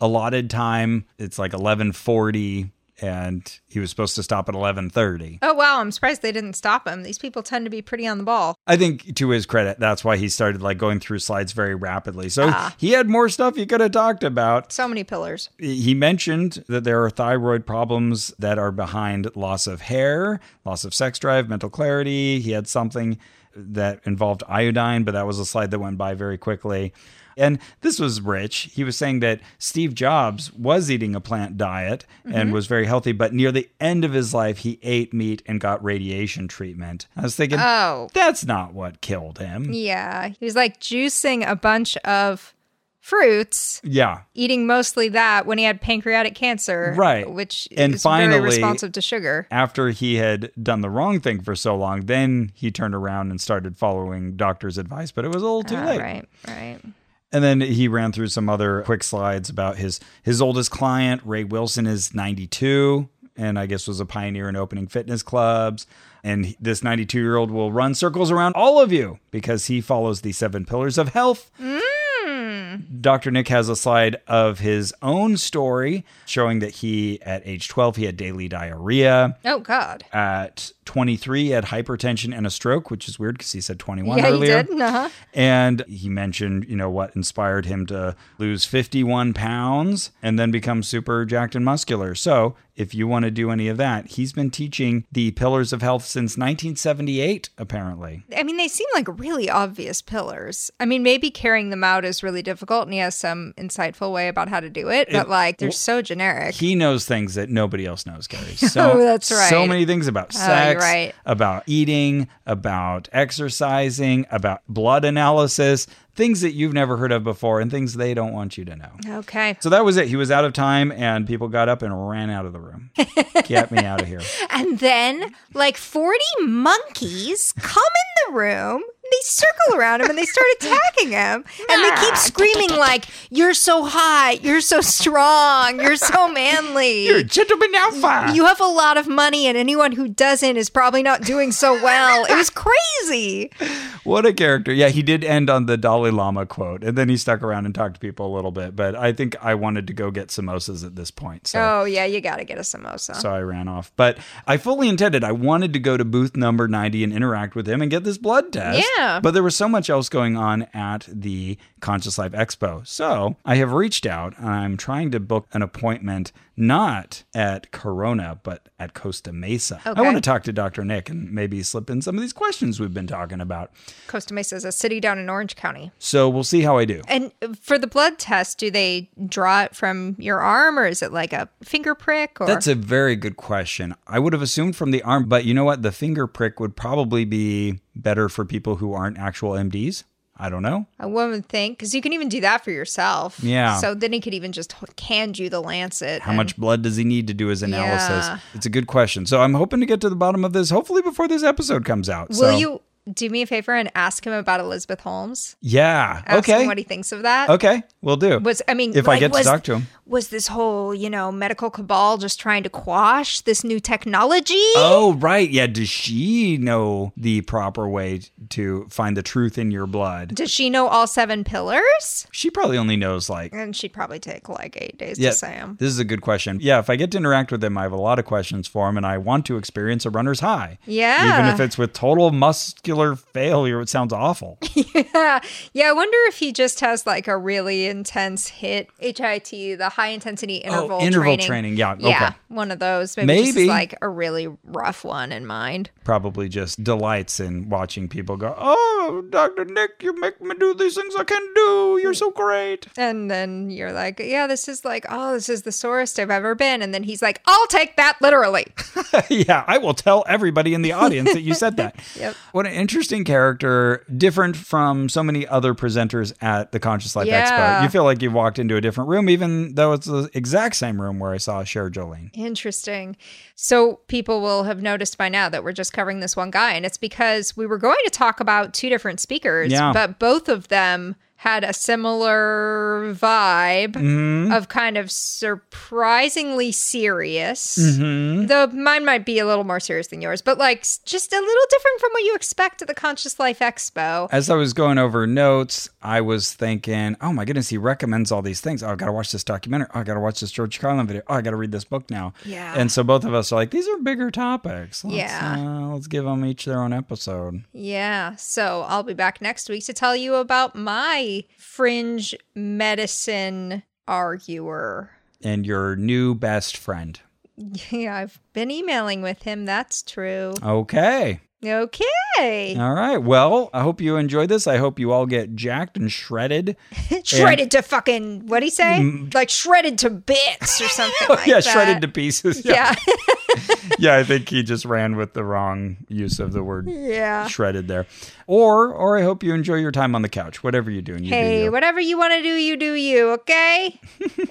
[SPEAKER 2] allotted time. It's like 11:40 and he was supposed to stop at 11:30.
[SPEAKER 1] Oh wow, I'm surprised they didn't stop him. These people tend to be pretty on the ball.
[SPEAKER 2] I think to his credit, that's why he started like going through slides very rapidly. So he had more stuff he could have talked about.
[SPEAKER 1] So many pillars.
[SPEAKER 2] He mentioned that there are thyroid problems that are behind loss of hair, loss of sex drive, mental clarity. He had something that involved iodine, but that was a slide that went by very quickly. And this was rich. He was saying that Steve Jobs was eating a plant diet and was very healthy, but near the end of his life, he ate meat and got radiation treatment. I was thinking,
[SPEAKER 1] Oh.
[SPEAKER 2] that's not what killed him.
[SPEAKER 1] Yeah. He was like juicing a bunch of fruits,
[SPEAKER 2] Yeah.
[SPEAKER 1] eating mostly that when he had pancreatic cancer.
[SPEAKER 2] Right.
[SPEAKER 1] Which
[SPEAKER 2] And
[SPEAKER 1] is
[SPEAKER 2] finally-
[SPEAKER 1] very responsive to sugar.
[SPEAKER 2] After he had done the wrong thing for so long, then he turned around and started following doctor's advice, but it was a little too
[SPEAKER 1] Ah,
[SPEAKER 2] late.
[SPEAKER 1] right, right.
[SPEAKER 2] And then he ran through some other quick slides about his his oldest client, Ray Wilson, is 92, and I guess was a pioneer in opening fitness clubs. And he- this 92 year old will run circles around all of you because he follows the seven pillars of health.
[SPEAKER 1] Mm.
[SPEAKER 2] Dr. Nick has a slide of his own story showing that he, at age 12, he had daily diarrhea.
[SPEAKER 1] Oh God.
[SPEAKER 2] At 23, he had hypertension and a stroke, which is weird because he said 21
[SPEAKER 1] yeah,
[SPEAKER 2] earlier.
[SPEAKER 1] he did. Uh-huh.
[SPEAKER 2] And he mentioned, you know, what inspired him to lose 51 pounds and then become super jacked and muscular. So, if you want to do any of that, he's been teaching the pillars of health since 1978, apparently.
[SPEAKER 1] I mean, they seem like really obvious pillars. I mean, maybe carrying them out is really difficult, and he has some insightful way about how to do it. But like, they're so generic.
[SPEAKER 2] He knows things that nobody else knows, Gary. So,
[SPEAKER 1] Oh, that's
[SPEAKER 2] So
[SPEAKER 1] right. Oh,
[SPEAKER 2] many things about
[SPEAKER 1] you're
[SPEAKER 2] sex,
[SPEAKER 1] right.
[SPEAKER 2] about eating, about exercising, about blood analysis, things that you've never heard of before and things they don't want you to know.
[SPEAKER 1] Okay.
[SPEAKER 2] So that was it. He was out of time, and people got up and ran out of the room. Get me out of here.
[SPEAKER 1] And then, like, 40 monkeys come in the room. They circle around him and they start attacking him. And they keep screaming, like, You're so hot. You're so strong. You're so manly.
[SPEAKER 2] gentleman alpha.
[SPEAKER 1] you have a lot of money, and anyone who doesn't is probably not doing so well. It was crazy.
[SPEAKER 2] what a character. Yeah, he did end on the Dalai Lama quote, and then he stuck around and talked to people a little bit. But I think I wanted to go get samosas at this point. So.
[SPEAKER 1] Oh, yeah, you got to get a samosa.
[SPEAKER 2] So I ran off. But I fully intended, I wanted to go to booth number 90 and interact with him and get this blood test.
[SPEAKER 1] Yeah.
[SPEAKER 2] But there was so much else going on at the Conscious Life Expo. So I have reached out and I'm trying to book an appointment, not at Corona, but at Costa Mesa. I
[SPEAKER 1] Okay.
[SPEAKER 2] want to talk to Dr. Nick and maybe slip in some of these questions we've been talking about.
[SPEAKER 1] Costa Mesa is a city down in Orange County.
[SPEAKER 2] So we'll see how I do.
[SPEAKER 1] And for the blood test, do they draw it from your arm or is it like a finger prick? Or
[SPEAKER 2] That's a very good question. I would have assumed from the arm, but you know what? The finger prick would probably be better for people who aren't actual MDs. I don't know.
[SPEAKER 1] a woman think because you can even do that for yourself.
[SPEAKER 2] Yeah.
[SPEAKER 1] So then he could even just h- hand you the lancet.
[SPEAKER 2] How much blood does he need to do his analysis?
[SPEAKER 1] Yeah.
[SPEAKER 2] It's a good question. So I'm hoping to get to the bottom of this hopefully before this episode comes out.
[SPEAKER 1] Will
[SPEAKER 2] so,
[SPEAKER 1] you do me a favor and ask him about Elizabeth Holmes?
[SPEAKER 2] Yeah.
[SPEAKER 1] Ask
[SPEAKER 2] okay.
[SPEAKER 1] him what he thinks of that.
[SPEAKER 2] okay. We'll do.
[SPEAKER 1] Was I mean,
[SPEAKER 2] If I
[SPEAKER 1] like,
[SPEAKER 2] get to
[SPEAKER 1] was-
[SPEAKER 2] talk to him.
[SPEAKER 1] was this whole you know medical cabal just trying to quash this new technology?
[SPEAKER 2] Oh, right. Yeah. Does she know the proper way to find the truth in your blood?
[SPEAKER 1] Does she know all seven pillars?
[SPEAKER 2] She probably only knows like
[SPEAKER 1] And she'd probably take like eight days to say 'em.
[SPEAKER 2] This is a good question. Yeah, if I get to interact with him, I have a lot of questions for him, and I want to experience a runner's high.
[SPEAKER 1] Yeah.
[SPEAKER 2] Even if it's with total muscular failure, it sounds awful.
[SPEAKER 1] Yeah, I wonder if he just has like a really intense hit HIT, the high intensity interval
[SPEAKER 2] Oh, interval
[SPEAKER 1] training.
[SPEAKER 2] training, yeah,
[SPEAKER 1] yeah,
[SPEAKER 2] okay.
[SPEAKER 1] one of those. Maybe, just
[SPEAKER 2] Maybe.
[SPEAKER 1] like a really rough one in mind.
[SPEAKER 2] Probably just delights in watching people go, Oh, Dr. Nick, you make me do these things I can't do. You're so great.
[SPEAKER 1] And then you're like, yeah, this is like, oh, this is the sorest I've ever been. And then he's like, I'll take that literally.
[SPEAKER 2] yeah, I will tell everybody in the audience that you said that.
[SPEAKER 1] Yep.
[SPEAKER 2] What an interesting character, different from so many other presenters at the Conscious Life Expo.
[SPEAKER 1] Yeah.
[SPEAKER 2] You feel like you walked into a different room, even though it's the exact same room where I saw Cher Jolene.
[SPEAKER 1] Interesting. So people will have noticed by now that we're just covering this one guy. And it's because we were going to talk about two different speakers,
[SPEAKER 2] Yeah.
[SPEAKER 1] but both of them had a similar vibe
[SPEAKER 2] Mm-hmm.
[SPEAKER 1] of kind of surprisingly serious.
[SPEAKER 2] Mm-hmm.
[SPEAKER 1] Though mine might be a little more serious than yours, but like s- just a little different from what you expect at the Conscious Life Expo.
[SPEAKER 2] As I was going over notes, I was thinking, oh my goodness, he recommends all these things. Oh, I got to watch this documentary. Oh, I got to watch this George Carlin video. Oh, I got to read this book now.
[SPEAKER 1] Yeah.
[SPEAKER 2] And so both of us are like, these are bigger topics. Let's,
[SPEAKER 1] Yeah.
[SPEAKER 2] uh, let's give them each their own episode.
[SPEAKER 1] Yeah. So I'll be back next week to tell you about my fringe medicine arguer.
[SPEAKER 2] And your new best friend.
[SPEAKER 1] Yeah, I've been emailing with him. That's true.
[SPEAKER 2] Okay.
[SPEAKER 1] Okay.
[SPEAKER 2] All right. Well, I hope you enjoyed this. I hope you all get jacked and shredded.
[SPEAKER 1] shredded to fucking what would he say? like shredded to bits or something like
[SPEAKER 2] Mm. Oh, yeah,
[SPEAKER 1] that.
[SPEAKER 2] shredded to pieces.
[SPEAKER 1] Yeah.
[SPEAKER 2] yeah, I think he just ran with the wrong use of the word
[SPEAKER 1] Hmm. yeah.
[SPEAKER 2] shredded there. Or or I hope you enjoy your time on the couch. Whatever you're doing, you do.
[SPEAKER 1] Hey,
[SPEAKER 2] you.
[SPEAKER 1] whatever you want to do, you do you, okay?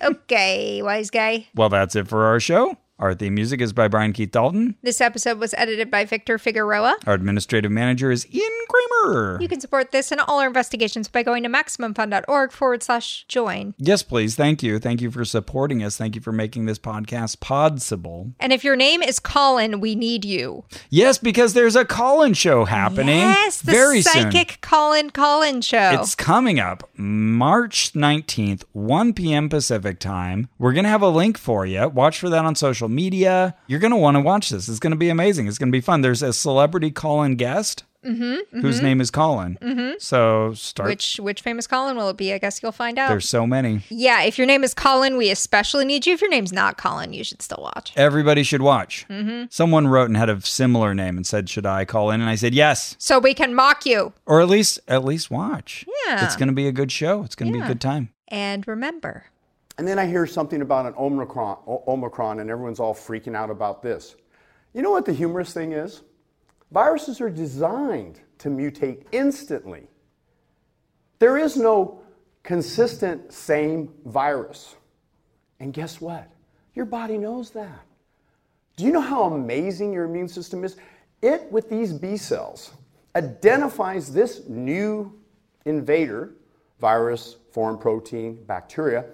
[SPEAKER 1] okay, wise guy.
[SPEAKER 2] Well, that's it for our show. Our theme music is by Brian Keith Dalton.
[SPEAKER 1] This episode was edited by Victor Figueroa.
[SPEAKER 2] Our administrative manager is Ian Kramer.
[SPEAKER 1] You can support this and all our investigations by going to MaximumFun.org forward slash join.
[SPEAKER 2] Yes, please. Thank you. Thank you for supporting us. Thank you for making this podcast possible.
[SPEAKER 1] And if your name is Colin, we need you.
[SPEAKER 2] Yes, because there's a call-in show happening
[SPEAKER 1] Yes, the
[SPEAKER 2] very
[SPEAKER 1] psychic Colin Colin show.
[SPEAKER 2] soon. It's coming up March 19th, 1 p.m. Pacific time. We're going to have a link for you. Watch for that on social media. You're going to want to watch this. It's going to be amazing. It's going to be fun. There's a celebrity call-in guest whose name is Colin. So start.
[SPEAKER 1] Mm-hmm, which which famous Colin will it be? I guess you'll find out.
[SPEAKER 2] there's so many.
[SPEAKER 1] Yeah, if your name is Colin, we especially need you. If your name's not Colin, you should still watch.
[SPEAKER 2] Everybody should watch.
[SPEAKER 1] Mm-hmm.
[SPEAKER 2] Someone wrote and had a similar name and said, "Should I call in?" And I said, "Yes."
[SPEAKER 1] So we can mock you.
[SPEAKER 2] or at least at least watch.
[SPEAKER 1] Yeah.
[SPEAKER 2] it's going to be a good show. It's going to be a good time.
[SPEAKER 1] And remember,
[SPEAKER 3] And then I hear something about an Omicron, O- Omicron, and everyone's all freaking out about this. You know what the humorous thing is? Viruses are designed to mutate instantly. There is no consistent same virus. And guess what? Your body knows that. Do you know how amazing your immune system is? It, with these B cells, identifies this new invader, virus, foreign protein, bacteria,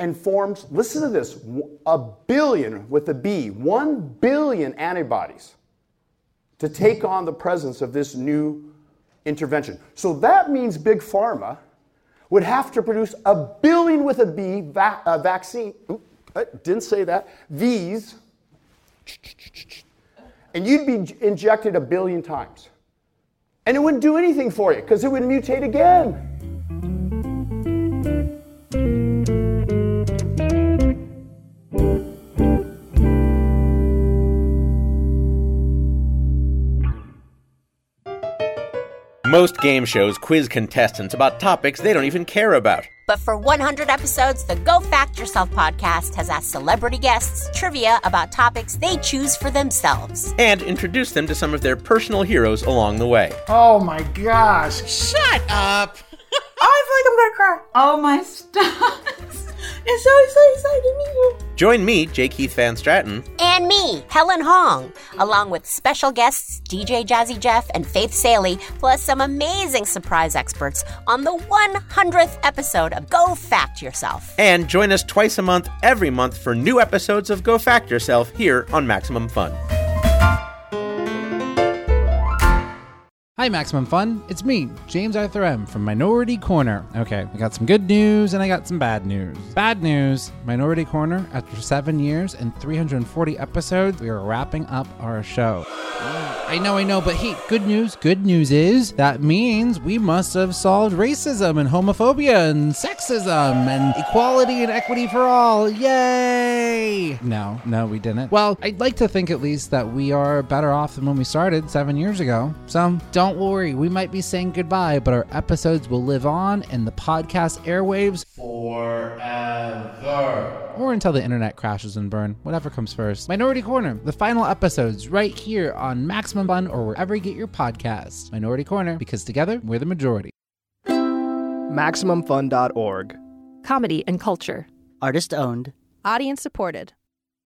[SPEAKER 3] and forms, listen to this, w- a billion with a B, one billion antibodies to take on the presence of this new intervention. So that means Big Pharma would have to produce a billion with a B va- uh, vaccine. Oop, I didn't say that. These. And you'd be j- injected a billion times. And it wouldn't do anything for you because it would mutate again.
[SPEAKER 4] Most game shows quiz contestants about topics they don't even care about.
[SPEAKER 5] But for 100 episodes, the Go Fact Yourself podcast has asked celebrity guests trivia about topics they choose for themselves.
[SPEAKER 4] And introduce them to some of their personal heroes along the way.
[SPEAKER 6] Oh my gosh.
[SPEAKER 7] Shut up.
[SPEAKER 8] Oh, I feel like I'm gonna cry. Oh my stars. It's so exciting, exciting to meet you.
[SPEAKER 4] Join me, Jake Heath Van Stratton,
[SPEAKER 5] And me, Helen Hong, along with special guests DJ Jazzy Jeff and Faith Saley, plus some amazing surprise experts on the 100th episode of Go Fact Yourself.
[SPEAKER 4] and join us twice a month every month for new episodes of Go Fact Yourself here on Maximum Fun.
[SPEAKER 9] Hi, Maximum Fun. It's me, James Arthur M. from Minority Corner. Okay, I got some good news and I got some bad news. Bad news Minority Corner, after seven years and 340 episodes, we are wrapping up our show. I know, I know, but hey, good news. Good news is that means we must have solved racism and homophobia and sexism and equality and equity for all. Yay! No, no, we didn't. Well, I'd like to think at least that we are better off than when we started seven years ago. So don't worry, we might be saying goodbye, but our episodes will live on in the podcast airwaves or until the internet crashes and burn, whatever comes first. Minority Corner, the final episodes right here on Maximum Fun or wherever you get your podcasts. Minority Corner, because together we're the majority.
[SPEAKER 10] MaximumFun.org.
[SPEAKER 11] comedy and culture.
[SPEAKER 7] Artist owned.
[SPEAKER 11] Audience supported.